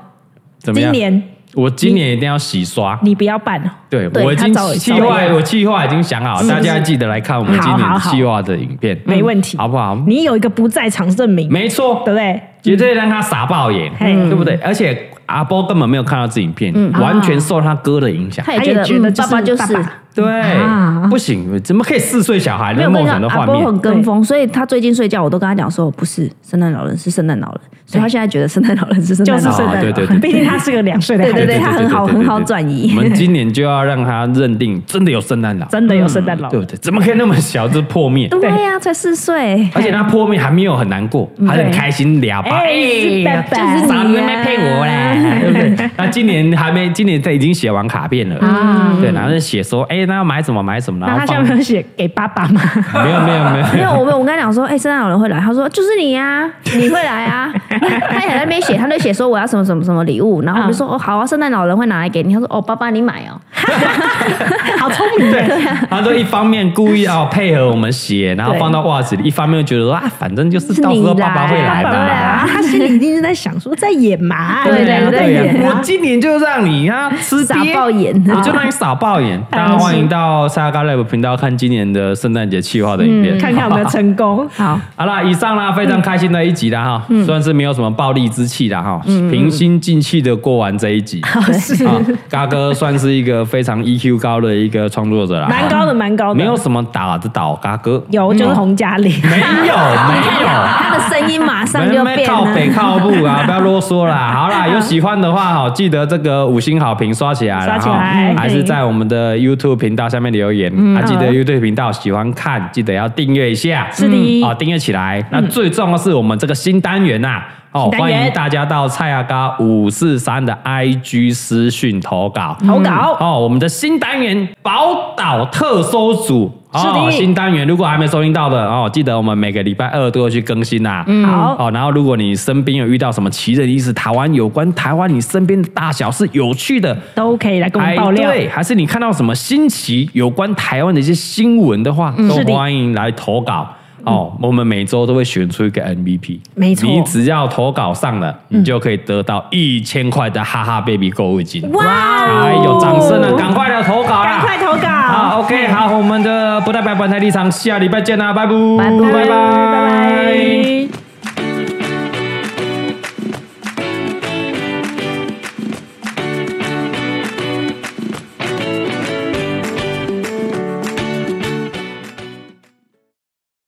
Speaker 1: 怎么样？
Speaker 3: 今年
Speaker 1: 我今年一定要洗刷。
Speaker 3: 你不要办了。
Speaker 1: 对，
Speaker 3: 对
Speaker 1: 我已
Speaker 3: 他
Speaker 1: 经
Speaker 3: 早
Speaker 1: 计
Speaker 3: 早
Speaker 1: 划，
Speaker 3: 有
Speaker 1: 我计划已经想好，大家记得来看我们今
Speaker 3: 好
Speaker 1: 年
Speaker 3: 好好
Speaker 1: 计划的影片，
Speaker 3: 没问题
Speaker 1: 好不好？
Speaker 3: 你有一个不在场证明，
Speaker 1: 没错，
Speaker 3: 对不对？
Speaker 1: 绝对让他傻爆眼，
Speaker 3: 嘿嗯
Speaker 1: 对不对？而且阿波根本没有看到这影片，完全受他哥的影响。
Speaker 2: [LAUGHS] 他也觉得
Speaker 3: 他也觉得
Speaker 2: 嗯
Speaker 3: 就是
Speaker 2: 爸爸就是
Speaker 3: 爸爸啊
Speaker 1: 对，不行，怎么可以四岁小孩
Speaker 2: 没有
Speaker 1: 能梦
Speaker 2: 我跟你
Speaker 1: 想
Speaker 2: 讲，
Speaker 1: 的
Speaker 2: 阿
Speaker 1: 画
Speaker 2: 波很
Speaker 1: 面？
Speaker 2: 跟风，所以他最近睡觉，我都跟他讲说不是圣诞老人，是圣诞老人，所以他现在觉得圣诞老人是圣
Speaker 3: 就
Speaker 2: 诞
Speaker 3: 是
Speaker 2: 老
Speaker 3: 圣
Speaker 2: 人。
Speaker 3: 诞老
Speaker 1: 对对
Speaker 3: 人，
Speaker 1: 对
Speaker 3: 毕竟他是个两岁的孩
Speaker 2: 对
Speaker 3: 子，
Speaker 2: 对他很好
Speaker 1: 对对对对对
Speaker 2: 很好转移
Speaker 1: 我们今年就要让他认定真的有圣诞老，
Speaker 3: [LAUGHS] 真的有圣诞老
Speaker 1: 嗯对
Speaker 3: 人。
Speaker 1: 不对？怎么可以那么小就破灭？
Speaker 2: 对呀、才
Speaker 1: [LAUGHS]
Speaker 2: 四岁，
Speaker 1: 而且他破灭还没有很难过，还很开心俩把，
Speaker 3: 哎是爸爸
Speaker 1: 就是你没骗我啦，对不对？那今年还没，今年他已经写完卡片了，对，然后就写说，哎，那要买什么买什么，然
Speaker 3: 那
Speaker 1: 后
Speaker 3: 他下
Speaker 1: 放
Speaker 3: 面有写给爸爸吗？
Speaker 1: [LAUGHS] 没有没有没有
Speaker 2: 没有我们我跟他讲说，哎、圣诞老人会来，他说就是你呀、你会来啊， [LAUGHS] 他也在那边写，他就写说我要什么什么什么礼物，然后我们就说、
Speaker 1: 嗯
Speaker 2: 哦好啊，圣诞老人会拿来给你，他说哦爸爸你买哦，
Speaker 3: 好聪明
Speaker 1: 对
Speaker 3: 的，，
Speaker 1: 他说一方面故意要配合我们写，然后放到袜子里；一方面又觉得说啊，反正就是
Speaker 2: 是
Speaker 1: 到时
Speaker 2: 你
Speaker 1: 候爸爸会来的
Speaker 2: 对
Speaker 1: 啦。
Speaker 2: 啊
Speaker 3: 啊，他心里一定是在想说在演嘛，
Speaker 2: 对
Speaker 3: 对
Speaker 2: 对
Speaker 3: 不
Speaker 1: 对
Speaker 3: 在
Speaker 1: 呀
Speaker 3: 演
Speaker 1: 我
Speaker 3: 啊。
Speaker 1: 今年就让你啊吃
Speaker 2: 傻
Speaker 1: 瘪
Speaker 2: 爆眼
Speaker 1: 我就让你傻爆眼。大家欢迎到沙嘎 Live 频道看今年的圣诞节企划的影片，
Speaker 3: 嗯看看有没有成功。
Speaker 1: [LAUGHS]
Speaker 2: 好，
Speaker 1: 好啦，以上啦，非常开心的一集啦哈，
Speaker 3: 嗯
Speaker 1: 算是没有什么暴力之气啦哈，平心静气的过完这一集。
Speaker 3: [LAUGHS] 是
Speaker 1: 啊，嘎哥算是一个非常 EQ 高的一个创作者啦，
Speaker 3: 蛮高的，蛮高的，
Speaker 1: 没有什么打得倒嘎哥，
Speaker 3: 有就是洪嘉玲，
Speaker 1: 没有没有。
Speaker 2: 他的声音马上就
Speaker 1: 没没
Speaker 2: 变
Speaker 1: 靠
Speaker 2: 了，
Speaker 1: 北靠步
Speaker 3: [LAUGHS]
Speaker 1: 啊，不要啰嗦啦。好啦，有喜欢的话哈，记得这个五星好评刷起来啦，
Speaker 3: 刷起来哎
Speaker 1: 哈还是在我们的 YouTube 频道下面留言
Speaker 3: 嗯
Speaker 1: 啊。记得 YouTube 频道喜欢看，记得要订阅一下，
Speaker 3: 是的嗯
Speaker 1: 啊，订阅起来。那最重要是我们这个新单元呐。哦，
Speaker 3: 新单
Speaker 1: 欢
Speaker 3: 元
Speaker 1: 迎大家到蔡阿嘎五四三的 IG 私讯投稿，
Speaker 3: 投稿
Speaker 1: 哦，我们的新单元宝岛特搜组。
Speaker 3: 是的
Speaker 1: 哦，新单元如果还没收听到的哦，记得我们每个礼拜二都会去更新啦、嗯
Speaker 3: 好
Speaker 1: 哦，然后如果你身边有遇到什么奇人异事，台湾有关台湾你身边的大小事有趣的，
Speaker 3: 都可以来跟我
Speaker 1: 哎
Speaker 3: 们爆料。
Speaker 1: 对，还是你看到什么新奇有关台湾的一些新闻的话，都
Speaker 3: 嗯是的嗯
Speaker 1: 欢迎来投稿。哦，我们每周都会选出一个 MVP，
Speaker 3: 没错嗯
Speaker 1: 你只要投稿上了，你就可以得到一千块的哈哈 baby 购物金。
Speaker 3: 哇哦
Speaker 1: 哎有掌声了，赶快来投稿啦！
Speaker 3: 赶快投稿
Speaker 1: 好，OK，好，我们的不代表本台立场，下礼拜见啦，拜拜，
Speaker 2: 拜拜
Speaker 1: 拜
Speaker 3: 拜拜